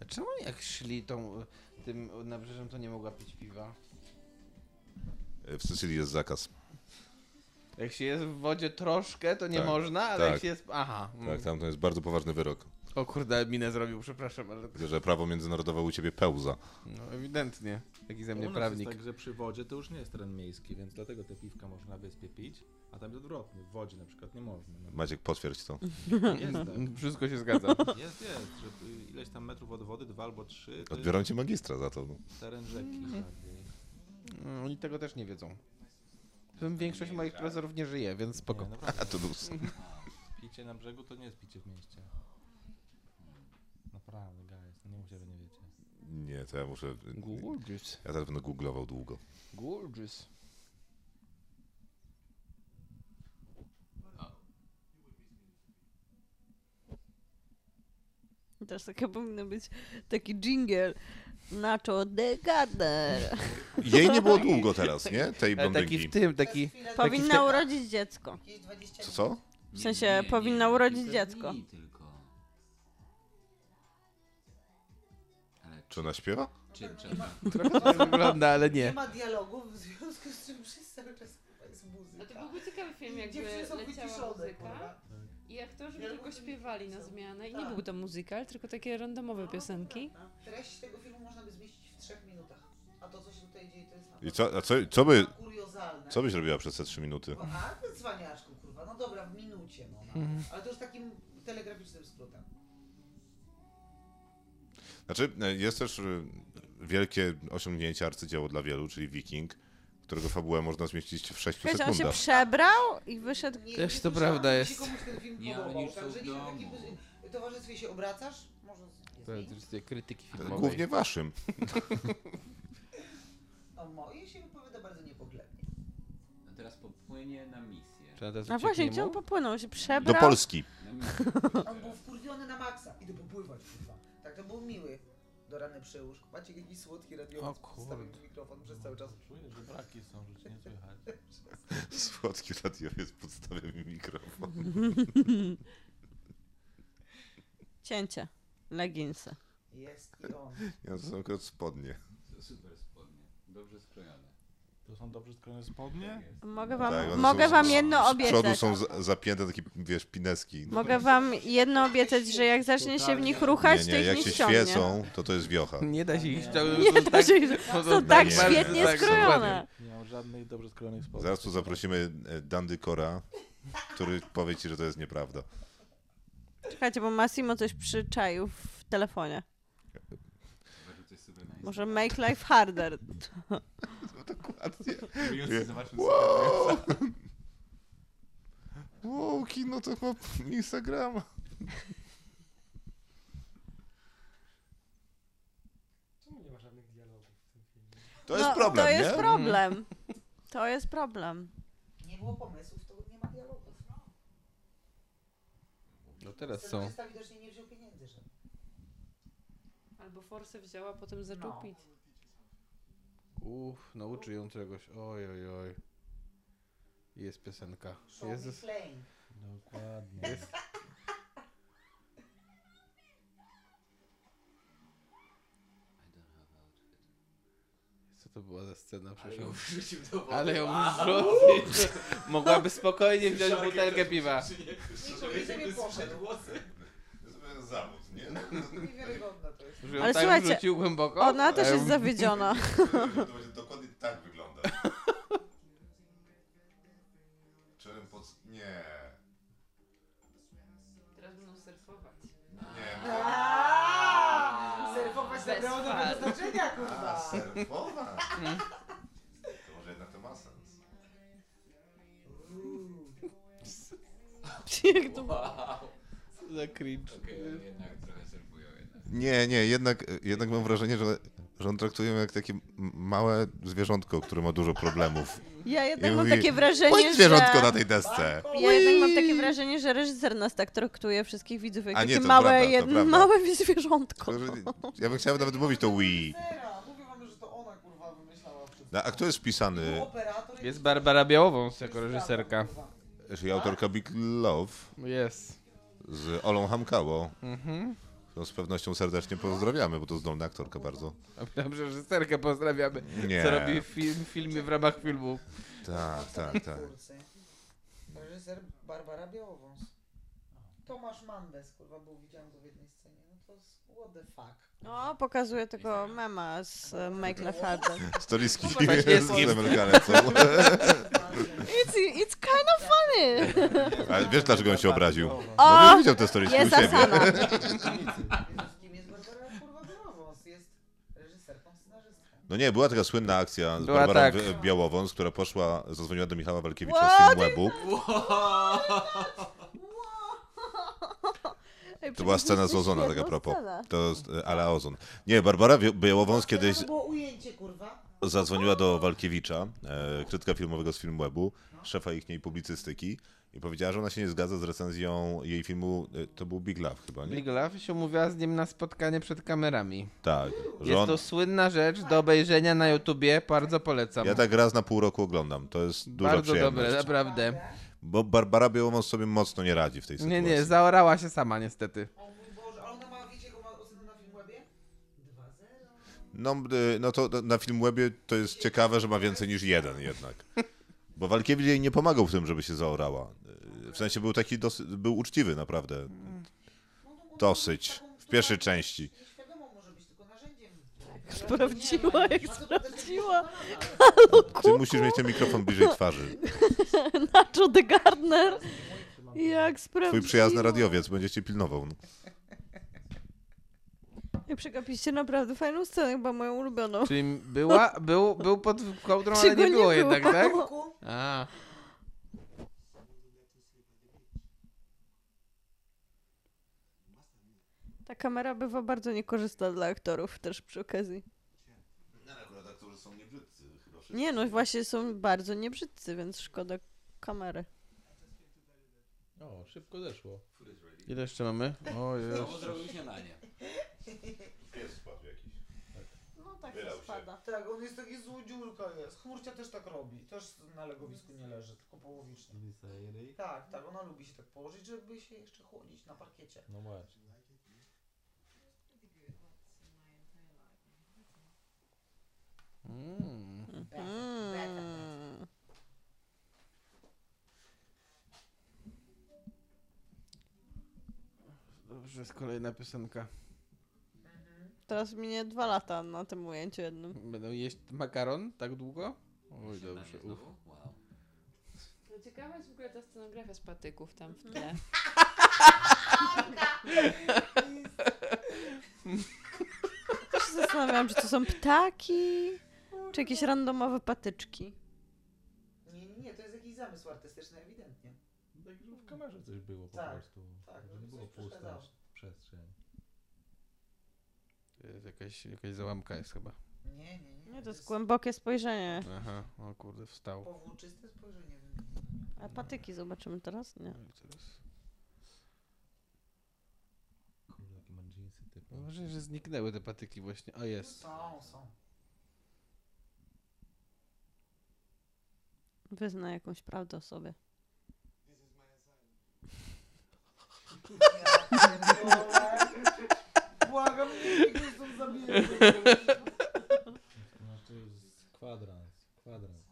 H: A czemu jak szli tą, tym nabrzeżem, to nie mogła pić piwa?
C: E, W Sycylii jest zakaz.
H: Jak się jest w wodzie troszkę, to nie
C: Tak,
H: można, ale
C: tak.
H: jak się jest... Aha.
C: Tak, tam to jest bardzo poważny wyrok,
H: O kurde, minę zrobił, przepraszam, ale...
C: że prawo międzynarodowe u ciebie pełza.
H: No ewidentnie. Taki ze mnie
A: U nas jest
H: prawnik.
A: tak, że przy wodzie to już nie jest teren miejski, więc dlatego te piwka można na wyspie pić, a tam jest odwrotnie. W wodzie na przykład nie można. No,
C: Maciek, potwierdź to.
A: jest tak.
H: Wszystko się zgadza.
A: Jest, jest. Że y, ileś tam metrów od wody, dwa albo trzy, to jest
C: Odbiorą ci magistra za to. No.
A: teren rzeki. bardziej.
H: No, Oni tego też nie wiedzą. Tym Większość moich profesorów nie żyje, więc spoko.
A: Nie, naprawdę.
C: A to był... s-
A: Picie na brzegu to nie jest picie w mieście. Naprawdę, guys, no nie mówcie, że nie wiecie.
C: Nie, to ja muszę...
H: Gorgeous.
C: Ja teraz będę googlował długo.
H: Gorgeous.
E: Też taka powinna być taki jingle. Nacho de Gader.
C: Jej nie było długo teraz, nie? Tej
H: [LAUGHS] Ale taki
C: blondynki.
H: w tym, taki... [LAUGHS]
E: Powinna urodzić dziecko.
F: Jakieś 20
C: Co, co?
E: W sensie powinna urodzić dziecko.
J: Dni tylko. Ale
C: Czy ona śpiewa?
J: czy, czy, czy,
A: [LAUGHS]
H: Trochę tak wygląda, ale nie.
F: Nie ma dialogów, w związku z czym przez cały czas chyba jest muzyka.
G: A No to byłby ciekawy film, jakby
F: Dziewczyny są
G: leciała
F: wyciszone,
G: muzyka
F: kurwa.
G: i aktorzy
F: Ja
G: by tylko
F: lubię
G: śpiewali na
F: muzykę.
G: zmianę i nie
F: Tak.
G: byłby to muzykal, tylko takie randomowe piosenki.
F: Treść tego filmu można by zmieścić w trzech minutach. A to, co się tutaj dzieje, to jest
C: I
F: naprawdę
C: co, a co, co, by,
F: kuriozalne.
C: co byś robiła przez te trzy minuty?
F: Bo- A, to cwaniaczku, kurwa. No dobra, w minucie, no. no.
H: Mhm.
F: Ale to już takim telegraficznym skrótem.
C: Znaczy, e, jest też e, wielkie osiągnięcie arcydzieło dla wielu, czyli Wiking, którego fabułę można zmieścić w 6
E: Słuchajcie, on się
C: sekundach.
E: przebrał i wyszedł.
F: Nie,
H: Też
F: nie
H: to
F: słyszałam,
H: prawda
F: że
H: jest.
F: Się komuś ten film
J: Nie,
F: podobał,
J: oni już są
F: także
J: w
F: nie wiem, w jakim
J: domu.
F: y, towarzystwie się obracasz. Może
H: To
F: jest
H: jest tej krytyki filmowej.
C: Głównie waszym.
F: O No, moje się wypowiada bardzo niepoglebnie.
J: no teraz popłynie na misję.
H: Trzeba teraz
E: A
H: uciec
E: właśnie,
H: jemu?
E: gdzie on popłynął? Się
C: Do
E: przebrał?
C: Polski.
J: Na misję.
H: Tak.
F: On był wkurwiony na maksa. Idę popływać, kurwa. Tak to był miły. Do rany przyłóż. Macie jakiś słodki
H: O
F: radiowiec.
H: kurde.
F: Stawił mikrofon przez cały czas.
A: Czuję, że braki są, że cię nie słychać.
C: Słodki radiowiec podstawia mi mikrofon.
E: Cięcie. Leginsy.
F: Jest i on.
C: Ja to są akurat spodnie.
J: To super spodnie. Dobrze skrojone.
A: To są dobrze skrojone spodnie?
E: Mogę wam,
C: Tak, one są
E: mogę
C: z-
E: wam jedno
C: Z przodu
E: obiecać.
C: są za, zapięte takie, wiesz, pineski. No,
E: Mogę wam jedno obiecać, że jak zacznie się w nich ruchać,
C: nie,
E: to
C: nie,
E: ich
C: jak
E: nie
C: się
E: ściągnie.
C: świecą, to to jest wiocha.
H: Nie da się ich ściągnąć.
E: [LAUGHS] Nie
H: są
E: da
H: tak-
E: się ich-
H: są
E: Są tak
C: Nie,
H: bardzo-
E: świetnie
H: tak,
E: skrojone.
H: dokładnie.
A: Nie mam żadnych dobrze skrojonych spodni.
C: Zaraz tu zaprosimy e, Dandy Kora, który powie ci, że to jest nieprawda.
E: Czekajcie, bo Massimo coś przyczaił w telefonie.
J: Zobaczył coś super nice.
E: Może make life harder.
C: Dokładnie.
J: Reelsy zobaczył super nice.
C: Wow. wow, kino to chyba Instagrama. To jest
E: No,
C: problem,
E: To
C: nie?
E: jest problem. To jest problem.
F: Nie było pomysłów, to nie ma dialogów.
H: No teraz są.
F: Scenarzysta widocznie nie wziął pieniędzy, że.
G: Albo forsę wzięła, potem zaczął
F: No.
G: pić.
H: Uff, nauczy ją czegoś. Oj, oj, oj. Jest piosenka.
F: Show
H: Jezus.
F: me flame.
A: Dokładnie.
H: Co to była za scena?
J: Ale
H: Przepraszam.
J: ją wrzucił do wody.
H: Ale ją wrzucić. Mogłaby spokojnie wziąć butelkę piwa.
F: Człowiek sobie poszedł.
C: To jest zawód, nie?
F: [LAUGHS] Niewiarygodne to jest.
H: Że ją
E: Ale
H: tak
E: słuchajcie,
H: wrzucił głęboko.
E: Ona też
J: E,
H: Em,
J: [LAUGHS]
E: jest zawiedziona. [LAUGHS]
C: To będzie dokładnie tak wygląda. Czerem pod... Nie.
G: Teraz będą surfować.
C: Nie.
F: Serwować nagrało do wyznaczenia, kurwa.
C: Serwowa.
J: Hmm.
C: To może jednak to ma sens.
E: [LAUGHS] Jak to było?
H: Za cringe.
J: Okej, okay, jednak trochę serwują jednak.
C: Nie, nie, jednak, jednak mam wrażenie, że, że on traktuje ją jak takie m- małe zwierzątko, które ma dużo problemów.
E: Ja jednak
C: I
E: mam
C: mówi,
E: takie wrażenie,
C: Pójdź
E: że...
C: zwierzątko na tej desce.
E: Ja jednak mam takie wrażenie, że reżyser nas tak traktuje wszystkich widzów jak
C: A nie,
E: takie
C: to
E: małe,
C: prawda, to
E: jedno,
C: prawda.
E: małe [LAUGHS] zwierzątko.
C: Tylko, że Ja bym chciał nawet mówić to Wii.
F: Sera, mówię wam, że to ona, kurwa, wymyślała wszystko.
C: No, a kto jest pisany?
F: Operator
H: Jest
F: i-
H: Barbara Białowąs jako reżyserka.
F: Kurwa.
C: Czyli autorka Big Love
H: Jest.
C: z Olą Hamkało,
H: Mhm.
C: którą z pewnością serdecznie pozdrawiamy, bo to zdolna aktorka bardzo.
H: Dobrze, reżyserkę pozdrawiamy,
C: Nie.
H: co robi film, filmy w ramach filmu.
C: Tak, tak, tak.
F: Twórcy. Reżyser Barbara Białowąs. Tomasz Mandes, kurwa, był widziałem go w jednej scenie. No to jest what the fuck.
E: O, pokazuje No, tego mema z e, Mike Lafarge.
C: Stoliski
H: Tak jest.
C: z Amerykanem są.
E: [LAUGHS] It's, it's kind of funny!
C: A wiesz dlaczego on się obraził?
E: O,
C: No nie widział te stoliski u
E: Jest
C: siebie.
E: Asana.
F: Jezus, kim jest Barbara kurwa Białowąs? Jest reżyserką, scenarzystką.
C: No nie, była taka słynna akcja z
H: Była
C: Barbarą
H: tak.
C: Wi- Białowąc, która poszła, zadzwoniła do Michała Walkiewicza z Filmwebu. To była scena z Ozona, tak a propos. To jest e, ala Ozon. Nie, Barbara Wi- Białowąc kiedyś
F: To było ujęcie, kurwa.
C: zadzwoniła do Walkiewicza, e, krytyka filmowego z Filmwebu, szefa ichniej publicystyki i powiedziała, że ona się nie zgadza z recenzją jej filmu, e, to był Big Love chyba, nie?
H: Big Love się umówiła z nim na spotkanie przed kamerami.
C: Tak. Że
H: Jest
C: on,
H: to słynna rzecz do obejrzenia na YouTubie, bardzo polecam.
C: ja tak raz na pół roku oglądam, to jest duża
H: bardzo dobre,
C: przyjemność.
H: naprawdę.
C: Bo Barbara Białowąc sobie mocno nie radzi w tej sytuacji.
H: Nie, nie, zaorała się sama niestety.
F: O mój Boże, a ona ma, wiecie, jaką ma ocenę na Filmwebie?
C: No, y, no to na Filmwebie to jest ciekawe, że ma więcej niż jeden
H: [LAUGHS]
C: jednak. Bo Walkiewicz jej nie pomagał w tym, żeby się zaorała. Y, W sensie był taki, dosy, był uczciwy naprawdę.
H: Mm.
C: Dosyć. W pierwszej części.
F: Nieświadomo może być, tylko narzędziem.
E: Sprawdziła, jak sprawdziła.
C: Ty musisz mieć ten mikrofon bliżej twarzy.
E: Nacho the Gardner. Jak sprawdziła.
C: Twój przyjazny radiowiec będzie cię pilnował. No.
E: I przegapiliście naprawdę fajną scenę, chyba moją ulubioną.
H: Czyli była, był, był pod kołdrą,
E: Czy
H: ale
E: go
H: nie było,
E: nie było?
H: jednak, tak?
F: Roku?
H: A.
E: Ta kamera bywa bardzo niekorzystna dla aktorów też przy okazji. Nie, no właśnie są bardzo niebrzydcy, więc szkoda kamery.
A: O, szybko zeszło.
H: Ile jeszcze mamy? O, jest.
J: Znowu zrobił śniadanie.
F: No tak się spada. Tak, on jest taki złodziurka jest. Chmurcia też tak robi. Też na legowisku nie leży, tylko połowicznie. Tak, tak, ona lubi się tak położyć, żeby się jeszcze chłodzić na parkiecie.
A: No właśnie.
H: Mm.
E: Mm.
H: Dobrze, jest kolejna piosenka.
E: Teraz minie dwa lata na tym ujęciu jednym.
H: Będą jeść makaron tak długo? Oj,
J: Śniadanie
H: dobrze. Uf.
J: znowu? Wow.
G: No ciekawa jest w ogóle ta scenografia z patyków tam w [LAUGHS] tle.
E: Też się zastanawiałam, czy to są ptaki, czy jakieś randomowe patyczki.
F: Nie, nie, nie, to jest jakiś zamysł artystyczny ewidentnie.
A: No, w kamerze coś było po
F: Tak,
A: prostu.
F: tak,
A: Żeby
F: żeby
A: nie było
F: coś
A: pusta
F: przeszkadzało.
A: przestrzeń.
H: To jest Jakaś, jakaś załamka jest chyba.
F: Nie, nie, nie.
E: Nie, to jest głębokie spojrzenie.
H: Aha, o kurde, wstał.
F: powłóczyste spojrzenie.
E: A patyki zobaczymy teraz? Nie.
H: No i teraz-
A: Kurde, jakie mam dżinsy typu.
H: Mam wrażenie, że zniknęły te patyki właśnie. O, jest.
A: No
F: Są, są.
E: Wyzna jakąś prawdę o sobie.
F: Ja pierdolę. Błagam, nie, nie są zabijeni.
A: No to jest kwadrans, kwadrans.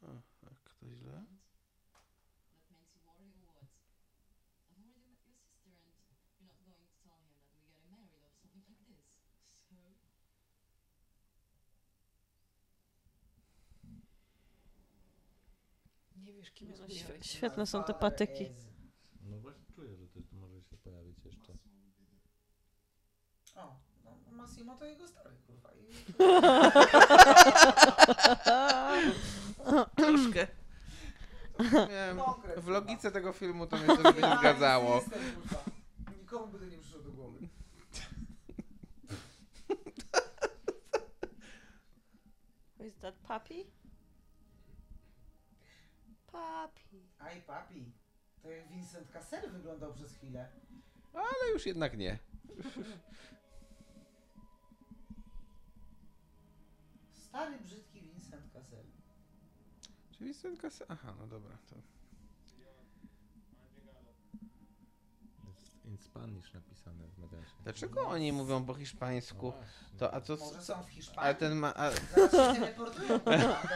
H: Tak, to źle.
G: Nie wiesz, kim jest
E: No, św- świetne są te patyki.
A: No właśnie czuję, że to może się pojawić jeszcze.
F: O, no, Massimo to jego stary, kurwa. I...
H: [LAUGHS] Troszkę. Miałem...
F: Konkret,
H: W
F: kurwa.
H: logice tego filmu to mnie to by nie
F: [LAUGHS]
H: zgadzało.
F: Jestem, kurwa. Nikomu by to nie przyszło do głowy.
E: Is that papi? Papi.
F: Aj, papi. To jak Vincent Cassel
H: No
F: wyglądał przez chwilę.
H: Ale już jednak nie.
F: Stary, brzydki Vincent Cassel.
H: Czyli synka... Aha, no dobra. To...
A: In Spanish napisane w No mediasie.
H: Dlaczego oni mówią po
A: No
H: hiszpańsku? To, a to...
F: Może są w
H: Ale
F: Hiszpanii?
H: ten ma... A,
F: Zaraz się teleportują do Włoch.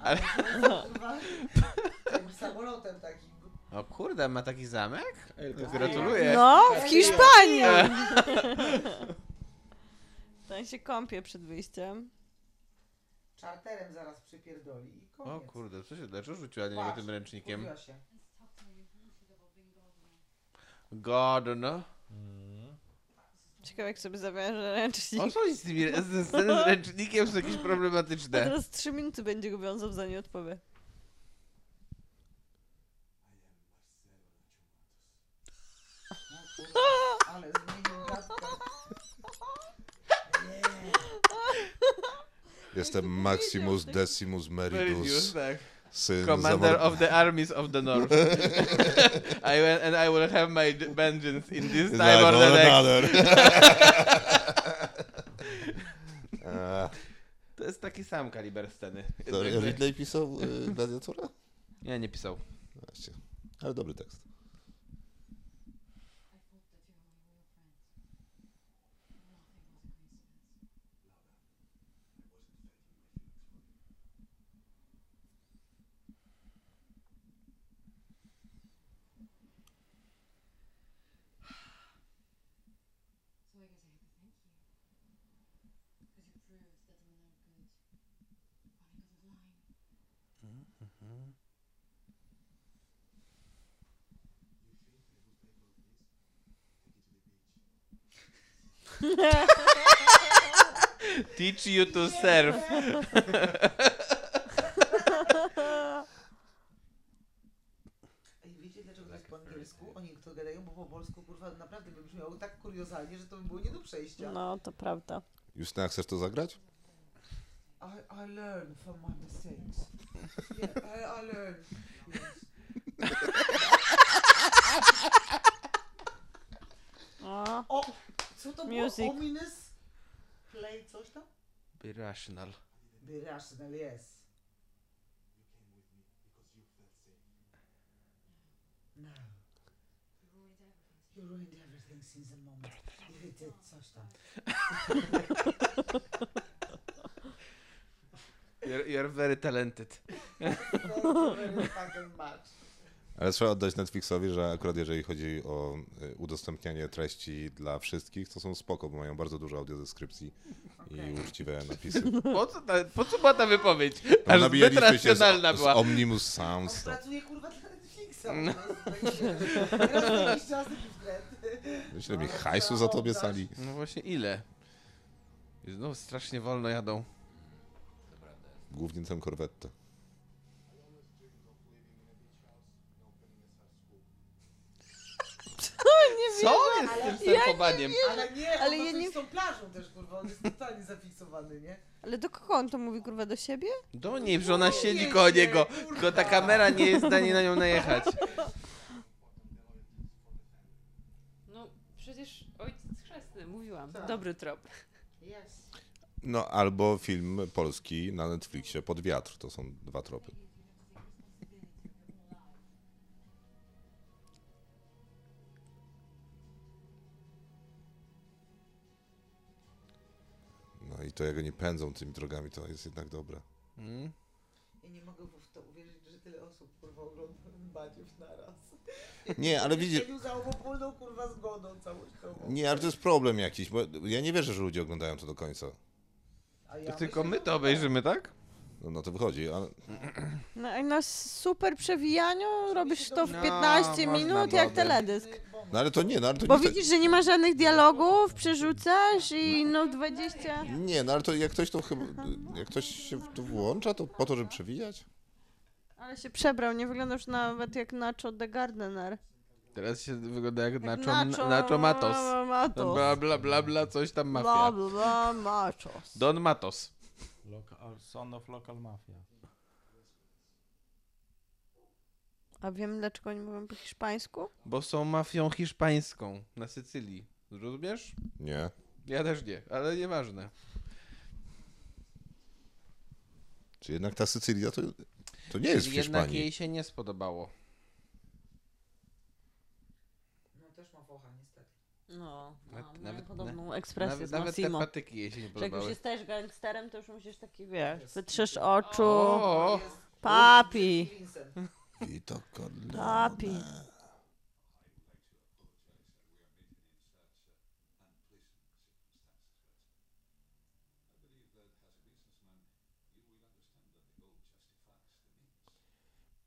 F: Ale... kurwa, Tym [LAUGHS] samolotem takim.
H: o kurde, ma taki zamek? Gratuluję.
E: No, w Hiszpanii! [LAUGHS] Ten się kąpie przed wyjściem.
F: Czarterem zaraz przypierdoli i koniec.
H: O kurde, co się dlaczego rzuciła na niego
F: Patrz,
H: tym ręcznikiem?
F: kurwiła się.
H: Gordon. no.
E: Ciekawe, jak sobie zawiąże ręcznik.
H: O co oni z tymi rę- z, z, z ręcznikiem są jakieś
E: A [LAUGHS]
H: problematyczne?
E: teraz trzy minuty będzie go wiązał, zanim odpowie.
F: No kurwa, Ale zmienił gadkę.
C: Jestem Maximus Decimus
H: Meridius,
C: Meridius,
H: tak.
C: syn
H: Commander
C: zamord-
H: of the armies of the [LAUGHS] north. I will, and I will have my d- vengeance in this time or the next.
C: Another.
H: [LAUGHS]
C: Eee,
H: To jest taki sam kaliber sceny.
C: to Ridley pisał y, gladiatora?
H: Nie, nie pisał.
C: Właśnie. Ale dobry tekst.
H: Teach you to serve.
F: Ej, wiecie dlaczego to jest po angielsku? Oni to gadają, bo po polsku kurwa naprawdę by brzmiało tak kuriozalnie, że to by było nie do przejścia.
E: No, to prawda.
C: Justyna, chcesz to zagrać?
F: I, I learn from my mistakes. Yeah, I, I learn. Yes.
E: O,
F: O! Co to było?
E: Music.
F: Ominous? Play coś tam?
H: Be rational.
F: Be rational, yes. No. You ruined everything since the moment. You did coś tam.
H: You're, you're very talented.
F: Thank you very fucking much.
C: Ale trzeba oddać Netflixowi, że akurat jeżeli chodzi o y, udostępnianie treści dla wszystkich, to są spoko, bo mają bardzo dużo audiodeskrypcji i uczciwe
H: [LAUGHS]
C: napisy.
H: Po co, ta, po co była ta wypowiedź?
C: Tam
H: Aż zbyt
C: nabijaliśmy się z,
H: racjonalna
C: z
H: była.
C: Omnibus
F: On
C: Sounds. To.
F: pracuje kurwa dla Netflixa. No. Teraz jakiś czas taki wkręt.
C: Myślę, mi hajsu za tobie sali.
H: No właśnie ile? No strasznie wolno jadą.
C: Głównie ten Corvette.
H: Co jest z tym surfowaniem?
F: Ale nie,
E: Ale
F: ale on ma
E: ja
F: coś
E: nie-
F: z tą plażą też kurwa, on jest totalnie zafiksowany, nie?
E: ale do kogo on to mówi, kurwa, do siebie?
H: Do niej, że ona siedzi
F: wiecie,
H: koło niego,
F: kurwa.
H: tylko ta kamera nie jest w stanie na nią najechać.
G: No przecież ojciec chrzestny, mówiłam.
F: Tak.
G: Dobry trop.
F: Yes.
C: No albo film polski na Netflixie Pod wiatr. To są dwa tropy. No i to jak oni pędzą tymi drogami, to jest jednak dobre.
H: Mm.
F: Ja nie mogę w to uwierzyć, że tyle osób kurwa ogląda ten badziew naraz.
C: Nie, ale widzisz,
F: Siedził za obopólną kurwa zgodą całościową.
C: nie, ale to jest problem jakiś, bo ja nie wierzę, że ludzie oglądają to do końca.
F: A
H: To
F: ja
H: tylko
F: myślę,
H: my to obejrzymy, tak?
C: No, no to wychodzi, ale
E: No, i na super przewijaniu robisz to w
H: No,
E: 15
H: można
E: minut,
H: byłoby.
E: jak teledysk.
C: No ale to nie, no ale to
E: Bo
C: nie,
E: widzisz, że nie ma żadnych dialogów, przerzucasz i no 20...
C: Nie, no ale to jak ktoś to chyba, jak ktoś się w to włącza, to po to, żeby przewijać?
E: Ale się przebrał, nie wyglądasz nawet jak Nacho the Gardener.
H: Teraz się wygląda jak
E: Jak
H: Nacho, Nacho Matos. Tam
E: Matos.
H: Bla, bla, bla, bla, coś tam
E: Bla,
H: mafia.
E: bla, bla, Matos.
H: Don Matos.
A: Local, son of local mafia.
E: A wiem, dlaczego oni mówią po hiszpańsku?
H: Bo są mafią hiszpańską na Sycylii. Rozumiesz?
C: Nie.
H: Ja też nie, ale nieważne.
C: Czy jednak ta Sycylia to, to nie jest w
H: Jednak
C: Hiszpanii?
H: jej się nie spodobało.
F: No też ma focha, niestety.
E: No,
H: Nawet-
E: mam
H: nawet-
E: podobną ekspresję
H: Nawet,
E: z
H: nawet te
E: Massimo.
H: patyki jej się nie
E: Że jak już
H: podobały.
E: jesteś gangsterem, to już musisz taki, wiesz, wytrzysz oczu.
H: O,
E: Papi,
F: Vincent.
C: I to kon-
E: papi.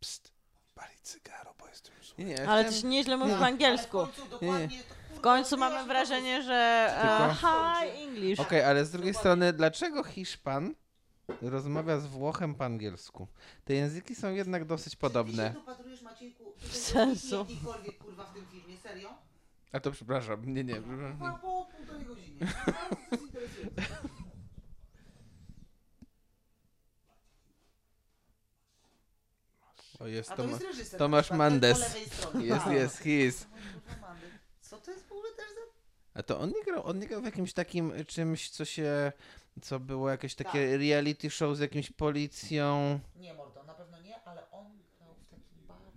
C: Psst, pali cygaro, bo jestem zły.
H: nie, nie,
E: Ale
H: chciałem-
E: też nieźle mówisz po angielsku. W końcu mamy wrażenie, że e, high English.
H: Okej, ale z drugiej strony, dlaczego Hiszpan rozmawia z Włochem po angielsku? Te języki są jednak dosyć podobne.
F: Ty się tu patrujesz, Maciejku, w
E: sensu.
F: sensu. Jakikolwiek kurwa w tym filmie, serio?
H: A to przepraszam, nie, nie. przepraszam.
F: Kurwa, po półtorej godziny. Bardzo to jest interesujące.
H: O, jest
F: A
H: to.
F: to
H: Ma...
F: jest reżyser.
H: Tomasz
F: kurwa, ten
H: Mandes.
F: Po lewej stronie.
H: Jest,
F: Tak.
H: jest, his.
F: Kurwa, Mandes. Co to jest w ogóle też za...
H: A to on nie grał, on nie grał w jakimś takim y, czymś, co się. Co było jakieś takie
E: Tak.
H: reality show z jakimś policją.
F: Nie Mordo, na pewno nie, ale on grał w takim bardzo...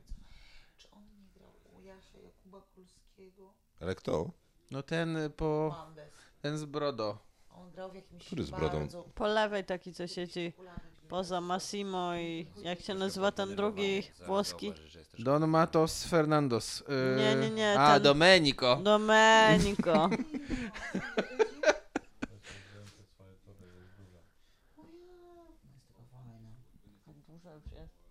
F: Czy on nie grał u Jasia Jakuba Kulskiego?
C: Ale kto?
H: No ten y, po.
F: Mandes.
H: Ten z Brodo.
F: On grał w jakimś
C: Który z brodą?
F: bardzo...
E: Po lewej taki, co siedzi
F: popularnym filmie.
E: poza Massimo i jak się nazywa ten drugi włoski?
K: Zauważy, że jest też
H: Don Matos Fernandos. y,
E: Nie, nie, nie,
H: A,
E: ten-
H: Domenico.
C: [LAUGHS]
E: Domenico.
F: Ona jest taka fajna.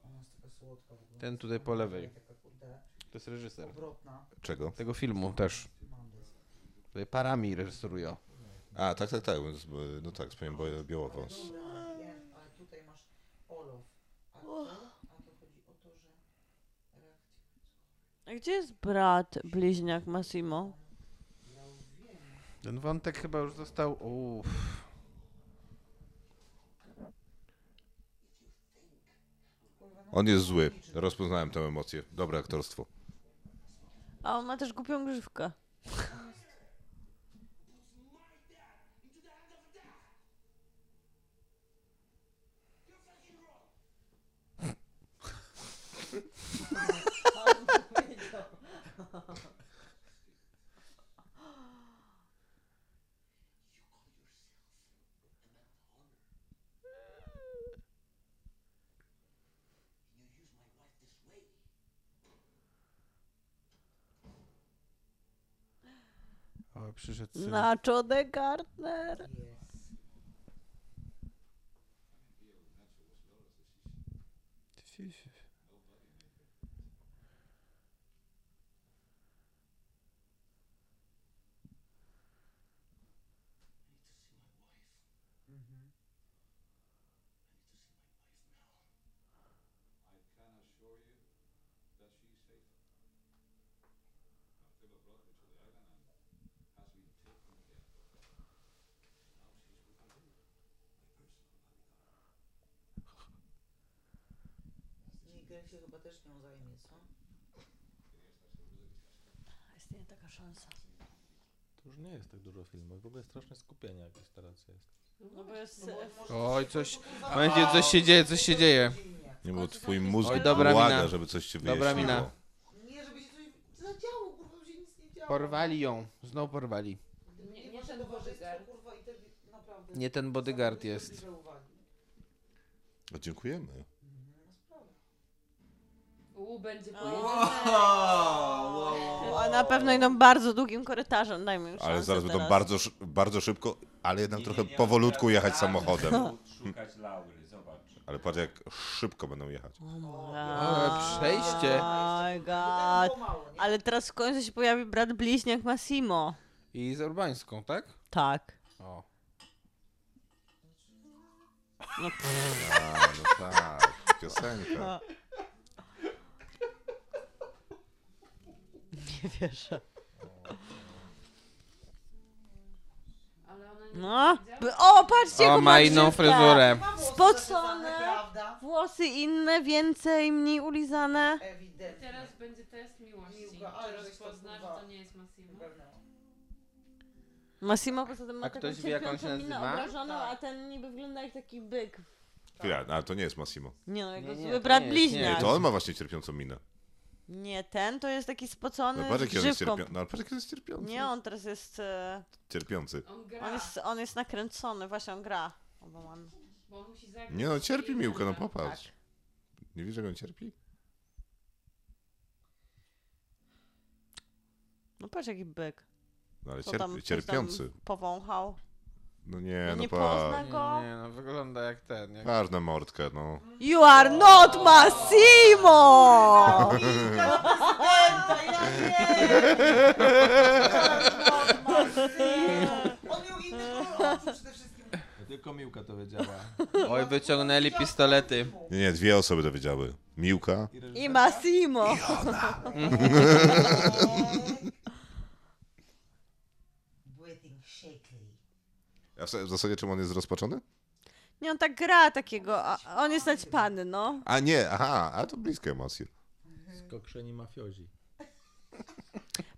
F: Ona jest taka słodka w ogóle.
H: Ten tutaj po lewej.
F: Taka kurde
H: To jest reżyser.
F: obrotna.
C: Czego?
H: Tego filmu też.
F: Mandes.
H: Tutaj Parami reżyseruje.
C: A, tak, tak, tak. z- No tak, z panią Bia- Białowąs.
F: Dobra, wiem, ale tutaj masz Olof. A to, a to chodzi o to, że...
E: A gdzie jest brat bliźniak Massimo?
H: Ten wątek chyba już został. Uff.
C: On jest zły. Rozpoznałem tę emocję. Dobre aktorstwo.
E: A on ma też głupią grzywkę.
H: O, przyszedł syn.
E: Nacho de Gardner.
F: Nigel się chyba też nią zajmie, co?
E: Istnieje taka szansa.
A: To już nie jest tak dużo filmów. W ogóle straszne skupienie jakieś teraz jest.
E: No bo jest...
H: Oj, coś. Będzie, coś się dzieje, coś się dzieje.
C: Nie bo twój mózg
H: Oj, dobra
C: błaga,
H: mina.
C: żeby coś się wyjaśniło.
H: Dobra mina.
F: Nie, żeby się coś zadziało, kurwa, żeby się nic nie działo.
H: Porwali ją. Znowu porwali.
F: Gdyby
G: Nie- nie
F: wasze
G: ten
F: towarzystwo,
G: bodyguard.
F: kurwa, i wtedy naprawdę...
H: Nie ten bodyguard jest.
F: Zwrócę uwagi.
C: O, dziękujemy.
G: U, będzie
E: A e, na pewno idą bardzo długim korytarzem, dajmy już
C: Ale
E: szansę
C: zaraz będą
E: teraz.
C: bardzo, szy- bardzo szybko, ale jednak
K: Nie,
C: trochę
K: nie, nie,
C: powolutku
K: teraz
C: jechać
K: tak,
C: samochodem.
K: Szukać Laury, zobacz.
C: Ale patrz jak szybko będą jechać.
H: O, przejście.
E: Oh
F: Tak
E: My god.
F: mało, nie?
E: Ale teraz w końcu się pojawi brat bliźniak Massimo.
H: I z Urbańską, tak?
E: Tak.
H: O.
C: A, no tak, piosenka.
E: Nie wierzę.
G: Ale ona nie
E: No.
G: widziała?
E: B- O, patrzcie,
H: O,
E: jaką
H: ma inną
E: grzywkę.
H: fryzurę.
F: Ma włosy
E: Spocone.
F: zaczesane, prawda?
E: Włosy inne, więcej, mniej ulizane.
F: Ewidentnie.
G: Teraz będzie test miłości.
F: Miłka, ale
G: Czy
F: żeś to
G: rozpozna, że
F: kurwa-
G: to nie jest Massimo?
F: Ogarnęło.
E: Massimo poza tym ma
H: A
E: taką
H: ktoś wie, jak on
E: cierpiącą
H: się
E: minę
H: nazywa?
E: obrażoną,
F: Tak.
E: a ten niby wygląda jak taki byk
C: [LAUGHS] Chwila, no, ale to nie jest Massimo.
E: Nie no, jego
H: Nie, nie,
E: zły
H: to
E: brat
H: nie jest,
C: Nie,
E: bliźniak.
C: to on ma właśnie cierpiącą minę.
E: Nie, ten to jest taki spocony
C: No patrz jaki on jest
E: grzywką.
C: cierpiący. No ale patrz jaki on jest cierpiący.
E: Nie, on teraz jest... e,
C: Cierpiący.
G: On gra,
E: On jest, on jest nakręcony, właśnie on gra. O, bo on...
G: bo on musi zagrać.
C: Nie no, cierpi Miłka, no popatrz.
E: Tak.
C: Nie widzisz, jak on cierpi?
E: No patrz jaki byk.
C: No ale
E: Co
C: cierp...
E: tam, coś
C: cierpiący.
E: Tam powąchał.
C: No nie,
E: No
C: no
E: nie
C: patrz.
E: pozna- Go.
H: Nie, no wygląda jak ten. Jak...
C: Patrz na mordkę, no.
E: You are not [LAUGHS] Massimo!
I: [LAUGHS] On miał inny kolor oczu przede wszystkim.
A: Tylko Miłka to wiedziała.
H: Oj, wyciągnęli pistolety.
C: Nie, nie, dwie osoby to wiedziały. Miłka.
E: I Massimo!
I: Breathing shakily.
C: A w za- w zasadzie czym on jest zrozpaczony?
E: Nie, on tak gra takiego, a on jest naćpany, no.
C: A nie, aha, a to bliskie emocje.
A: Skokrzeni mafiozi.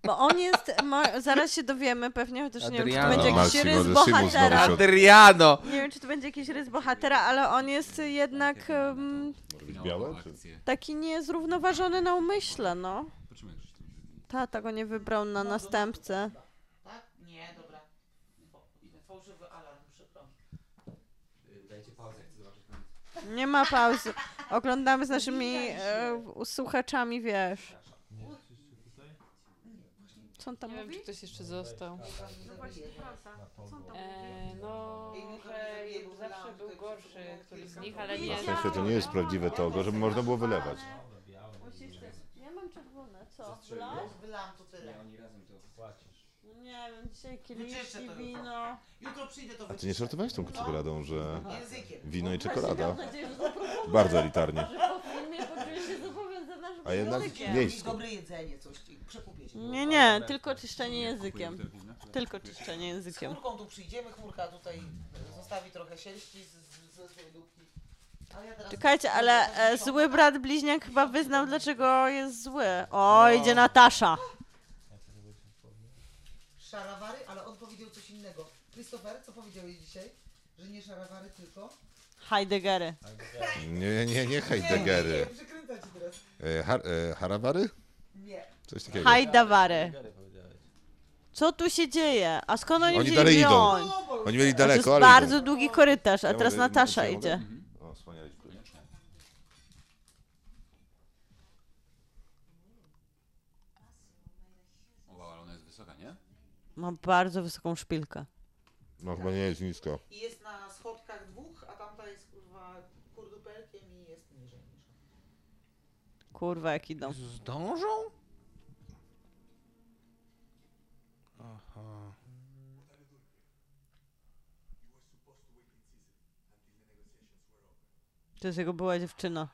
E: Bo on jest, ma, zaraz się dowiemy pewnie, chociaż nie wiem, czy to
H: Adriano.
E: będzie jakiś
C: Massimo
E: rys
C: de Simus znowu
E: bohatera.
C: się od-
H: Adriano!
E: Nie wiem, czy to będzie jakiś rys bohatera, ale on jest jednak em,
J: Może
C: być białe, czy-
J: Akcję.
E: taki niezrównoważony na umyśle, no.
J: Poczekaj, Krzysztof.
E: Tata go nie wybrał na następcę.
I: Tak? Nie, dobra. Fał- Fałszywy alarm, przepraszam.
J: Dajcie pauzę, chcę zobaczyć koniec.
E: Nie ma pauzy. Oglądamy z naszymi e, słuchaczami, wiesz. Co on tam
G: Nie wiem, czy
E: mówi?
G: ktoś jeszcze został.
I: No
G: E, no, że zawsze był gorszy któryś z nich, ale nie.
C: Na szczęście to nie jest prawdziwe togo, żeby można było wylewać.
E: Ja mam czerwone, co?
I: Wylam to tyle.
J: Nie, oni razem to.
E: No Nie wiem, dzisiaj
I: Wyczyszczę
E: kieliszki,
I: to
E: wino.
I: Jutro przyjdę to
C: A ty nie
I: wyczyszczę.
C: żartowałeś tą czekoladą, że
I: No, Językiem.
C: wino i
I: no,
C: czekolada?
E: Mam nadzieję, że zaproponuję,
C: Bardzo elitarnie.
E: że po filmie poczuję się zobowiązana, żeby
C: A jednak
E: językiem.
C: nie-
I: Jakieś
C: Wiejsko.
I: dobre jedzenie, coś. ci- Przekupię cię.
E: Nie, nie, tylko
J: Kupuję
E: czyszczenie językiem.
J: butelki, no.
E: Tylko czyszczenie
I: Z
E: językiem.
I: chmurką tu przyjdziemy, chmurka tutaj zostawi trochę sierści z- z- ze swojej dupki. Ale ja teraz-
E: Czekajcie, ale e, zły brat bliźniak chyba wyznał, dlaczego jest zły.
C: No.
E: O, idzie Natasza.
I: Szarawary, ale on powiedział coś innego. Christopher, co powiedziałeś dzisiaj? Że nie szarawary, tylko...
E: Heideggery.
C: Nie, nie, nie,
I: Nie, nie,
C: Heideggery.
I: przekręca ci teraz.
C: E, har, e, harawary?
I: Nie.
C: Coś takiego.
E: Hajdawary. Co tu się dzieje? A skąd oni,
C: Oni
E: wzięli
C: dalej idą.
E: broń?
C: Oni mieli
E: To
C: daleko,
I: Znaczy,
E: jest
C: ale
E: bardzo
C: idą.
E: długi korytarz, a
C: Ja
E: teraz
C: mogę-
E: Natasza
C: ja mogę?
E: idzie.
C: O, wspanialiśmy.
J: O, wow, ale ona jest wysoka, nie?
E: Ma bardzo wysoką szpilkę.
C: No chyba nie jest nisko.
I: I jest na schodkach dwóch, a tamta jest kurwa kurdupelkiem i jest niżej niż on.
E: Kurwa, jak idą.
H: Zdążą?
E: To jest jego była dziewczyna.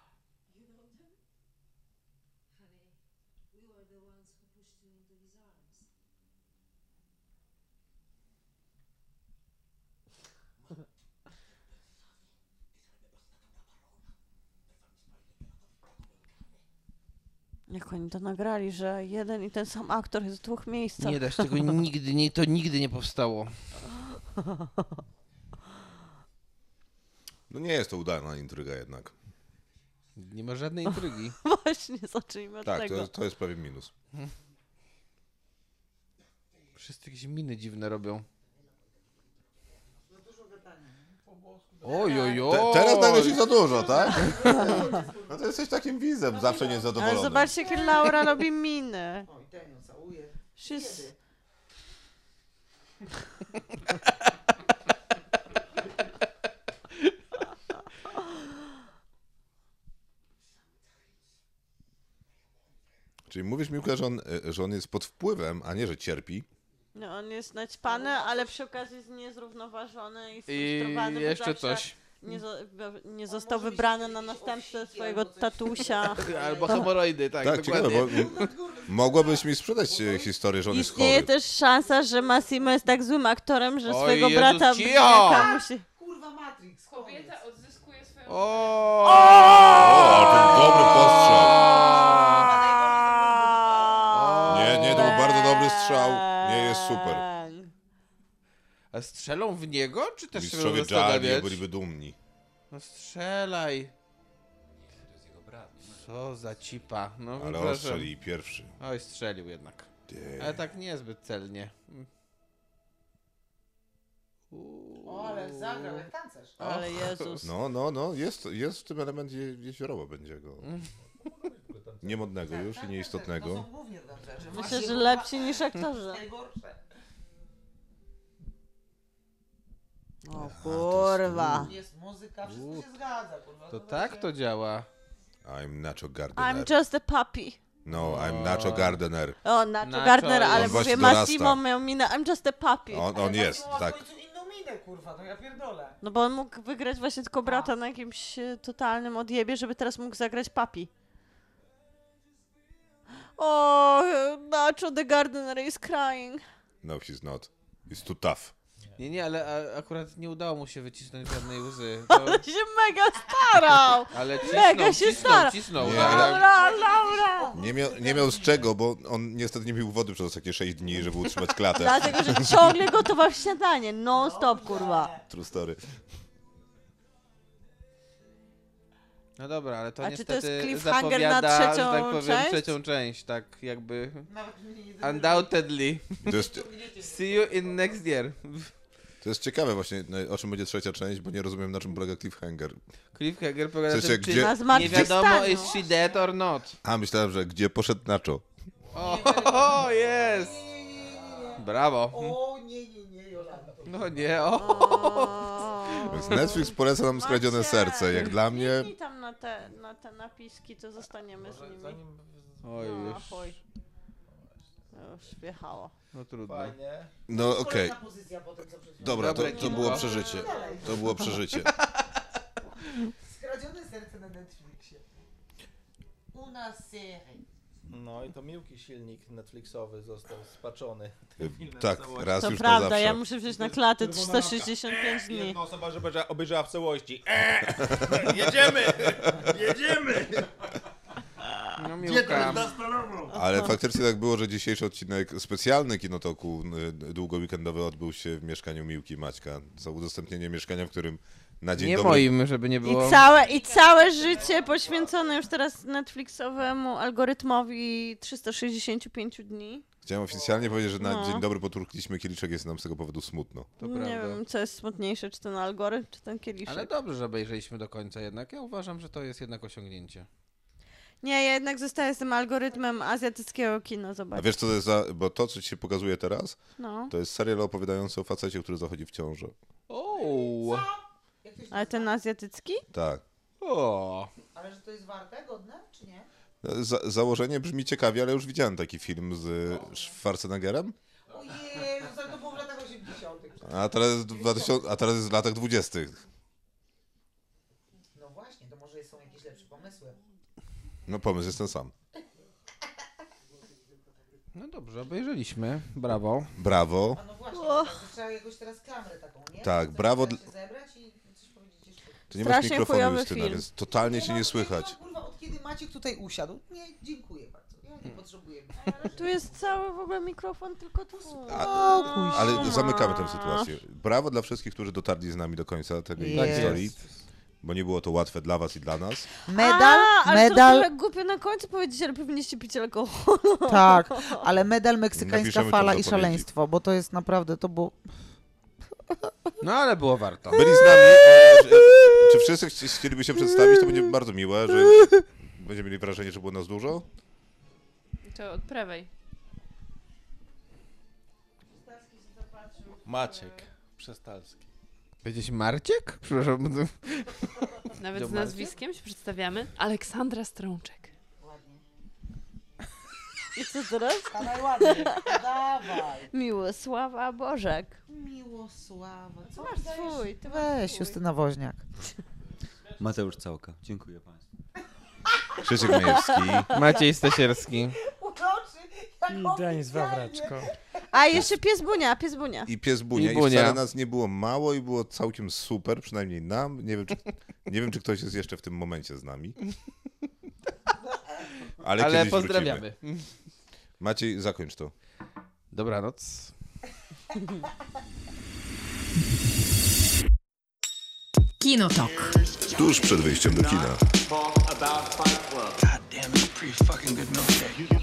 E: Jak oni to nagrali, że jeden i ten sam aktor jest w dwóch miejscach.
H: Nie da się tego nigdy, nie, to nigdy nie powstało.
C: No nie jest to udana intryga jednak.
H: Nie ma żadnej intrygi.
E: [LAUGHS] Właśnie, zacznijmy od
C: Tak,
E: tego.
C: to, jest- to jest prawie minus.
H: Wszyscy jakieś miny dziwne robią. Oj, oj,
C: Te,
H: oj.
C: teraz nagle się za dużo,
I: [LAUGHS]
C: tak? No to jesteś takim widzem,
I: No
C: zawsze niezadowolony.
E: Ale zobaczcie, jak Laura robi miny.
I: Oj, ten ją całuje.
E: She's...
C: Czyli mówisz, Miłka, że on, e, że on jest pod wpływem, a nie, że cierpi.
E: No, on jest naćpany, ale przy okazji jest niezrównoważony i
H: I
E: sfrustrowany. bo
H: jeszcze
E: zawsze
H: coś.
E: Nie, zo- bo- nie został wybrany na następcę swojego tatusia.
H: Albo hemoroidy, tak,
C: Tak, ciekawe,
H: dokładnie.
C: bo m, mogłabyś mi sprzedać e, historię, że on jest
E: Istnieje
C: chory.
E: też szansa, że Massimo jest tak złym aktorem, że
H: Oj,
E: swojego
H: Jezus,
E: brata
H: cicho!
E: bliźniaka musi...
I: Kurwa Matrix, koniec.
G: Kobieta odzyskuje swoją...
C: O, ten dobry postrzał. Nie, nie, no. to był bardzo dobry strzał. Nie jest super.
H: A strzelą w niego, czy też się będą
C: Mistrzowie Jardi
H: zastanawiać?
C: byliby dumni.
H: No strzelaj.
J: To jest jego brat. Nie ma.
H: Co za cipa. No
C: Ale on
H: przepraszam.
C: strzeli pierwszy.
H: Oj, strzelił jednak.
C: Ty.
H: Ale tak niezbyt celnie.
I: O, ale zagrał jak tancerz.
E: Ale Jezus.
C: No, no, no, jest, jest w tym element je, jeziorowo będzie
H: [LAUGHS]
C: go. Niemodnego już i
I: To są
C: nieistotnego.
I: głównie dwa rzeczy.
E: Myślę,
I: Właśnie,
E: że
I: kurwa,
E: lepsi niż aktorzy.
I: Najgorsze.
E: O kurwa.
I: Jest muzyka, wszystko się zgadza, kurwa.
H: To
I: No
H: tak
I: weźcie.
H: to działa.
C: I'm Nacho Gardener.
E: I'm just a puppy.
C: No, I'm Nacho Gardener.
E: O, Nacho
H: Nacho
E: Gardner,
H: jest-
E: ale
C: On
E: mówię
C: właśnie
E: Massimo
C: dorasta.
E: miał minę. I'm just a puppy.
C: On, on jest,
I: No, w
C: tak. Mhm.
I: końcu inną minę, kurwa, to ja pierdolę.
E: No bo on mógł wygrać właśnie tylko
L: Tak.
E: brata na jakimś e, totalnym odjebie, żeby teraz mógł zagrać papi. O, e, Nacho the Gardener is crying. [LAUGHS]
C: No, he's not. He's too tough.
H: Nie, nie, ale a, akurat nie udało mu się wycisnąć żadnej łzy. To,
E: To się mega starał!
H: ale cisnął,
E: Mega się stara.
H: cisnął, cisnął.
C: Nie,
H: tak.
C: ale-
E: Laura, Laura!
C: Nie miał, nie miał z czego, bo on niestety nie pił wody przez ostatnie 6 dni, żeby utrzymać klatę.
E: Dlatego,
C: [LAUGHS]
E: że ciągle gotował śniadanie. Non stop, kurwa.
C: True story.
H: No dobra, ale to
E: A czy to
H: niestety
E: jest cliffhanger na
H: zapowiada,
E: trzecią
H: że tak powiem,
E: część?
H: trzecią część, tak jakby.
I: Nawet mnie nie
H: Undoubtedly.
C: To jest,
H: See you in next year.
C: to jest ciekawe właśnie, no, o czym będzie trzecia część, bo nie rozumiem, na czym polega cliffhanger.
H: Cliffhanger powiada
C: W sensie,
H: tym, czy
C: gdzie-
E: Na
H: nie
E: zmartwychwstaniu.
H: wiadomo is she dead or not.
C: A, myślałem, że gdzie poszedł Nacho?
H: O, jest! Brawo.
I: O nie, nie, nie, Jolanda.
H: No nie, o.
C: [LAUGHS] Więc Netflix poleca nam skradzione
E: Macie.
C: serce. Jak dla mnie,
E: I tam na te, na te napiski, to zostaniemy z nimi.
H: Oj,
E: No,
H: już.
E: chuj. No, Już wjechało.
H: No trudno.
C: no okej.
I: Kolejna pozycja po tym, co przed
C: Dobra, to,
H: Dobre
C: to
H: kino.
C: było przeżycie. To było przeżycie.
I: Skradzione serce na Netflixie. Una serie.
L: No i to miłki silnik Netflixowy został spaczony.
C: Tak, raz
E: To
C: już na
E: prawda,
C: zawsze.
E: ja muszę wziąć na klatę
L: Czerwona lampka.
E: 365 dni.
L: Jedna osoba, żeby że obejrzała w całości.
A: [LAUGHS]
L: Eee! Jedziemy! Jedziemy!
H: No miłka.
E: no.
C: Ale faktycznie tak było, że dzisiejszy odcinek specjalny Kinotoku y, długoweekendowy odbył się w mieszkaniu Miłki Maćka. Za udostępnienie mieszkania, w którym na dzień
H: Nie
C: dobry...
H: moim, żeby nie
E: I
H: było.
E: całe, I całe życie poświęcone już teraz Netflixowemu algorytmowi 365 dni.
C: Chciałem oficjalnie powiedzieć, że na
E: No.
C: dzień dobry poturkliśmy kieliczek, jest nam z tego powodu smutno.
H: To
E: nie
H: prawda.
E: wiem, co jest smutniejsze, czy ten algorytm, czy ten kieliszek.
H: Ale dobrze, że obejrzeliśmy do końca jednak. Ja uważam, że to jest jednak osiągnięcie.
E: Nie, ja jednak zostaję z tym algorytmem azjatyckiego kina,
C: A
E: zobacz.
C: wiesz co to jest za... Bo to, co ci się pokazuje teraz,
E: No,
C: to jest serial opowiadający o facecie, który zachodzi w ciążę.
H: Ooo.
E: ale ten azjatycki?
C: Tak.
H: O.
I: Ale że to jest warte, godne, czy nie?
C: No, Za założenie brzmi ciekawie, ale już widziałem taki film z y, Schwarzeneggerem,
I: Ojej, to to było w latach 80.
C: a teraz, jest 2000, a teraz jest w latach 20.
I: No właśnie, to może są jakieś lepsze pomysły.
C: No pomysł jest ten sam.
H: No dobrze, obejrzeliśmy. Brawo.
C: Brawo.
I: A no właśnie, to trzeba jakoś teraz klamrę taką, nie?
C: Tak,
I: Coś
C: brawo
I: trzeba
C: dl-
I: się zebrać i coś powiedzieć jeszcze.
C: Ty nie masz
E: Strasznie
C: mikrofonu,
E: chujowy
C: Justyna,
E: film.
C: więc totalnie cię
I: mam
C: nie słychać.
I: tego, Kurwa, od kiedy Maciek tutaj usiadł? Nie, dziękuję bardzo. Ja
C: Hmm.
I: nie potrzebuję.
E: Ale tu jest cały w ogóle mikrofon, tylko tu.
C: A, ale zamykamy tę sytuację. Brawo dla wszystkich, którzy dotarli z nami do końca tej
F: Tak
C: historii, bo nie było to łatwe dla was i dla nas.
F: Medal,
E: A, ale
F: medal,
E: to tak głupio na końcu powiedzieć, ale powinniście pić alkohol. [LAUGHS]
F: tak, ale medal meksykańska
C: Napiszemy to w
F: fala i
C: zapowiedzi.
F: szaleństwo, bo to jest naprawdę, to było...
H: No ale było warto.
C: Byli z nami. E, e, czy wszyscy chci- chcieliby się przedstawić? To będzie bardzo miłe, że będziemy mieli wrażenie, że było nas dużo.
G: To od prawej.
A: Maciek Przestalski.
H: Powiedzieć Marciek? Przepraszam. bo to-
G: Nawet z
H: Dziobaki?
G: nazwiskiem się przedstawiamy. Aleksandra Strączek.
I: Ładnie.
E: I co teraz?
I: Dawaj ładnie, [LAUGHS] dawaj.
E: Miłosława Bożek.
I: Miłosława, co
E: Masz swój, ty masz
F: Weź,
E: swój.
F: Justyna Woźniak.
J: Mateusz Całka. Dziękuję Państwu.
C: Krzysiek Majewski.
H: Maciej Stasierski.
I: uroczy, jak oficjalnie.
E: A jeszcze pies Bunia, pies Bunia.
C: I pies Bunia.
H: I
C: I,
H: Bunia.
C: wcale nas nie było mało i było całkiem super, przynajmniej nam. Nie wiem, czy, nie wiem, czy ktoś jest jeszcze w tym momencie z nami. Ale,
H: Ale
C: kiedyś
H: pozdrawiamy.
C: Wrócimy. Maciej, zakończ to.
H: Dobranoc.
M: Kinotok.
N: Tuż przed wyjściem do kina.
C: Talk about Fight Club. God damn, it's a pretty fucking good milkshake.